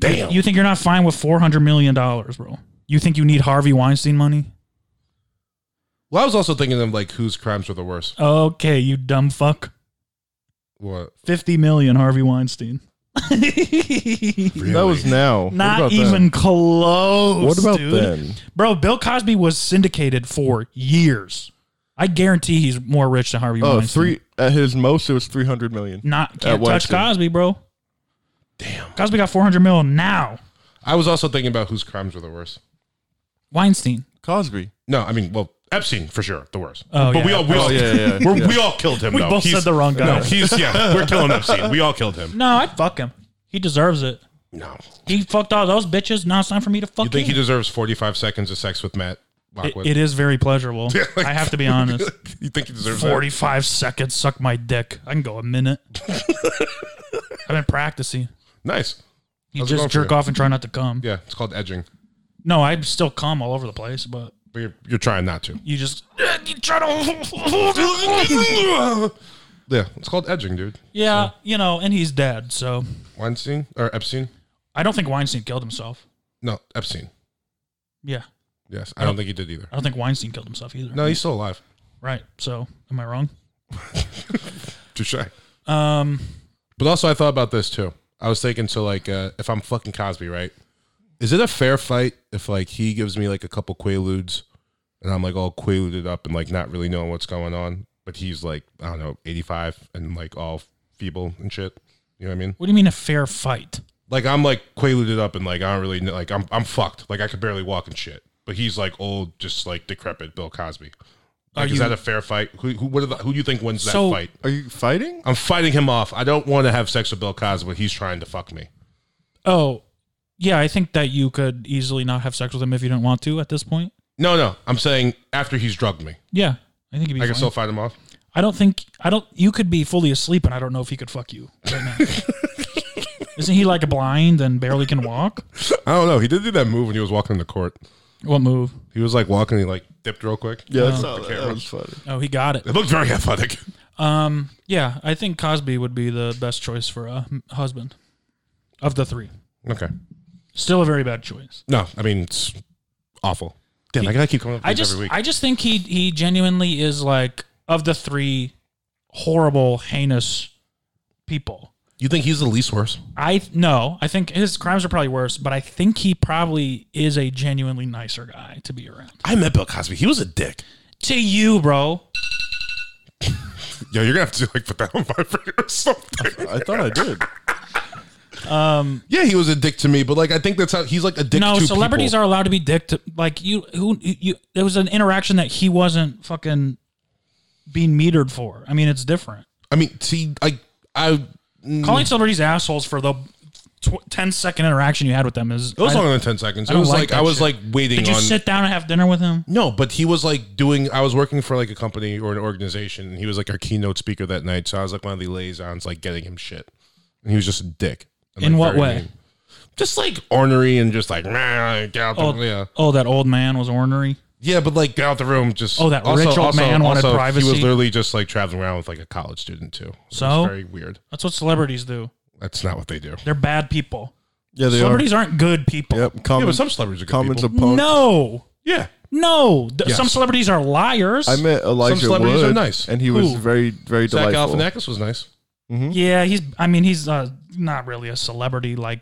Speaker 3: Damn.
Speaker 1: You think you're not fine with four hundred million dollars, bro? You think you need Harvey Weinstein money?
Speaker 3: well, I was also thinking of like whose crimes were the worst.
Speaker 1: Okay, you dumb fuck.
Speaker 3: What?
Speaker 1: Fifty million Harvey Weinstein.
Speaker 2: That was now. What about
Speaker 1: Not
Speaker 2: then?
Speaker 1: even close.
Speaker 2: What about
Speaker 1: dude.
Speaker 2: then?
Speaker 1: bro? Bill Cosby was syndicated for years. I guarantee he's more rich than Harvey
Speaker 2: Oh,
Speaker 1: Weinstein.
Speaker 2: three at his most it was three hundred million.
Speaker 1: Not can't
Speaker 2: At
Speaker 1: touch
Speaker 2: Weinstein.
Speaker 1: Cosby, bro. Damn. Cosby got 400 mil now.
Speaker 3: I was also thinking about whose crimes were the worst.
Speaker 1: Weinstein.
Speaker 2: Cosby.
Speaker 3: No, I mean, well, Epstein for sure, the worst.
Speaker 1: Oh,
Speaker 3: but we
Speaker 1: yeah.
Speaker 3: all, we all,
Speaker 2: yeah, yeah,
Speaker 3: we're- we all killed him.
Speaker 1: We
Speaker 3: though.
Speaker 1: both
Speaker 3: He's-
Speaker 1: said the wrong guy.
Speaker 3: No, he's yeah, we're killing Epstein. We all killed him.
Speaker 1: No, I'd fuck him. He deserves it.
Speaker 3: No,
Speaker 1: He fucked all those bitches. Now it's time for me to fuck
Speaker 3: you think he
Speaker 1: him.
Speaker 3: deserves forty-five seconds of sex with Matt Lockwood?
Speaker 1: It- it is very pleasurable. I have to be honest.
Speaker 3: you think he deserves that?
Speaker 1: 45 seconds, suck my dick. I can go a minute. I've been practicing.
Speaker 3: Nice.
Speaker 1: You
Speaker 3: How's it
Speaker 1: just
Speaker 3: going for
Speaker 1: jerk
Speaker 3: you?
Speaker 1: off and try not to come.
Speaker 3: Yeah, it's called edging,
Speaker 1: No, I'd still come all over the place, but
Speaker 3: but you're, you're trying not to.
Speaker 1: you just you try to.
Speaker 3: Yeah, it's called edging, dude.
Speaker 1: yeah, you know, and he's dead, so
Speaker 3: Weinstein or Epstein?
Speaker 1: I don't think Weinstein killed himself.
Speaker 3: No, Epstein.
Speaker 1: Yeah.
Speaker 3: Yes, I don't think he did either.
Speaker 1: I don't think Weinstein killed himself either.
Speaker 3: No, he's still alive.
Speaker 1: Right. So, am I wrong?
Speaker 3: Touche.
Speaker 1: Um,
Speaker 3: But also, I thought about this too. I was thinking, so like, uh, if I'm fucking Cosby, right? Is it a fair fight if like he gives me like a couple quaaludes, and I'm like all quaaluded up and like not really knowing what's going on, but he's like I don't know, 85 and like all feeble and shit. You know what I mean?
Speaker 1: what do you mean a fair fight?
Speaker 3: Like I'm like quaaluded up and like I don't really know, like I'm I'm fucked. Like I could barely walk and shit. But he's like old, just like decrepit Bill Cosby. Like,
Speaker 5: Are
Speaker 3: is
Speaker 5: you-
Speaker 3: that a fair fight? Who who what are the, who do you think wins that
Speaker 5: So-
Speaker 3: fight?
Speaker 2: Are you fighting?
Speaker 3: I'm fighting him off. I don't want to have sex with Bill Cosby. He's trying to fuck me.
Speaker 1: Oh, yeah. I think that you could easily not have sex with him if you didn't want to at this point.
Speaker 3: No, no. I'm saying after he's drugged me,
Speaker 1: Yeah, I think he'd be.
Speaker 3: I
Speaker 1: I,
Speaker 3: can still fight him off.
Speaker 1: I don't think I don't. You could be fully asleep, and I don't know if he could fuck you right now. Isn't he like blind and barely can walk?
Speaker 3: I don't know. He did do that move when he was walking in the court.
Speaker 1: What move?
Speaker 3: He was like walking. He like dipped real quick.
Speaker 2: Yeah, that's
Speaker 3: With
Speaker 2: not,
Speaker 3: the
Speaker 2: that
Speaker 3: camera.
Speaker 2: was funny.
Speaker 1: Oh, he got it.
Speaker 3: It looked very athletic.
Speaker 1: Um, yeah, I think Cosby would be the best choice for a m- husband of the three.
Speaker 3: Okay.
Speaker 1: Still a very bad choice.
Speaker 3: No, I mean it's awful. Damn, I gotta keep coming up with
Speaker 1: I
Speaker 3: these
Speaker 1: just
Speaker 3: every week.
Speaker 1: I just think he he genuinely is like of the three horrible heinous people.
Speaker 3: you think he's the least worse?
Speaker 1: I no, I think his crimes are probably worse, but I think he probably is a genuinely nicer guy to be around.
Speaker 3: I met Bill Cosby. He was a dick.
Speaker 1: To you, bro.
Speaker 3: Yeah, you're gonna have to like put that on vibrate or something.
Speaker 2: I thought I did.
Speaker 3: yeah, he was a dick to me, but like I think that's how he's like a dick.
Speaker 1: no,
Speaker 3: to
Speaker 1: celebrities are allowed to be dick to like you who you there was an interaction that he wasn't fucking being metered for. I mean, it's different.
Speaker 3: I mean, see, like I. Mm,
Speaker 1: Calling celebrities assholes for the tw- 10 second interaction you had with them is
Speaker 3: it was
Speaker 1: I-
Speaker 3: longer than ten seconds. It
Speaker 1: don't
Speaker 3: was
Speaker 1: like
Speaker 3: like,
Speaker 1: that
Speaker 3: I was
Speaker 1: shit.
Speaker 3: like waiting
Speaker 1: Did you
Speaker 3: on.
Speaker 1: sit down and have dinner with him?
Speaker 3: no, but he was like doing. I was working for like a company or an organization, and he was like our keynote speaker that night. So I was like one of the liaisons, like getting him shit, and he was just a dick. And,
Speaker 1: In
Speaker 3: like,
Speaker 1: what
Speaker 3: very
Speaker 1: way?
Speaker 3: mean. Just like ornery and just like nah, get out the
Speaker 1: Oh.
Speaker 3: yeah.
Speaker 1: Oh, that old man was ornery.
Speaker 3: Yeah, but like get out the room. Just
Speaker 1: Oh, that rich old man wanted
Speaker 3: He was
Speaker 1: privacy.
Speaker 3: literally just like traveling around with like a college student too. It was
Speaker 1: So?
Speaker 3: very weird.
Speaker 1: That's what celebrities do.
Speaker 3: That's not what they do.
Speaker 1: They're bad people.
Speaker 2: Yeah, they
Speaker 1: celebrities aren't good people.
Speaker 2: are. Yep.
Speaker 3: Yeah, but
Speaker 2: Comments,
Speaker 3: some celebrities are good
Speaker 2: comments
Speaker 3: people.
Speaker 2: of punk.
Speaker 1: No,
Speaker 3: yeah,
Speaker 1: no. Th-
Speaker 3: Yes.
Speaker 1: Some celebrities are liars.
Speaker 2: I met Elijah
Speaker 3: celebrities are
Speaker 2: Wood,
Speaker 3: nice.
Speaker 2: and he was
Speaker 1: Who?
Speaker 2: very, very
Speaker 3: Zach
Speaker 2: delightful.
Speaker 3: Galifianakis was nice.
Speaker 1: yeah, he's. I mean, he's uh, not really a celebrity like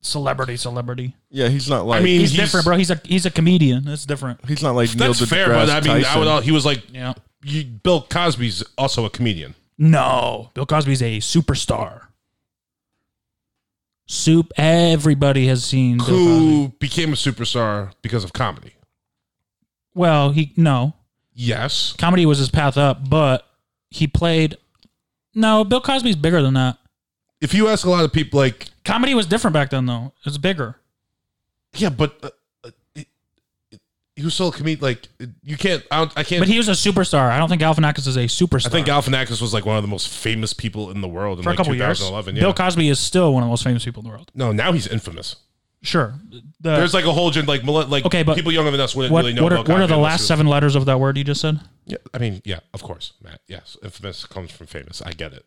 Speaker 1: celebrity celebrity.
Speaker 2: Yeah, he's not like
Speaker 3: I mean,
Speaker 1: He's, different, bro. He's a he's a comedian. That's different.
Speaker 2: he's not like Neil
Speaker 3: That's fair, but I
Speaker 2: deGrasse
Speaker 3: mean, I
Speaker 2: Tyson.
Speaker 3: would, all- he was like
Speaker 1: Yeah.
Speaker 3: you, Bill Cosby's also a comedian.
Speaker 1: No, Bill Cosby's a superstar. Soup. Everybody has seen. Bill Cosby.
Speaker 3: Who became a superstar because of comedy?
Speaker 1: Well, he no.
Speaker 3: Yes,
Speaker 1: comedy was his path up, but he played. No, Bill Cosby's bigger than that.
Speaker 3: if you ask a lot of people, like
Speaker 1: Comedy was different back then, though. It's bigger.
Speaker 3: yeah, but uh, uh, it- it- he was still a comedian. Like it- you can't, I, don't, I can't.
Speaker 1: But he was a superstar. I don't think Galifianakis is a superstar.
Speaker 3: I think Galifianakis was like one of the most famous people in the world in
Speaker 1: for
Speaker 3: like
Speaker 1: a couple years,
Speaker 3: 2011. yeah.
Speaker 1: Bill Cosby is still one of the most famous people in the world.
Speaker 3: No, now he's infamous.
Speaker 1: Sure. The-
Speaker 3: There's like a whole gen, like millen- like
Speaker 1: Uh, Okay, but
Speaker 3: people younger than us wouldn't
Speaker 1: what,
Speaker 3: really know.
Speaker 1: what, are,
Speaker 3: about
Speaker 1: what are
Speaker 3: Cosby
Speaker 1: the
Speaker 3: unless
Speaker 1: last
Speaker 3: you-
Speaker 1: seven letters of that word you just said?
Speaker 3: Yeah, I mean, yeah, of course, Matt. Yes, infamous comes from famous. I get it.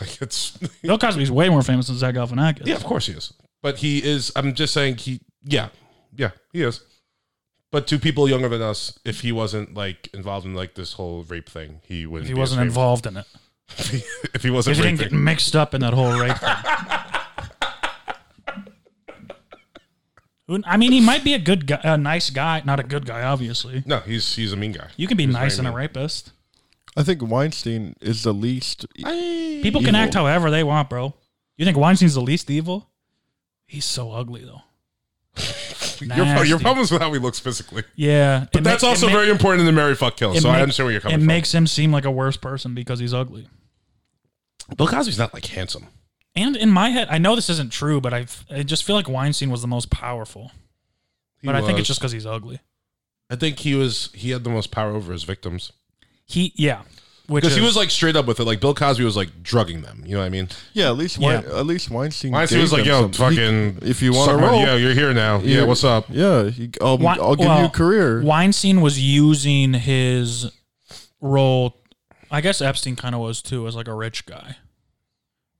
Speaker 3: like it's
Speaker 1: Bill Cosby's way more famous than Zach Galifianakis.
Speaker 3: yeah, of course he is. But he is. I'm just saying he. Yeah, yeah, he is. But to people younger than us, if he wasn't like involved in like this whole rape thing, he wouldn't.
Speaker 1: If he
Speaker 3: be as
Speaker 1: wasn't
Speaker 3: famous.
Speaker 1: involved in it.
Speaker 3: if he wasn't
Speaker 1: If he didn't
Speaker 3: raping-
Speaker 1: get mixed up in that whole rape thing. Who- I mean, he might be a good guy, a nice guy, not a good guy, obviously.
Speaker 3: no, he's he's a mean guy.
Speaker 1: You can be nice
Speaker 3: very
Speaker 1: and a rapist.
Speaker 2: I think Weinstein is the least.
Speaker 1: People can
Speaker 2: Evil.
Speaker 1: act however they want, bro. You think Weinstein's the least evil? He's so ugly, though.
Speaker 3: Your, pro- your
Speaker 1: Nasty.
Speaker 3: problem is with how he looks physically.
Speaker 1: Yeah,
Speaker 3: But that's also very important in the Mary Fuck Kill. So I understand where you're coming
Speaker 1: It
Speaker 3: from.
Speaker 1: makes him seem like a worse person because he's ugly.
Speaker 3: Bill Cosby's not like handsome.
Speaker 1: And in my head, I know this isn't true, but I I just feel like Weinstein was the most powerful.
Speaker 3: He
Speaker 1: but I think
Speaker 3: was-
Speaker 1: it's just because he's ugly.
Speaker 3: I think he was he had the most power over his victims
Speaker 1: He yeah, which
Speaker 3: because
Speaker 1: is,
Speaker 3: he was like straight up with it. Like Bill Cosby was like drugging them. You know what I mean?
Speaker 2: Yeah, at least
Speaker 1: Yeah.
Speaker 2: Wein, at least Weinstein.
Speaker 3: Honestly, he
Speaker 2: gave
Speaker 3: was like,
Speaker 2: them
Speaker 3: "Yo,
Speaker 2: something. He-
Speaker 3: fucking,
Speaker 2: if you want
Speaker 3: suck
Speaker 2: to
Speaker 3: my-
Speaker 2: roll,
Speaker 3: yeah, you're here now. Yeah,
Speaker 2: you-
Speaker 3: what's up?
Speaker 2: Yeah, he, I'll,
Speaker 1: Wei-
Speaker 2: I'll give you
Speaker 1: well,
Speaker 2: a career.
Speaker 1: Weinstein was using his role. I guess Epstein kind of was too, as like a rich guy.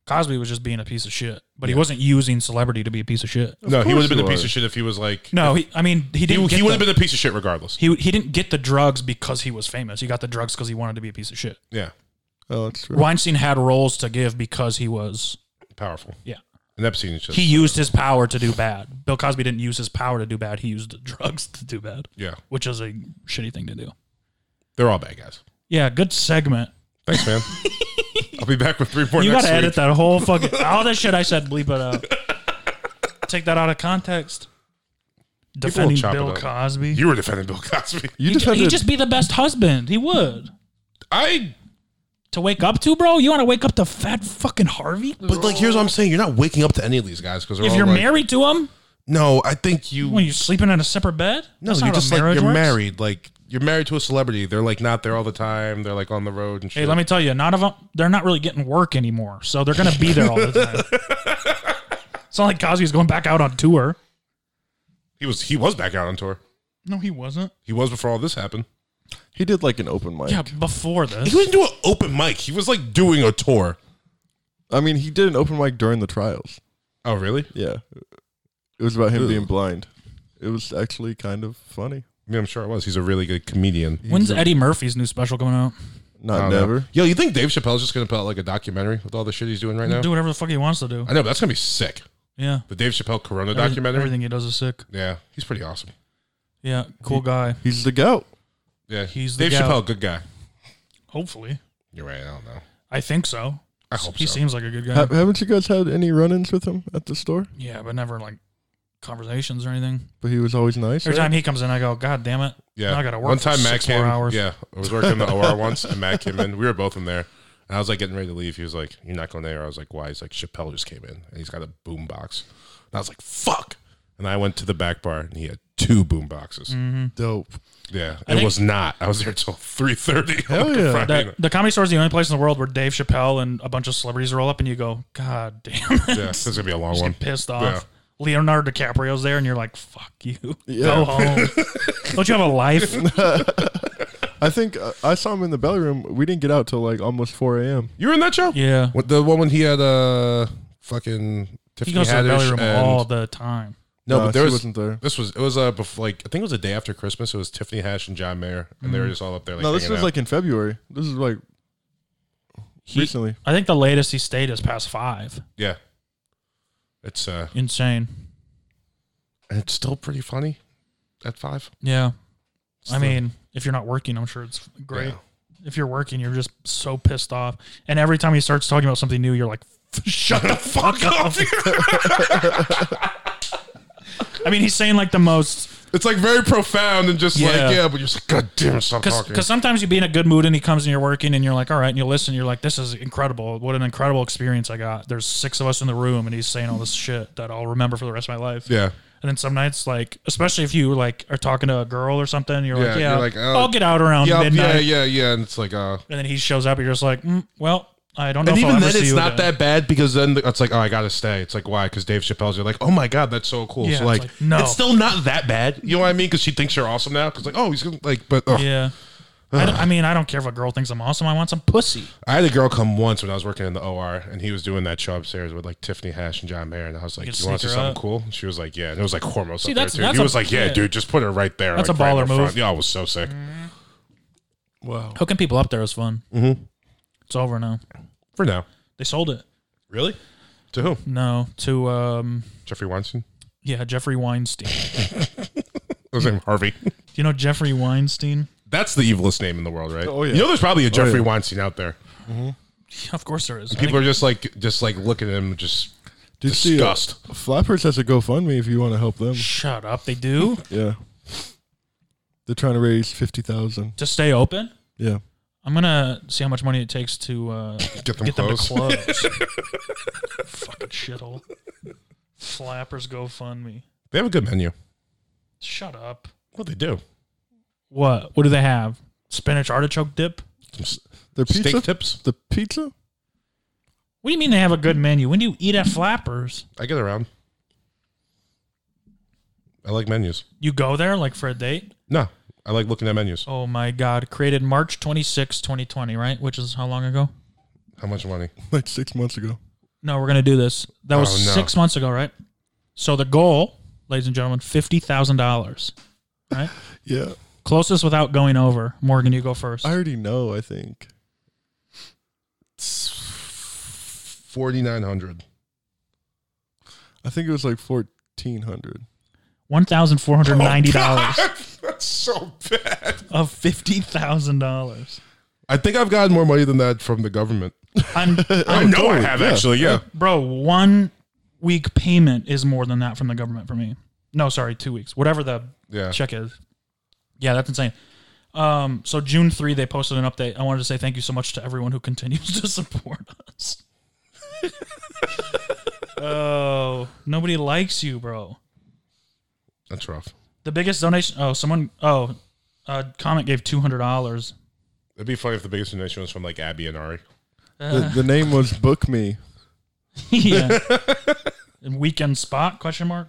Speaker 1: Cosby was just being a piece of shit, but he wasn't using celebrity to be a piece of shit.
Speaker 3: No, he would have
Speaker 2: course
Speaker 3: been
Speaker 2: you
Speaker 3: a piece
Speaker 2: are.
Speaker 3: of shit if he was like,
Speaker 1: No, he, I mean he
Speaker 3: he,
Speaker 1: didn't.
Speaker 3: he
Speaker 1: get
Speaker 3: would have
Speaker 1: the-
Speaker 3: been a piece of shit regardless.
Speaker 1: He, he didn't get the drugs because he was famous. He got the drugs because he wanted to be a piece of shit.
Speaker 3: yeah,
Speaker 2: oh, that's true.
Speaker 1: Weinstein had roles to give because he was
Speaker 3: powerful.
Speaker 1: yeah.
Speaker 3: And Epstein is just
Speaker 1: He used his power to do bad. Bill Cosby didn't use his power to do bad. He used the drugs to do bad,
Speaker 3: yeah,
Speaker 1: which is a shitty thing to do.
Speaker 3: they're all bad guys.
Speaker 1: Yeah, good segment.
Speaker 3: Thanks, man. I'll be back with three more
Speaker 1: You
Speaker 3: next
Speaker 1: gotta
Speaker 3: week.
Speaker 1: edit that whole fucking all that shit I said. Bleep it out.
Speaker 6: take that out of context.
Speaker 3: will
Speaker 6: Defending
Speaker 3: chop it
Speaker 6: Bill
Speaker 3: up.
Speaker 6: Cosby.
Speaker 3: You were defending Bill Cosby.
Speaker 2: You
Speaker 1: He'd-
Speaker 2: defended.
Speaker 1: He'd just be the best husband. He would.
Speaker 3: I.
Speaker 1: To wake up to, bro? You want to wake up to fat fucking Harvey?
Speaker 3: But like, here's what I'm saying: you're not waking up to any of these guys because
Speaker 1: If you're married to him,
Speaker 3: No, I think you.
Speaker 1: when you're sleeping in a separate bed?
Speaker 3: no,
Speaker 1: That's
Speaker 3: you're
Speaker 1: not how
Speaker 3: just like
Speaker 1: marriage
Speaker 3: you're
Speaker 1: works.
Speaker 3: married. Like you're married to a celebrity. They're like not there all the time. They're like on the road and shit.
Speaker 1: Hey, let me tell you, none of them, they're not really getting work anymore. So they're going to be there all the time. it's not like Cosby's going back out on tour.
Speaker 3: He was he was back out on tour.
Speaker 6: no, he wasn't.
Speaker 3: He was before all this happened.
Speaker 2: he did like an open mic.
Speaker 1: Yeah, before this.
Speaker 3: He was not doing open mic. He was like doing a tour.
Speaker 2: I mean, he did an open mic during the trials.
Speaker 3: Oh, really?
Speaker 2: Yeah, it was about him
Speaker 3: Ew.
Speaker 2: being blind. It was actually kind of funny.
Speaker 3: I mean, I'm sure it was. He's a really good comedian.
Speaker 1: When's Eddie Murphy's new special coming out?
Speaker 2: Not
Speaker 3: I don't
Speaker 2: never.
Speaker 3: know. Yo, you think Dave Chappelle's just gonna put out like a documentary with all the shit he's doing right now?
Speaker 1: Do whatever the fuck he wants to do.
Speaker 3: I know, but that's gonna be sick.
Speaker 1: Yeah.
Speaker 3: The Dave Chappelle Corona
Speaker 1: Every-
Speaker 3: documentary.
Speaker 1: Everything he does is sick.
Speaker 3: Yeah, he's pretty awesome.
Speaker 1: Yeah, cool guy.
Speaker 2: He's the goat.
Speaker 3: Yeah,
Speaker 1: He's the
Speaker 3: Dave
Speaker 1: guy.
Speaker 3: Chappelle, good guy.
Speaker 1: Hopefully.
Speaker 3: You're right. I don't know.
Speaker 1: I think so.
Speaker 3: I hope
Speaker 1: he
Speaker 3: so.
Speaker 1: seems like a good guy.
Speaker 2: Ha- haven't you guys had any run-ins with him at the store?
Speaker 1: yeah, but never like conversations or anything.
Speaker 2: But he was always nice.
Speaker 1: Every time he comes in, I go, God damn it.
Speaker 3: Yeah,
Speaker 1: Now I gotta work
Speaker 3: One
Speaker 1: for
Speaker 3: time, Matt
Speaker 1: six
Speaker 3: came.
Speaker 1: more hours.
Speaker 3: Yeah, I was working in the OR once, and Matt came in. We were both in there, and I was like getting ready to leave. He was like, "You're not going there." I was like, "Why?" He's like, "Chappelle just came in, and he's got a boom box." And I was like, "Fuck!" And I went to the back bar, and he had two boom boxes.
Speaker 1: Mm-hmm.
Speaker 2: Dope.
Speaker 3: Yeah,
Speaker 6: I
Speaker 3: it
Speaker 6: think-
Speaker 3: was not. I was there till three thirty.
Speaker 2: Hell yeah.
Speaker 1: The, the comedy store is the only place in the world where Dave Chappelle and a bunch of celebrities roll up, and you go, God damn it.
Speaker 3: yeah, this is gonna be a long
Speaker 1: Just
Speaker 3: one.
Speaker 1: get pissed off. Leonardo DiCaprio's there, and you're like, fuck you. Go home. Don't you have a life?
Speaker 2: I think uh, I saw him in the belly room. We didn't get out till like almost 4 a.m.
Speaker 3: You were in that show?
Speaker 1: yeah.
Speaker 3: What the one when he had uh fucking
Speaker 1: He
Speaker 3: Tiffany
Speaker 1: goes to the belly
Speaker 3: Haddish
Speaker 1: room
Speaker 3: and
Speaker 1: all the time.
Speaker 3: no,
Speaker 2: Uh,
Speaker 3: but there
Speaker 2: she
Speaker 3: was
Speaker 2: wasn't there.
Speaker 3: this was it was uh bef- like I think it was the day after Christmas. It was Tiffany Haddish and John Mayer, and
Speaker 1: Mm-hmm.
Speaker 3: they were just all up there. Like,
Speaker 2: No, this
Speaker 3: hanging
Speaker 2: was
Speaker 3: out.
Speaker 2: like in February. This is like
Speaker 1: He-
Speaker 2: recently.
Speaker 1: I think the latest he stayed is past five.
Speaker 3: yeah, it's uh
Speaker 1: Insane.
Speaker 3: and it's still pretty funny at five.
Speaker 1: Yeah. I
Speaker 3: Still-
Speaker 1: mean, if you're not working, I'm sure it's great.
Speaker 3: Yeah.
Speaker 1: If you're working, you're just so pissed off. And every time he starts talking about something new, you're like, shut the fuck up. I mean, he's saying like the most
Speaker 3: It's like very profound and just
Speaker 1: Yeah.
Speaker 3: like yeah, but you're just like god damn, it, stop talking.
Speaker 1: because sometimes you be in a good mood and he comes and you're working and you're like, all right, and you listen, you're like, this is incredible. What an incredible experience I got. There's six of us in the room and he's saying all this shit that I'll remember for the rest of my life.
Speaker 3: yeah,
Speaker 1: And then some nights, like especially if you like are talking to a girl or something, you're
Speaker 3: Yeah,
Speaker 1: like,
Speaker 3: you're
Speaker 1: yeah,
Speaker 3: like, oh,
Speaker 1: I'll get out around
Speaker 3: yeah,
Speaker 1: midnight.
Speaker 3: yeah, yeah, yeah, and it's like uh.
Speaker 1: And then he shows up and you're just like, mm, well, I don't know.
Speaker 3: And
Speaker 1: if I'll
Speaker 3: even
Speaker 1: ever
Speaker 3: then,
Speaker 1: see
Speaker 3: it's
Speaker 1: you
Speaker 3: not
Speaker 1: again.
Speaker 3: that bad because then the- it's like, oh, I gotta stay. It's like, why? Because Dave Chappelle's you're like, oh my god, that's so cool.
Speaker 1: Yeah,
Speaker 3: so
Speaker 1: it's
Speaker 3: like,
Speaker 1: like, no.
Speaker 3: it's still not that bad. You know what I mean? Because she thinks you're awesome now. Because like, oh, he's gonna, like, but ugh.
Speaker 1: Yeah. I, don't- I mean, I don't care if a girl thinks I'm awesome. I want some pussy.
Speaker 3: I had a girl come once when I was working in the OR, and he was doing that show upstairs with like Tiffany Hash and John Mayer, and I was like,
Speaker 1: You
Speaker 3: you,
Speaker 1: could
Speaker 3: want to
Speaker 1: sneak
Speaker 3: see
Speaker 1: her
Speaker 3: something
Speaker 1: up.
Speaker 3: cool? And she was like, yeah. And it was like hormones up
Speaker 1: that's-
Speaker 3: there too.
Speaker 1: that's a-
Speaker 3: He was like, yeah,
Speaker 1: yeah.
Speaker 3: dude, just put her right there.
Speaker 1: That's
Speaker 3: like,
Speaker 1: a
Speaker 3: right in
Speaker 1: baller
Speaker 3: the front.
Speaker 1: move. Mm-hmm.
Speaker 3: Yeah, I was so sick.
Speaker 2: Wow.
Speaker 1: Hooking people up there is fun. Mm-hmm. It's over now.
Speaker 3: For now,
Speaker 1: They sold it.
Speaker 3: really? To who?
Speaker 1: No, to um,
Speaker 3: Jeffrey Weinstein.
Speaker 1: yeah, Jeffrey Weinstein.
Speaker 3: That was his name Harvey.
Speaker 1: Do you know Jeffrey Weinstein?
Speaker 3: That's the evilest name in the world, right?
Speaker 2: Oh, yeah.
Speaker 3: You know, there's probably a Jeffrey
Speaker 2: yeah.
Speaker 3: Weinstein out there.
Speaker 1: Of course there is. I
Speaker 3: People
Speaker 1: think-
Speaker 3: are just like, just like looking at him, just
Speaker 2: Did
Speaker 3: disgust.
Speaker 2: You see, uh, Flappers has a GoFundMe if you want to help them.
Speaker 1: shut up. They do
Speaker 2: Yeah. They're trying to raise 50000
Speaker 1: to stay open.
Speaker 2: Yeah.
Speaker 1: I'm gonna see how much money it takes to uh,
Speaker 3: Get them
Speaker 1: get them to
Speaker 3: close.
Speaker 1: close. Fucking shithole. Flappers GoFundMe.
Speaker 3: They have a good menu.
Speaker 1: Shut up.
Speaker 3: What they do?
Speaker 1: What? What do they have? Spinach artichoke dip.
Speaker 3: Some s-
Speaker 2: Their pizza?
Speaker 3: steak tips.
Speaker 2: The pizza?
Speaker 1: What do you mean they have a good menu? When do you eat at Flappers?
Speaker 3: I get around. I like menus.
Speaker 1: You go there like for a date?
Speaker 3: No, I like looking at menus.
Speaker 1: Oh my God. Created March 26, 2020, right? Which is how long ago?
Speaker 3: How much money?
Speaker 2: Like six months ago.
Speaker 1: No, we're going to do this. That was
Speaker 3: Oh, no.
Speaker 1: six months ago, right? So the goal, ladies and gentlemen, $50,000, right?
Speaker 2: Yeah.
Speaker 1: Closest without going over. Morgan, you go first.
Speaker 2: I already know, I think.
Speaker 3: Forty nine hundred.
Speaker 2: I think it was like 1400
Speaker 1: $1,490
Speaker 3: That's so bad.
Speaker 1: of $50,000.
Speaker 3: I think I've gotten more money than that from the government.
Speaker 1: I'm,
Speaker 3: I
Speaker 1: I'm
Speaker 3: know I have
Speaker 2: yeah.
Speaker 3: actually. Yeah.
Speaker 1: bro, one week payment is more than that from the government for me. No, sorry, two weeks. Whatever the
Speaker 3: Yeah.
Speaker 1: check is. Yeah, that's insane. Um, so June three, they posted an update. I wanted to say thank you so much to everyone who continues to support us. oh, nobody likes you, bro.
Speaker 3: That's rough.
Speaker 1: The biggest donation. Oh, someone. Oh, a comment gave two hundred dollars.
Speaker 3: It'd be funny if the biggest donation was from like Abby and Ari.
Speaker 2: The, the name was Book Me.
Speaker 1: yeah. And weekend spot? Question mark.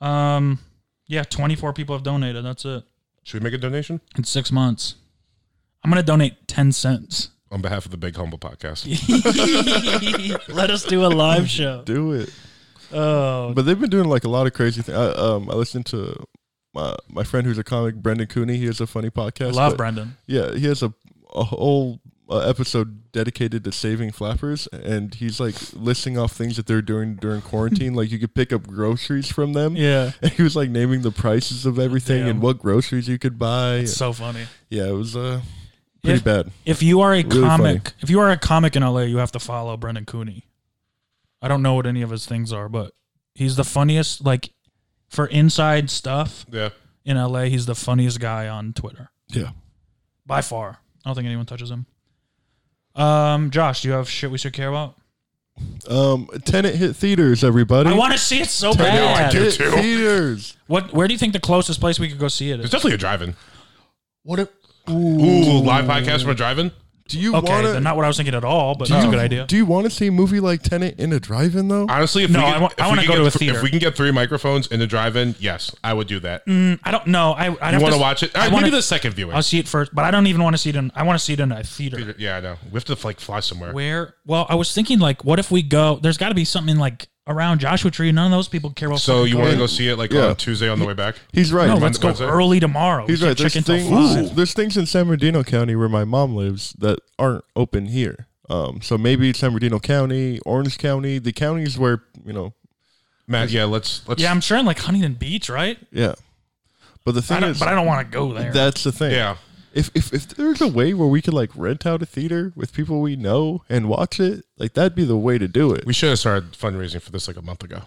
Speaker 1: Um. Yeah, twenty four people have donated. That's it.
Speaker 3: Should we make a donation
Speaker 1: In six months, I'm gonna donate ten cents.
Speaker 3: on behalf of the Big Humble Podcast?
Speaker 1: Let us do a live show.
Speaker 2: Do it.
Speaker 1: Oh,
Speaker 2: But they've been doing like a lot of crazy things. I, um, I listened to my my friend who's a comic, Brendan Cooney. He has a funny podcast.
Speaker 1: love
Speaker 2: but-
Speaker 1: Brendan.
Speaker 2: Yeah, he has a a whole uh, episode dedicated to saving flappers, and he's like listing off things that they're doing during quarantine. like you could pick up groceries from them.
Speaker 1: Yeah,
Speaker 2: And he was like naming the prices of everything
Speaker 1: Damn.
Speaker 2: and what groceries you could buy.
Speaker 1: so funny.
Speaker 2: yeah, it was uh, pretty
Speaker 1: If-
Speaker 2: bad.
Speaker 1: If you are a
Speaker 2: Really
Speaker 1: comic, if you are a comic in LA, you have to follow Brendan Cooney. I don't know what any of his things are, but he's the funniest. Like for inside stuff
Speaker 3: Yeah.
Speaker 1: in LA, he's the funniest guy on Twitter
Speaker 2: Yeah.
Speaker 1: by far. I don't think anyone touches him. Um, Josh, do you have shit we should care about?
Speaker 2: Um, tenant hit theaters, everybody.
Speaker 1: I want to see it so
Speaker 3: know, I
Speaker 1: bad.
Speaker 3: do.
Speaker 2: Hit
Speaker 3: too.
Speaker 2: theaters.
Speaker 1: What? Where do you think the closest place we could go see it
Speaker 3: It's
Speaker 1: is?
Speaker 3: definitely a drive-in.
Speaker 2: What? If,
Speaker 3: Ooh, live podcast from a drive-in.
Speaker 2: do you
Speaker 1: Okay,
Speaker 2: want
Speaker 1: then
Speaker 2: to?
Speaker 1: not what I was thinking at all, but that's a good idea.
Speaker 2: Do you want to see a movie like Tenant in a drive-in though?
Speaker 3: Honestly, if
Speaker 1: No,
Speaker 3: we could-
Speaker 1: I want-
Speaker 3: if
Speaker 1: I
Speaker 3: we
Speaker 1: wanna
Speaker 3: could
Speaker 1: go
Speaker 3: get
Speaker 1: to a
Speaker 3: thr-
Speaker 1: theater.
Speaker 3: If we can get three microphones in the drive-in, yes, I would do that.
Speaker 1: I don't know. I I'd
Speaker 3: you
Speaker 1: have
Speaker 3: want
Speaker 1: to
Speaker 3: to watch it? All right,
Speaker 1: wanna-
Speaker 3: maybe the second viewing.
Speaker 1: I'll see it first, but I don't even want to see it in. I want to see it in a theater.
Speaker 3: yeah, I know. We have to like fly somewhere.
Speaker 1: Where? Well, I was thinking like, what if we go? There's got to be something like around Joshua Tree. None of those people care about.
Speaker 3: So
Speaker 1: fucking
Speaker 3: you want to
Speaker 1: COVID.
Speaker 3: go see it like
Speaker 2: Yeah.
Speaker 3: on Tuesday on the way back?
Speaker 2: He's right.
Speaker 1: No, let's go
Speaker 3: Wednesday?
Speaker 1: early tomorrow.
Speaker 2: He's
Speaker 1: we
Speaker 2: right.
Speaker 1: can't
Speaker 2: There's
Speaker 1: Check in till
Speaker 2: things,
Speaker 1: five.
Speaker 2: there's things in San Bernardino County where my mom lives that aren't open here. Um, so maybe San Bernardino County, Orange County, the counties where you know,
Speaker 3: Matt, yeah, let's let's.
Speaker 1: Yeah, I'm sure in like Huntington Beach, right?
Speaker 2: yeah. But the
Speaker 1: I
Speaker 2: thing
Speaker 1: don't,
Speaker 2: is,
Speaker 1: but I don't want to go there.
Speaker 2: that's the thing.
Speaker 3: yeah.
Speaker 2: If, if if there's a way where we could like rent out a theater with people we know and watch it, like that'd be the way to do it.
Speaker 3: We should have started fundraising for this like a month ago.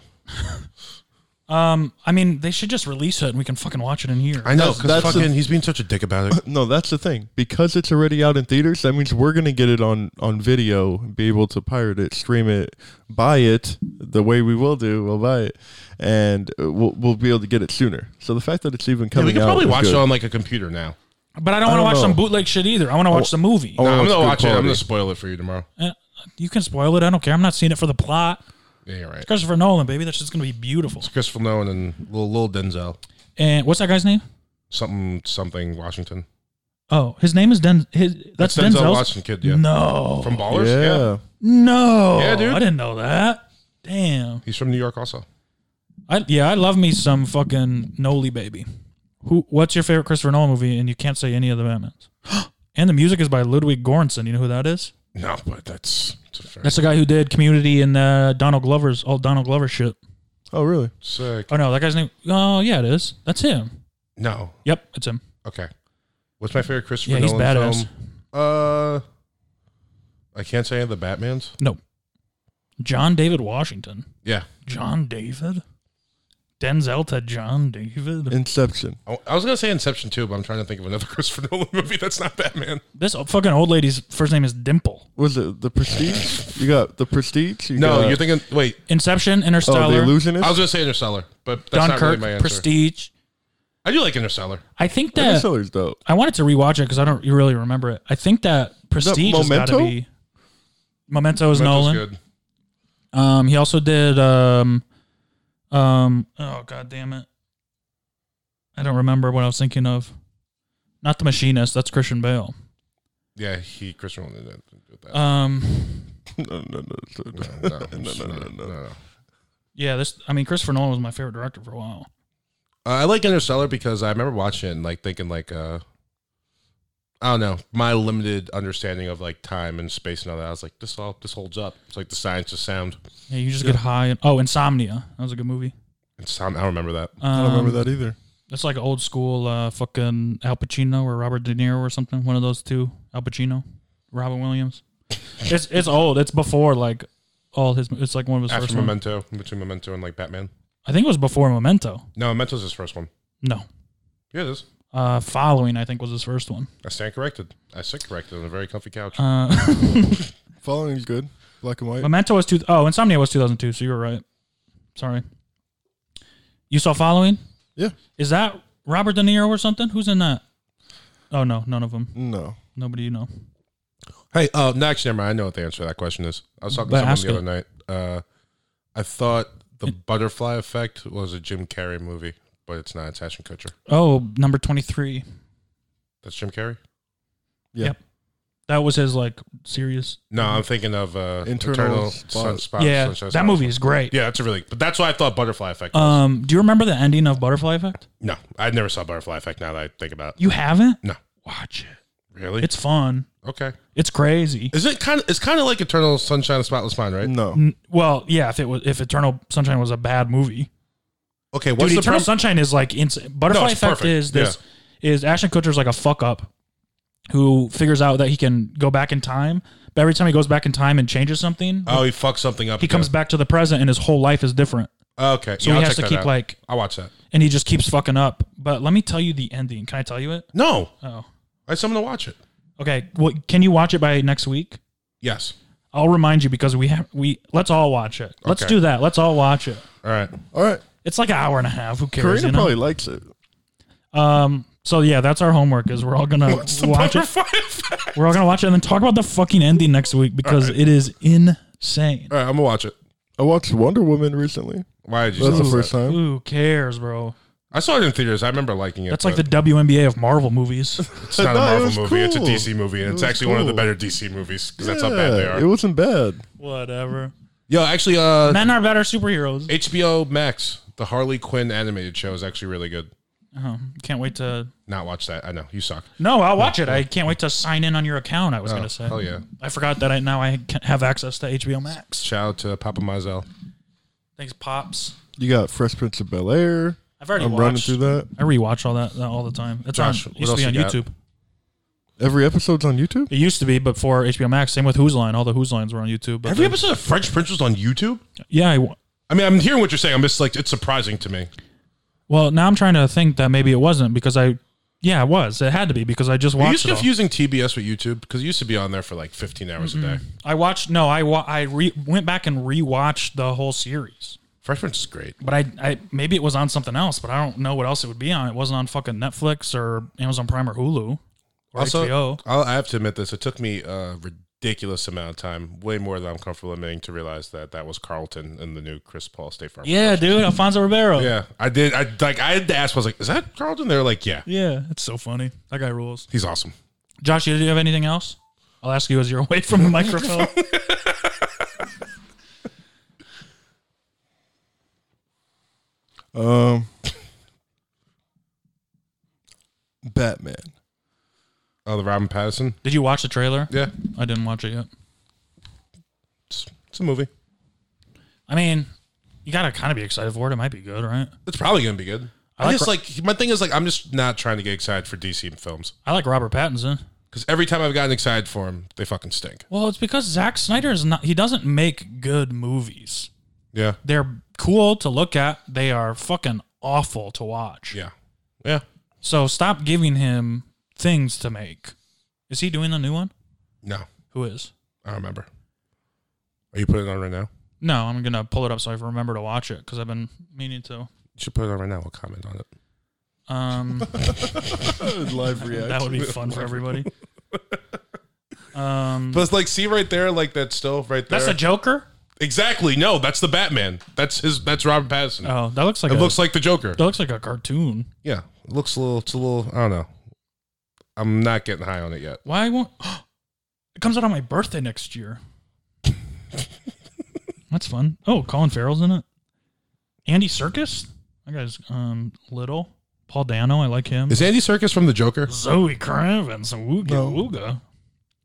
Speaker 1: um, I mean, they should just release it and we can fucking watch it in here.
Speaker 3: I know
Speaker 2: That's- that's the-
Speaker 3: he's being such a dick about it.
Speaker 2: No, that's the thing. Because it's already out in theaters, that means we're gonna get it on on video, be able to pirate it, stream it, buy it the way we will do. We'll buy it, and uh, we'll we'll be able to get it sooner. So the fact that it's even
Speaker 3: Yeah, we
Speaker 2: coming
Speaker 3: could
Speaker 2: out,
Speaker 3: probably
Speaker 2: is
Speaker 3: watch
Speaker 2: good.
Speaker 3: it on like a computer now.
Speaker 1: but I don't want to
Speaker 2: don't
Speaker 1: watch
Speaker 2: know.
Speaker 1: some bootleg shit either. I want to watch
Speaker 3: Oh.
Speaker 1: the movie.
Speaker 2: I wanna
Speaker 3: No, I'm
Speaker 2: watch
Speaker 3: gonna
Speaker 2: good
Speaker 3: watch it. I'm
Speaker 2: quality.
Speaker 3: gonna spoil it for you tomorrow.
Speaker 1: Eh, You can spoil it. I don't care. I'm not seeing it for the plot.
Speaker 3: Yeah, you're right.
Speaker 1: Christopher Nolan, baby, that's just gonna be beautiful.
Speaker 3: Christopher Nolan and little, little Denzel,
Speaker 1: And what's that guy's name?
Speaker 3: something something Washington.
Speaker 1: Oh, his name is Den. His, that's,
Speaker 3: Denzel
Speaker 1: Denzel's?
Speaker 3: Washington kid, yeah,
Speaker 1: No,
Speaker 3: from Ballers.
Speaker 2: Yeah.
Speaker 1: no,
Speaker 3: Yeah, dude.
Speaker 1: I didn't know that. Damn.
Speaker 3: he's from New York also.
Speaker 1: I yeah, I love me some fucking Noli baby. Who? What's your favorite Christopher Nolan movie? And you can't say any of the Batman's. and the music is by Ludwig Göransson. You know who that is?
Speaker 3: No, but that's it's a fair
Speaker 1: That's the guy who did Community and uh, Donald Glover's all Donald Glover shit.
Speaker 2: Oh, really?
Speaker 3: sick.
Speaker 1: Oh no, that guy's name. Oh yeah, it is. That's him.
Speaker 3: No,
Speaker 1: Yep, it's him.
Speaker 3: okay. What's my favorite Christopher
Speaker 1: Yeah, he's
Speaker 3: Nolan
Speaker 1: badass.
Speaker 3: film? Uh, I can't say any of the Batman's.
Speaker 1: No, John David Washington.
Speaker 3: Yeah,
Speaker 1: John David? Denzel to John David?
Speaker 2: Inception.
Speaker 3: I I was gonna say Inception too, but I'm trying to think of another Christopher Nolan movie that's not Batman.
Speaker 1: This fucking old lady's first name is Dimple.
Speaker 2: Was it the Prestige? you got the Prestige. You
Speaker 3: No,
Speaker 2: got,
Speaker 3: you're thinking. Wait,
Speaker 1: Inception,
Speaker 2: Oh, they
Speaker 1: Interstellar,
Speaker 2: losing it.
Speaker 3: I was gonna say Interstellar, but that's not really
Speaker 1: Dunkirk,
Speaker 3: my answer.
Speaker 1: Prestige.
Speaker 3: I do like Interstellar.
Speaker 1: I think that
Speaker 2: Interstellar's dope.
Speaker 1: I wanted to rewatch it because I don't really remember it. I think that Prestige has got to
Speaker 2: Memento?
Speaker 1: be Memento is
Speaker 3: Memento's
Speaker 1: Nolan.
Speaker 3: good.
Speaker 1: Um, he also did um, um. Oh god damn it! I don't remember what I was thinking of. Not the Machinist. That's Christian Bale.
Speaker 3: Yeah, he Christopher Nolan did did that.
Speaker 1: Um,
Speaker 2: no, no, no, so-
Speaker 3: no, no,
Speaker 2: no, no, no, no.
Speaker 1: yeah. This. I mean, Christopher Nolan was my favorite director for a while.
Speaker 3: Uh, I like Interstellar because I remember watching it and like thinking like uh I don't know, my limited understanding of like time and space and all that. I was like, this all this holds up. It's like the science of sound.
Speaker 1: Yeah, you just get high. And, oh, Insomnia. That was a good movie.
Speaker 3: It's sound I don't remember that.
Speaker 1: Um,
Speaker 2: I don't remember that either.
Speaker 1: It's like old school uh, fucking Al Pacino or Robert De Niro or something. One of those two. Al Pacino, Robin Williams. it's it's old. It's before like all his. It's like one of his
Speaker 3: After
Speaker 1: first. Ones.
Speaker 3: Memento, between Memento and like Batman.
Speaker 1: I think it was before Memento.
Speaker 3: No, Memento's his first one.
Speaker 1: No,
Speaker 3: Yeah, it is.
Speaker 1: uh, Following I think was his first one.
Speaker 3: I stand corrected. I sit corrected on a very comfy couch.
Speaker 1: Uh,
Speaker 2: Following is good. Black and white.
Speaker 1: Memento was two. Oh, Insomnia was two thousand two. So you were right. Sorry. You saw Following.
Speaker 2: Yeah.
Speaker 1: Is that Robert De Niro or something? Who's in that? Oh no, none of them.
Speaker 2: No.
Speaker 1: Nobody you know.
Speaker 3: Hey, uh, no, actually, never mind. I know what the answer to that question is. I was talking
Speaker 1: But
Speaker 3: to
Speaker 1: ask
Speaker 3: someone the other night. Uh, I thought the Butterfly Effect was a Jim Carrey movie, but it's not. It's Ashton Kutcher.
Speaker 1: Oh, number twenty three.
Speaker 3: That's Jim Carrey.
Speaker 2: Yeah.
Speaker 1: Yep. That was his like serious.
Speaker 3: No, I'm thinking of uh,
Speaker 2: Internal
Speaker 3: Eternal
Speaker 2: Spot.
Speaker 3: Sunspot-
Speaker 1: yeah,
Speaker 3: Sunshine
Speaker 1: that
Speaker 3: Spot.
Speaker 1: movie is great.
Speaker 3: Yeah, that's a really. But that's why I thought Butterfly Effect. was.
Speaker 1: Um, do you remember the ending of Butterfly Effect?
Speaker 3: no, I never saw Butterfly Effect. Now that I think about it,
Speaker 1: You haven't?
Speaker 3: No.
Speaker 1: Watch it.
Speaker 3: really,
Speaker 1: It's fun.
Speaker 3: okay.
Speaker 1: It's crazy.
Speaker 3: Is it kind of? It's kind of like Eternal Sunshine of the Spotless Mind,
Speaker 1: Mm.
Speaker 3: right?
Speaker 2: No.
Speaker 1: N- Well, yeah. If it was, if Eternal Sunshine was a bad movie,
Speaker 3: Okay,
Speaker 1: dude,
Speaker 3: what's the
Speaker 1: Eternal
Speaker 3: premise?
Speaker 1: Sunshine is like insane. Butterfly
Speaker 3: No, it's
Speaker 1: Effect
Speaker 3: perfect.
Speaker 1: is this is Ashton Kutcher's like a fuck up who figures out that he can go back in time, but every time he goes back in time and changes something,
Speaker 3: Oh, he fucks something up.
Speaker 1: he comes back to the present and his wole life is different.
Speaker 3: Okay,
Speaker 1: So
Speaker 3: yeah,
Speaker 1: he
Speaker 3: I'll
Speaker 1: has to
Speaker 3: check that
Speaker 1: keep
Speaker 3: out.
Speaker 1: like,
Speaker 3: I'll watch that.
Speaker 1: and he just keeps fucking up. But let me tell you the ending. Can I tell you it?
Speaker 3: No,
Speaker 1: Oh,
Speaker 3: I someone to watch it.
Speaker 1: okay. Well, can you watch it by next week?
Speaker 3: Yes.
Speaker 1: I'll remind you because we have we let's all watch it. Let's
Speaker 3: Okay.
Speaker 1: do that. Let's all watch it.
Speaker 3: All right.
Speaker 2: All right.
Speaker 1: It's like an hour and a half. Who cares?
Speaker 2: Karina
Speaker 1: you know?
Speaker 2: probably likes it.
Speaker 1: Um. So yeah, that's our homework. Is we're all gonna watch it.
Speaker 3: Butterfly Effect.
Speaker 1: We're all gonna watch it and then talk about the fucking ending next week because it is insane.
Speaker 3: All right, I'm gonna watch it.
Speaker 2: I watched Wonder Woman recently.
Speaker 3: Why did you?
Speaker 2: That's
Speaker 3: say
Speaker 2: the
Speaker 3: that?
Speaker 2: first time.
Speaker 1: Who cares, bro?
Speaker 3: I saw it in theaters. I remember liking it.
Speaker 1: That's like the
Speaker 3: but
Speaker 1: WNBA of Marvel movies.
Speaker 3: It's not a
Speaker 2: No, it
Speaker 3: Marvel
Speaker 2: was
Speaker 3: movie. It's a
Speaker 2: cool.
Speaker 3: DC movie, and
Speaker 2: It
Speaker 3: it's
Speaker 2: was
Speaker 3: actually one of the
Speaker 2: cool.
Speaker 3: better DC movies because that's how bad they
Speaker 2: Yeah,
Speaker 3: are.
Speaker 2: It wasn't bad.
Speaker 1: Whatever.
Speaker 3: Yo, actually, uh,
Speaker 1: Men are better superheroes.
Speaker 3: HBO Max, the Harley Quinn animated show is actually really good.
Speaker 1: Oh, can't wait to.
Speaker 3: Not watch that. I know you suck.
Speaker 1: No, I'll watch it. I can't wait to sign in on your account. I was
Speaker 3: Oh,
Speaker 1: gonna say.
Speaker 3: hell yeah!
Speaker 1: I forgot that I now I can have access to HBO Max.
Speaker 3: Shout out to Papa Mazel.
Speaker 1: Thanks, pops.
Speaker 2: You got Fresh Prince of Bel Air.
Speaker 1: I've already
Speaker 2: I'm
Speaker 1: watched.
Speaker 2: running through that.
Speaker 1: I rewatch all that, that all the time. It's
Speaker 3: Josh,
Speaker 1: on
Speaker 3: what
Speaker 1: used to be
Speaker 3: else
Speaker 1: on
Speaker 3: you got?
Speaker 1: YouTube.
Speaker 2: Every episode's on YouTube.
Speaker 1: It used to be before HBO Max. Same with Who's Line. All the Who's Lines were on YouTube. But
Speaker 3: Every
Speaker 1: then-
Speaker 3: episode of French Prince was on YouTube.
Speaker 1: yeah. I w
Speaker 3: I mean, I'm hearing what you're saying. I'm just like, it's surprising to me.
Speaker 1: well, now I'm trying to think that maybe it wasn't because I, yeah, it was. It had to be because I just
Speaker 3: Are you
Speaker 1: watched it. all.
Speaker 3: confusing TBS with YouTube? Because it used to be on there for like 15 hours a day.
Speaker 1: I watched. No, I wa- I re- went back and rewatched the whole series.
Speaker 3: Fresh Prince is great.
Speaker 1: But I, I maybe it was on something else, but I don't know what else it would be on. It wasn't on fucking Netflix or Amazon Prime or Hulu or
Speaker 3: Also,
Speaker 1: HBO.
Speaker 3: I'll, I have to admit this. It took me a ridiculous amount of time, way more than I'm comfortable admitting, to realize that that was Carlton in the new Chris Paul State Farm.
Speaker 1: Yeah, dude, Alfonso Ribeiro.
Speaker 3: Yeah, I did. I like. I had to ask. I was like, "Is that Carlton?" They're like, "Yeah,
Speaker 1: yeah, it's so funny. That guy rules.
Speaker 3: he's awesome."
Speaker 1: Josh, do you have anything else? I'll ask you as you're away from the microphone.
Speaker 2: Um, Batman.
Speaker 3: Oh, the Robin Pattinson.
Speaker 1: Did you watch the trailer?
Speaker 3: Yeah,
Speaker 1: I didn't watch it yet.
Speaker 3: it's, it's a movie.
Speaker 1: I mean, you gotta kind of be excited for it. It might be good, right?
Speaker 3: It's probably gonna be good. I,
Speaker 1: I like
Speaker 3: just
Speaker 1: Ro-
Speaker 3: like my thing is like I'm just not trying to get excited for DC films
Speaker 1: I like Robert Pattinson.
Speaker 3: because every time I've gotten excited for them, they fucking stink.
Speaker 1: Well, it's because Zack Snyder is not. He doesn't make good movies.
Speaker 3: Yeah,
Speaker 1: They're cool to look at. They are fucking awful to watch.
Speaker 3: yeah, yeah.
Speaker 1: So stop giving him things to make. Is he doing the new one?
Speaker 3: No,
Speaker 1: Who is?
Speaker 3: I remember. Are you putting it on right now?
Speaker 1: No, I'm gonna pull it up so I remember to watch it because I've been meaning to.
Speaker 3: You should put it on right now. We'll comment on it.
Speaker 1: Um,
Speaker 2: Live
Speaker 1: that would be fun for everybody. Um,
Speaker 3: But like, see right there, like that still right there.
Speaker 1: that's the Joker.
Speaker 3: exactly. No, that's the Batman. That's his. That's Robin Pattinson.
Speaker 1: Oh, that looks like
Speaker 3: it
Speaker 1: a,
Speaker 3: looks like the Joker.
Speaker 1: that looks like a cartoon.
Speaker 3: Yeah, it looks a little. It's a little. I don't know. I'm not getting high on it yet.
Speaker 1: Why won't it comes out on my birthday next year? That's fun. Oh, Colin Farrell's in it. Andy Circus. That guy's um little. Paul Dano, I like him.
Speaker 3: Is Andy Circus from the Joker?
Speaker 1: Zoe Kravitz, wooga
Speaker 2: No.
Speaker 1: wooga.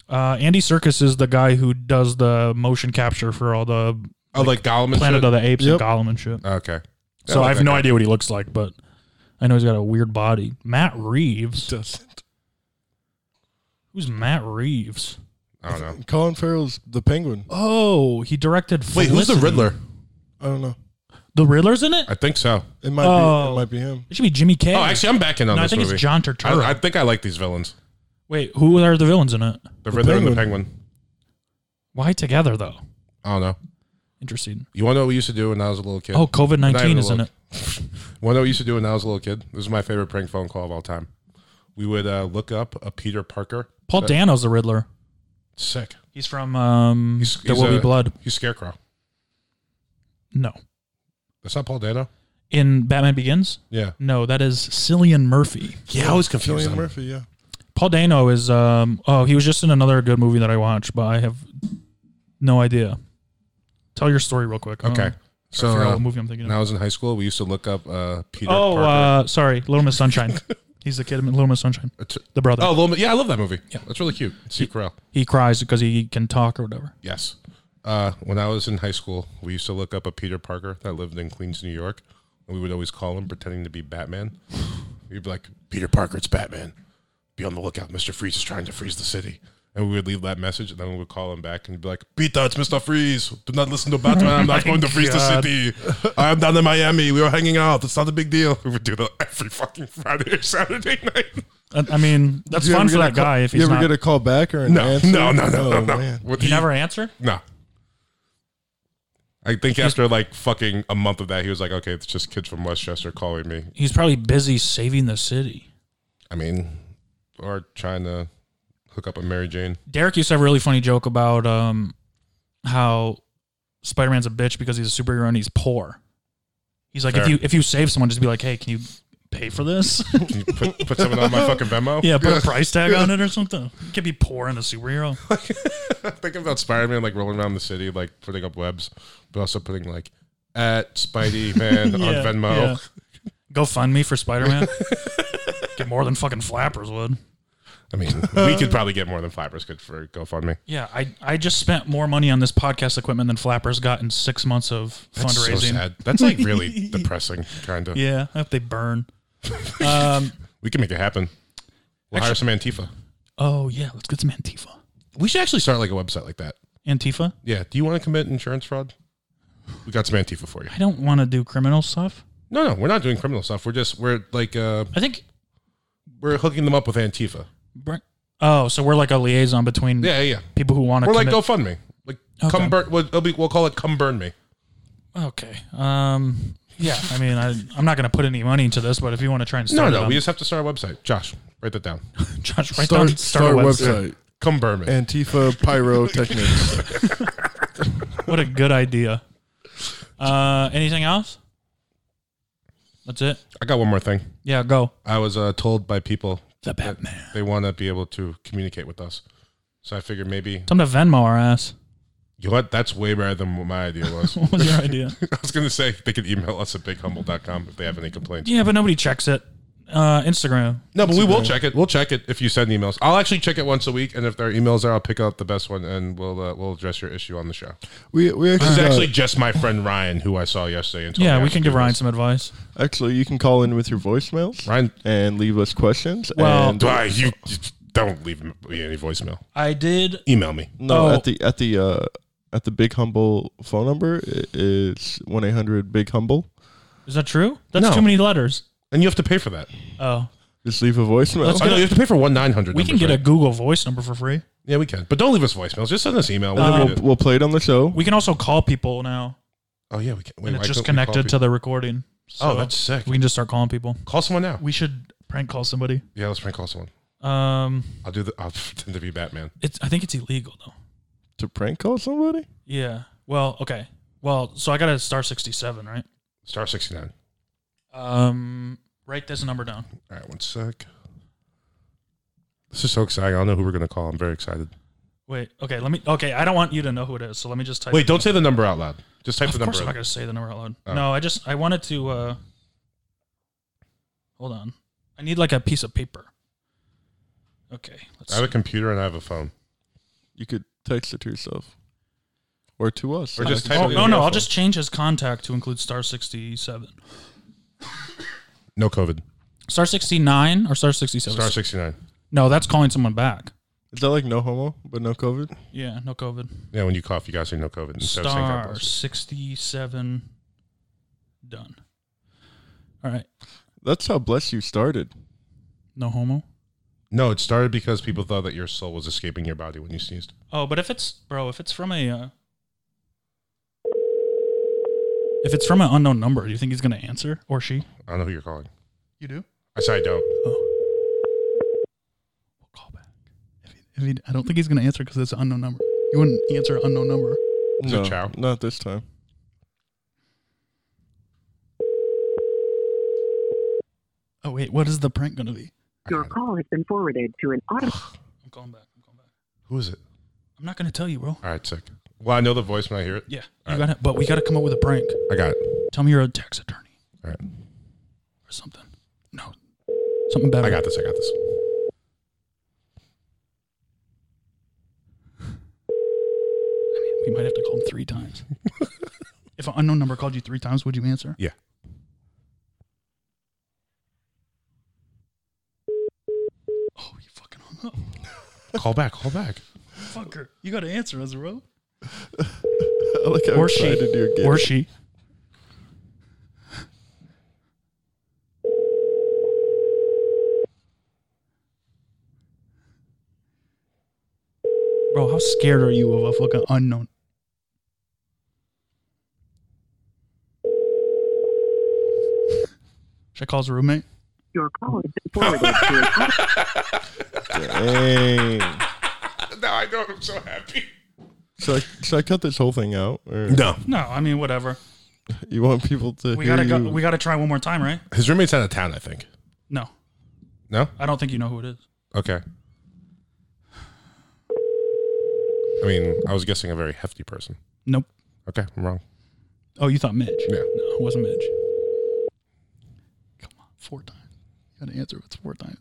Speaker 1: Uh, Andy Circus is the guy who does the motion capture for all the
Speaker 3: Oh, like Gollum and
Speaker 1: Planet
Speaker 3: shit?
Speaker 1: of the Apes
Speaker 2: Yep.
Speaker 1: and Gollum and shit.
Speaker 3: Okay.
Speaker 1: So I
Speaker 3: like
Speaker 1: have
Speaker 3: that
Speaker 1: no
Speaker 3: guy.
Speaker 1: idea what he looks like, but I know he's got a weird body. Matt Reeves.
Speaker 2: Doesn't.
Speaker 1: Who's Matt Reeves?
Speaker 3: I don't know.
Speaker 2: Colin Farrell's the Penguin.
Speaker 1: Oh, he directed.
Speaker 3: Wait, who's the
Speaker 1: Felicity.
Speaker 3: Riddler?
Speaker 2: I don't know.
Speaker 1: The Riddler's in it.
Speaker 3: I think so.
Speaker 2: It might be.
Speaker 1: Oh.
Speaker 2: It might be him.
Speaker 1: It should be Jimmy K.
Speaker 3: Oh, actually, I'm backing on
Speaker 1: no, I
Speaker 3: this
Speaker 1: think
Speaker 3: movie.
Speaker 1: it's John Turturro.
Speaker 3: I, I think I like these villains.
Speaker 1: Wait, who are the villains in it?
Speaker 3: The, Riddler and the
Speaker 2: Penguin.
Speaker 3: Penguin.
Speaker 1: Why together though?
Speaker 3: I don't know.
Speaker 1: Interesting.
Speaker 3: You want to know what we used to do when I was a little kid?
Speaker 1: Oh, COVID
Speaker 3: Not even
Speaker 1: nineteen
Speaker 3: a
Speaker 1: is in it.
Speaker 3: little- Want to know what we used to do when I was a little kid? This is my favorite prank phone call of all time. We would uh, look up a Peter Parker.
Speaker 1: Paul Dano's the Riddler.
Speaker 3: Sick.
Speaker 1: He's from um,
Speaker 3: He's-
Speaker 1: There
Speaker 3: he's
Speaker 1: Will Be
Speaker 3: a-
Speaker 1: Blood.
Speaker 3: He's Scarecrow.
Speaker 1: No,
Speaker 3: That's not Paul Dano.
Speaker 1: in Batman Begins.
Speaker 3: Yeah.
Speaker 1: No, that is Cillian Murphy.
Speaker 3: Yeah, I was
Speaker 2: Cillian Murphy. Yeah.
Speaker 1: Paul Dano is um oh he was just in another good movie that I watched, but I have no idea. Tell your story real quick. I don't
Speaker 3: Okay.
Speaker 1: know.
Speaker 3: So
Speaker 1: I forgot
Speaker 3: uh,
Speaker 1: what movie I'm thinking
Speaker 3: when I
Speaker 1: of.
Speaker 3: was in high school, we used to look up uh, Peter
Speaker 1: Oh,
Speaker 3: Parker.
Speaker 1: uh, sorry, Little Miss Sunshine. He's the kid in Little Miss Sunshine,
Speaker 3: It's-
Speaker 1: the brother.
Speaker 3: oh, Little, Mi- yeah, I love that movie. Yeah, that's really cute. Steve Carell.
Speaker 1: He cries because he can talk or whatever.
Speaker 3: Yes. Uh, when I was in high school, we used to look up a Peter Parker that lived in Queens, New York, and we would always call him pretending to be Batman. We'd be like, "Peter Parker, it's Batman. Be on the lookout. Mister Freeze is trying to freeze the city." And we would leave that message, and then we would call him back and be like, "Peter, it's Mister Freeze. Do not listen to Batman. I'm not going to freeze
Speaker 1: God.
Speaker 3: the city. I am down in Miami. We were hanging out. It's not a big deal." We would do that every fucking Friday or Saturday night.
Speaker 1: I, I mean, that's
Speaker 2: You
Speaker 1: fun
Speaker 2: ever
Speaker 1: for
Speaker 2: get a
Speaker 1: that
Speaker 2: call-
Speaker 1: guy if
Speaker 2: you
Speaker 1: he's
Speaker 2: ever
Speaker 1: not.
Speaker 2: get a call back or an
Speaker 3: No,
Speaker 2: answer?
Speaker 3: no, no, no,
Speaker 2: Oh,
Speaker 3: no, no.
Speaker 2: man.
Speaker 3: What-
Speaker 1: he never answered.
Speaker 3: No. I think after like fucking a month of that, he was like, okay, it's just kids from Westchester calling me.
Speaker 1: He's probably busy saving the city.
Speaker 3: I mean, or trying to hook up with Mary Jane.
Speaker 1: Derek used to have a really funny joke about um how Spider Man's a bitch because he's a superhero and he's poor. He's like, if
Speaker 3: Fair.
Speaker 1: you if you save someone, just be like, hey, can you pay for this?
Speaker 3: Can you put, put something on my fucking Venmo?
Speaker 1: yeah, put a price tag on it or something. You can be poor and a superhero.
Speaker 3: Thinking about Spider Man like rolling around the city, like putting up webs, but also putting like at Spidey Man on
Speaker 1: Yeah,
Speaker 3: Venmo.
Speaker 1: yeah. Go fund me for Spider Man. Get more than fucking flappers would.
Speaker 3: I mean, we could probably get more than flappers could for GoFundMe.
Speaker 1: Yeah, I I just spent more money on this podcast equipment than flappers got in six months of
Speaker 3: That's so
Speaker 1: fundraising.
Speaker 3: sad. That's like really depressing, kind of.
Speaker 1: Yeah, I hope they burn. um,
Speaker 3: We can make it happen. We'll hire some Antifa.
Speaker 1: oh yeah, let's get some Antifa.
Speaker 3: We should actually start like a website like that.
Speaker 1: Antifa.
Speaker 3: Yeah. Do you want to commit insurance fraud? We got some Antifa for you.
Speaker 1: I don't want to do criminal stuff.
Speaker 3: No, no, we're not doing criminal stuff. We're just we're like uh
Speaker 1: I think.
Speaker 3: we're hooking them up with Antifa.
Speaker 1: Br- Oh, so we're like a liaison between
Speaker 3: Yeah, yeah. yeah.
Speaker 1: people who want to.
Speaker 3: We're like
Speaker 1: commit-
Speaker 3: GoFundMe. Like
Speaker 1: Okay.
Speaker 3: come burn. We'll, it'll be, we'll call it come burn me.
Speaker 1: okay. Um. Yeah. I mean, I I'm not gonna put any money into this, but if you want to try and
Speaker 3: No,
Speaker 1: start, it,
Speaker 3: no.
Speaker 1: um,
Speaker 3: We just have to start a website. Josh, write that down.
Speaker 1: Josh, right
Speaker 2: Start,
Speaker 1: down,
Speaker 2: start,
Speaker 1: start, a website.
Speaker 2: website.
Speaker 3: Come burn me.
Speaker 2: Antifa pyrotechnics.
Speaker 1: What a good idea. Uh, anything else? That's it.
Speaker 3: I got one more thing.
Speaker 1: Yeah, go.
Speaker 3: I was uh, told by people
Speaker 1: The Batman.
Speaker 3: they want to be able to communicate with us. So I figured maybe
Speaker 1: Time to Venmo our ass.
Speaker 3: you know what? That's way better than what my idea was.
Speaker 1: What was your idea?
Speaker 3: I was gonna say they could email us at bighumble.com if they have any complaints.
Speaker 1: yeah, but nobody checks it. Uh, Instagram.
Speaker 3: No, but we will check it. We'll check it if you send emails. I'll actually check it once a week, and if there are emails there, I'll pick out the best one, and we'll uh, we'll address your issue on the show.
Speaker 2: we we actually,
Speaker 3: This is
Speaker 2: got-
Speaker 3: actually just my friend Ryan, who I saw yesterday. And told
Speaker 1: Yeah,
Speaker 3: me
Speaker 1: we
Speaker 3: I
Speaker 1: can
Speaker 3: should
Speaker 1: give
Speaker 3: do
Speaker 1: Ryan
Speaker 3: this.
Speaker 1: some advice.
Speaker 2: actually you can call in with your voicemails
Speaker 3: Ryan,
Speaker 2: and leave us questions.
Speaker 1: Well,
Speaker 2: and,
Speaker 3: why you, you don't leave me any voicemail.
Speaker 1: I did.
Speaker 3: Email me.
Speaker 2: no
Speaker 1: oh.
Speaker 2: at the at the uh, at the big humble phone number i- it's one eight hundred big humble.
Speaker 1: Is that true? That's
Speaker 3: No.
Speaker 1: too many letters.
Speaker 3: And you have to pay for that.
Speaker 1: Oh,
Speaker 2: Just leave a voicemail.
Speaker 1: Let's-
Speaker 3: Oh, no, you have to pay for one nine hundred.
Speaker 1: we can get a Google Voice number for free.
Speaker 3: yeah, we can. But don't leave us voicemails. Just send us email. We'll
Speaker 1: Uh,
Speaker 3: read it.
Speaker 2: We'll play it on the show.
Speaker 1: We can also call people now,
Speaker 3: oh yeah, we can. Wait,
Speaker 1: and
Speaker 3: why
Speaker 1: it's just
Speaker 3: don't we call
Speaker 1: connected to
Speaker 3: people?
Speaker 1: the recording. So
Speaker 3: oh, that's sick.
Speaker 1: we can just start calling people.
Speaker 3: call someone now.
Speaker 1: We should prank call somebody.
Speaker 3: yeah, let's prank call someone.
Speaker 1: Um,
Speaker 3: I'll do the. I'll pretend to be Batman.
Speaker 1: it's I think it's illegal though.
Speaker 2: to prank call somebody?
Speaker 1: Yeah. Well, okay. Well, so I got a star sixty seven, right?
Speaker 3: Star sixty nine.
Speaker 1: Um, write this number down.
Speaker 3: All right, one sec. This is so exciting. I don't know who we're going to call. I'm very excited.
Speaker 1: Wait. Okay. Let me. Okay. I don't want you to know who it is, so let me just type.
Speaker 3: Wait, don't say the number out loud. Just type
Speaker 1: Of
Speaker 3: the number.
Speaker 1: course, I'm not
Speaker 3: in.
Speaker 1: gonna say the number out loud.
Speaker 3: Oh.
Speaker 1: No, I just I wanted to. uh Hold on. I need like a piece of paper. Okay. Let's
Speaker 3: I have a computer and I have a phone.
Speaker 2: You could text it to yourself. Or to us.
Speaker 3: Or
Speaker 2: I
Speaker 3: just
Speaker 2: can
Speaker 3: type
Speaker 1: Oh
Speaker 2: call
Speaker 3: it
Speaker 2: you.
Speaker 1: no, no! I'll
Speaker 3: awful.
Speaker 1: just change his contact to include star sixty seven,
Speaker 3: No COVID.
Speaker 1: star sixty nine, or star sixty seven.
Speaker 3: Star 69.
Speaker 1: No, that's calling someone back.
Speaker 2: Is that like no homo but no COVID?
Speaker 1: Yeah, no COVID.
Speaker 3: Yeah, when you cough, you guys say no COVID. instead of saying God
Speaker 1: Star
Speaker 3: bless you.
Speaker 1: sixty-seven. Done. All right.
Speaker 2: That's how bless you started.
Speaker 1: No homo.
Speaker 3: No, it started because people thought that your soul was escaping your body when you sneezed.
Speaker 1: Oh, but if it's bro, if it's from a, uh, if it's from an unknown number, do you think he's gonna answer or she?
Speaker 3: I don't know who you're calling.
Speaker 1: You do.
Speaker 3: I said I don't.
Speaker 1: Oh. We'll call back. If he, if he, I don't think he's gonna answer because it's an unknown number. You wouldn't answer an unknown number.
Speaker 3: Is it
Speaker 2: No,
Speaker 3: Chow?
Speaker 2: not this time.
Speaker 1: Oh wait, what is the prank gonna be?
Speaker 7: Your call has been forwarded to an auto.
Speaker 1: I'm calling back. I'm calling back.
Speaker 3: Who is it?
Speaker 1: I'm not gonna tell you, bro.
Speaker 3: All right, sick. Well, I know the voice when I hear it.
Speaker 1: Yeah, you gotta. But we gotta come up with a prank.
Speaker 3: I got it.
Speaker 1: Tell me you're a tax attorney
Speaker 3: All right.
Speaker 1: or something. No, something better.
Speaker 3: I got this. I got this.
Speaker 1: I mean, we might have to call him three times. if an unknown number called you three times, would you answer?
Speaker 3: Yeah.
Speaker 1: Oh, you fucking hung up.
Speaker 3: Call back. Call back.
Speaker 1: Fucker, you gotta answer us, bro.
Speaker 2: I like how
Speaker 1: Or she.
Speaker 2: excited you're getting.
Speaker 1: Or she. Bro, how scared are you of a fucking unknown? Should I call his roommate?
Speaker 7: Your call has been forwarded to an auto.
Speaker 2: Dang.
Speaker 3: Now I know. I'm so happy.
Speaker 2: Should I, should I cut this whole thing out? Or
Speaker 3: No,
Speaker 1: No, I mean whatever.
Speaker 2: You want people to
Speaker 1: We
Speaker 2: hear
Speaker 1: gotta go,
Speaker 2: you-
Speaker 1: we gotta try one more time, right?
Speaker 3: his roommate's out of town. I think.
Speaker 1: No,
Speaker 3: No.
Speaker 1: I don't think you know who it is.
Speaker 3: Okay. I mean, I was guessing a very hefty person.
Speaker 1: Nope.
Speaker 3: Okay, I'm wrong.
Speaker 1: Oh, you thought Midge?
Speaker 3: Yeah.
Speaker 1: No, it wasn't Midge. Come on, four times. You gotta answer if it's four times.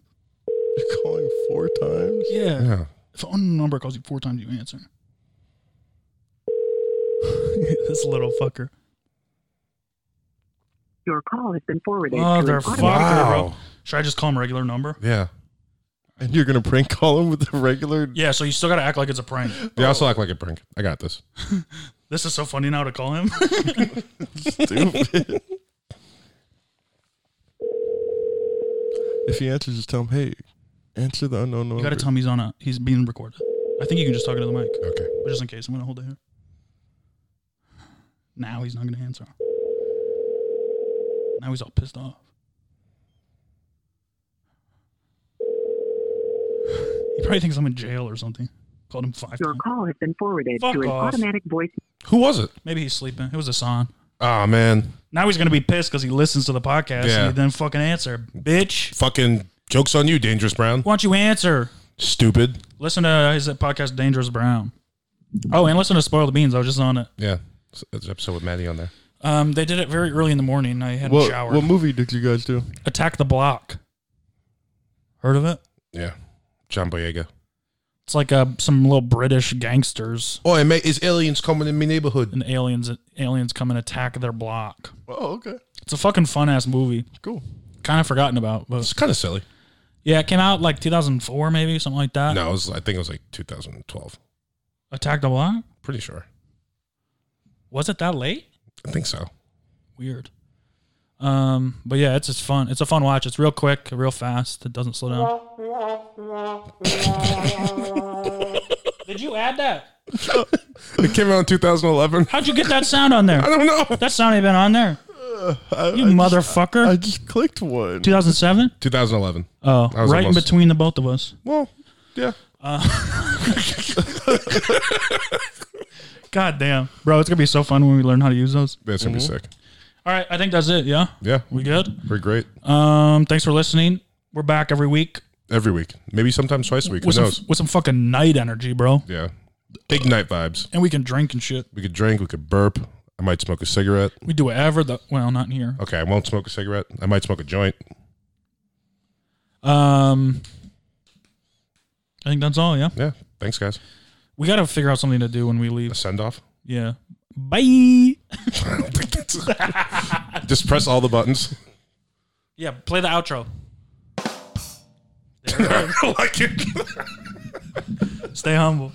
Speaker 2: You're calling four times?
Speaker 1: Yeah.
Speaker 3: Yeah.
Speaker 1: If an unknown number calls you four times, you answer. this little fucker.
Speaker 7: Your call has been forwarded to an
Speaker 1: Motherfucker,
Speaker 7: auto.
Speaker 3: Wow.
Speaker 1: bro. Should I just call him regular number?
Speaker 3: Yeah.
Speaker 2: And you're going to prank call him with the regular?
Speaker 1: Yeah, so you still gotta act like it's a prank.
Speaker 3: They also act like a brink. I got this.
Speaker 1: This is so funny now to call him.
Speaker 2: Stupid. if he answers, just tell him, hey, answer the unknown number.
Speaker 1: you gotta tell him he's on a he's being recorded. I think you can just talk into the mic.
Speaker 3: Okay.
Speaker 1: But just in case, I'm gonna hold it here. Now he's not gonna answer. Now he's all pissed off. He probably thinks I'm in jail or something. Called him five
Speaker 7: Your
Speaker 1: times.
Speaker 7: call has been forwarded
Speaker 1: Fuck
Speaker 7: to an
Speaker 1: off.
Speaker 7: automatic voice.
Speaker 3: Who was it?
Speaker 1: Maybe he's sleeping. It was a song.
Speaker 3: Ah, man.
Speaker 1: Now he's gonna be pissed because he listens to the podcast
Speaker 3: Yeah.
Speaker 1: and he didn't fucking answer. Bitch,
Speaker 3: Fucking jokes on you, Dangerous Brown.
Speaker 1: why don't you answer?
Speaker 3: Stupid.
Speaker 1: Listen to his podcast, Dangerous Brown. Oh, and listen to Spoil the Beans. I was just on it.
Speaker 3: Yeah. It's- It's an episode with Maddie on there.
Speaker 1: Um, they did it very early in the morning. I hadn't
Speaker 2: what,
Speaker 1: showered.
Speaker 2: what movie did you guys do?
Speaker 1: Attack the Block. Heard of it?
Speaker 3: Yeah. John Boyega.
Speaker 1: It's like uh, some little British gangsters
Speaker 3: Oh, mate, is aliens coming in my neighborhood?
Speaker 1: and aliens. Aliens come and attack their block.
Speaker 2: Oh, okay.
Speaker 1: It's a fucking fun ass movie.
Speaker 2: Cool.
Speaker 1: Kind of forgotten about, but
Speaker 3: It's kind of silly.
Speaker 1: yeah, it came out like 2004 maybe something like that.
Speaker 3: No, it was, I think it was like 2012.
Speaker 1: Attack the Block.
Speaker 3: Pretty sure.
Speaker 1: Was it that late?
Speaker 3: I think so.
Speaker 1: Weird. Um, but yeah, it's just fun. It's a fun watch. It's real quick, real fast. It doesn't slow down. Did you add that?
Speaker 3: It came out in 2011.
Speaker 1: How'd you get that sound on there?
Speaker 3: I don't know.
Speaker 1: That sound ain't been on there.
Speaker 2: I,
Speaker 1: You
Speaker 2: I
Speaker 1: motherfucker.
Speaker 2: Just, I just clicked one.
Speaker 1: 2007?
Speaker 3: 2011.
Speaker 1: Oh,
Speaker 3: I was
Speaker 1: right in
Speaker 3: almost-
Speaker 1: between the both of us.
Speaker 3: Well, yeah.
Speaker 1: God damn. Bro, it's going to be so fun when we learn how to use those.
Speaker 3: That's going to be sick.
Speaker 1: All right, I think that's it. Yeah.
Speaker 3: Yeah.
Speaker 1: We good?
Speaker 3: We're great.
Speaker 1: Um, thanks for listening. We're back every week
Speaker 3: Every week. Maybe sometimes twice a week. Who
Speaker 1: with some,
Speaker 3: knows?
Speaker 1: with some fucking night energy, bro.
Speaker 3: Yeah. Ignite vibes.
Speaker 1: And we can drink and shit.
Speaker 3: We could drink. We could burp. I might smoke a cigarette.
Speaker 1: We do whatever the well, not in here.
Speaker 3: Okay, I won't smoke a cigarette. I might smoke a joint.
Speaker 1: Um I think that's all, yeah.
Speaker 3: Yeah. Thanks, guys.
Speaker 1: We got to figure out something to do when we
Speaker 3: A
Speaker 1: leave.
Speaker 3: send off.
Speaker 1: Yeah. Bye.
Speaker 3: Just press all the buttons.
Speaker 1: Yeah, play the outro.
Speaker 3: I like it.
Speaker 1: Stay humble.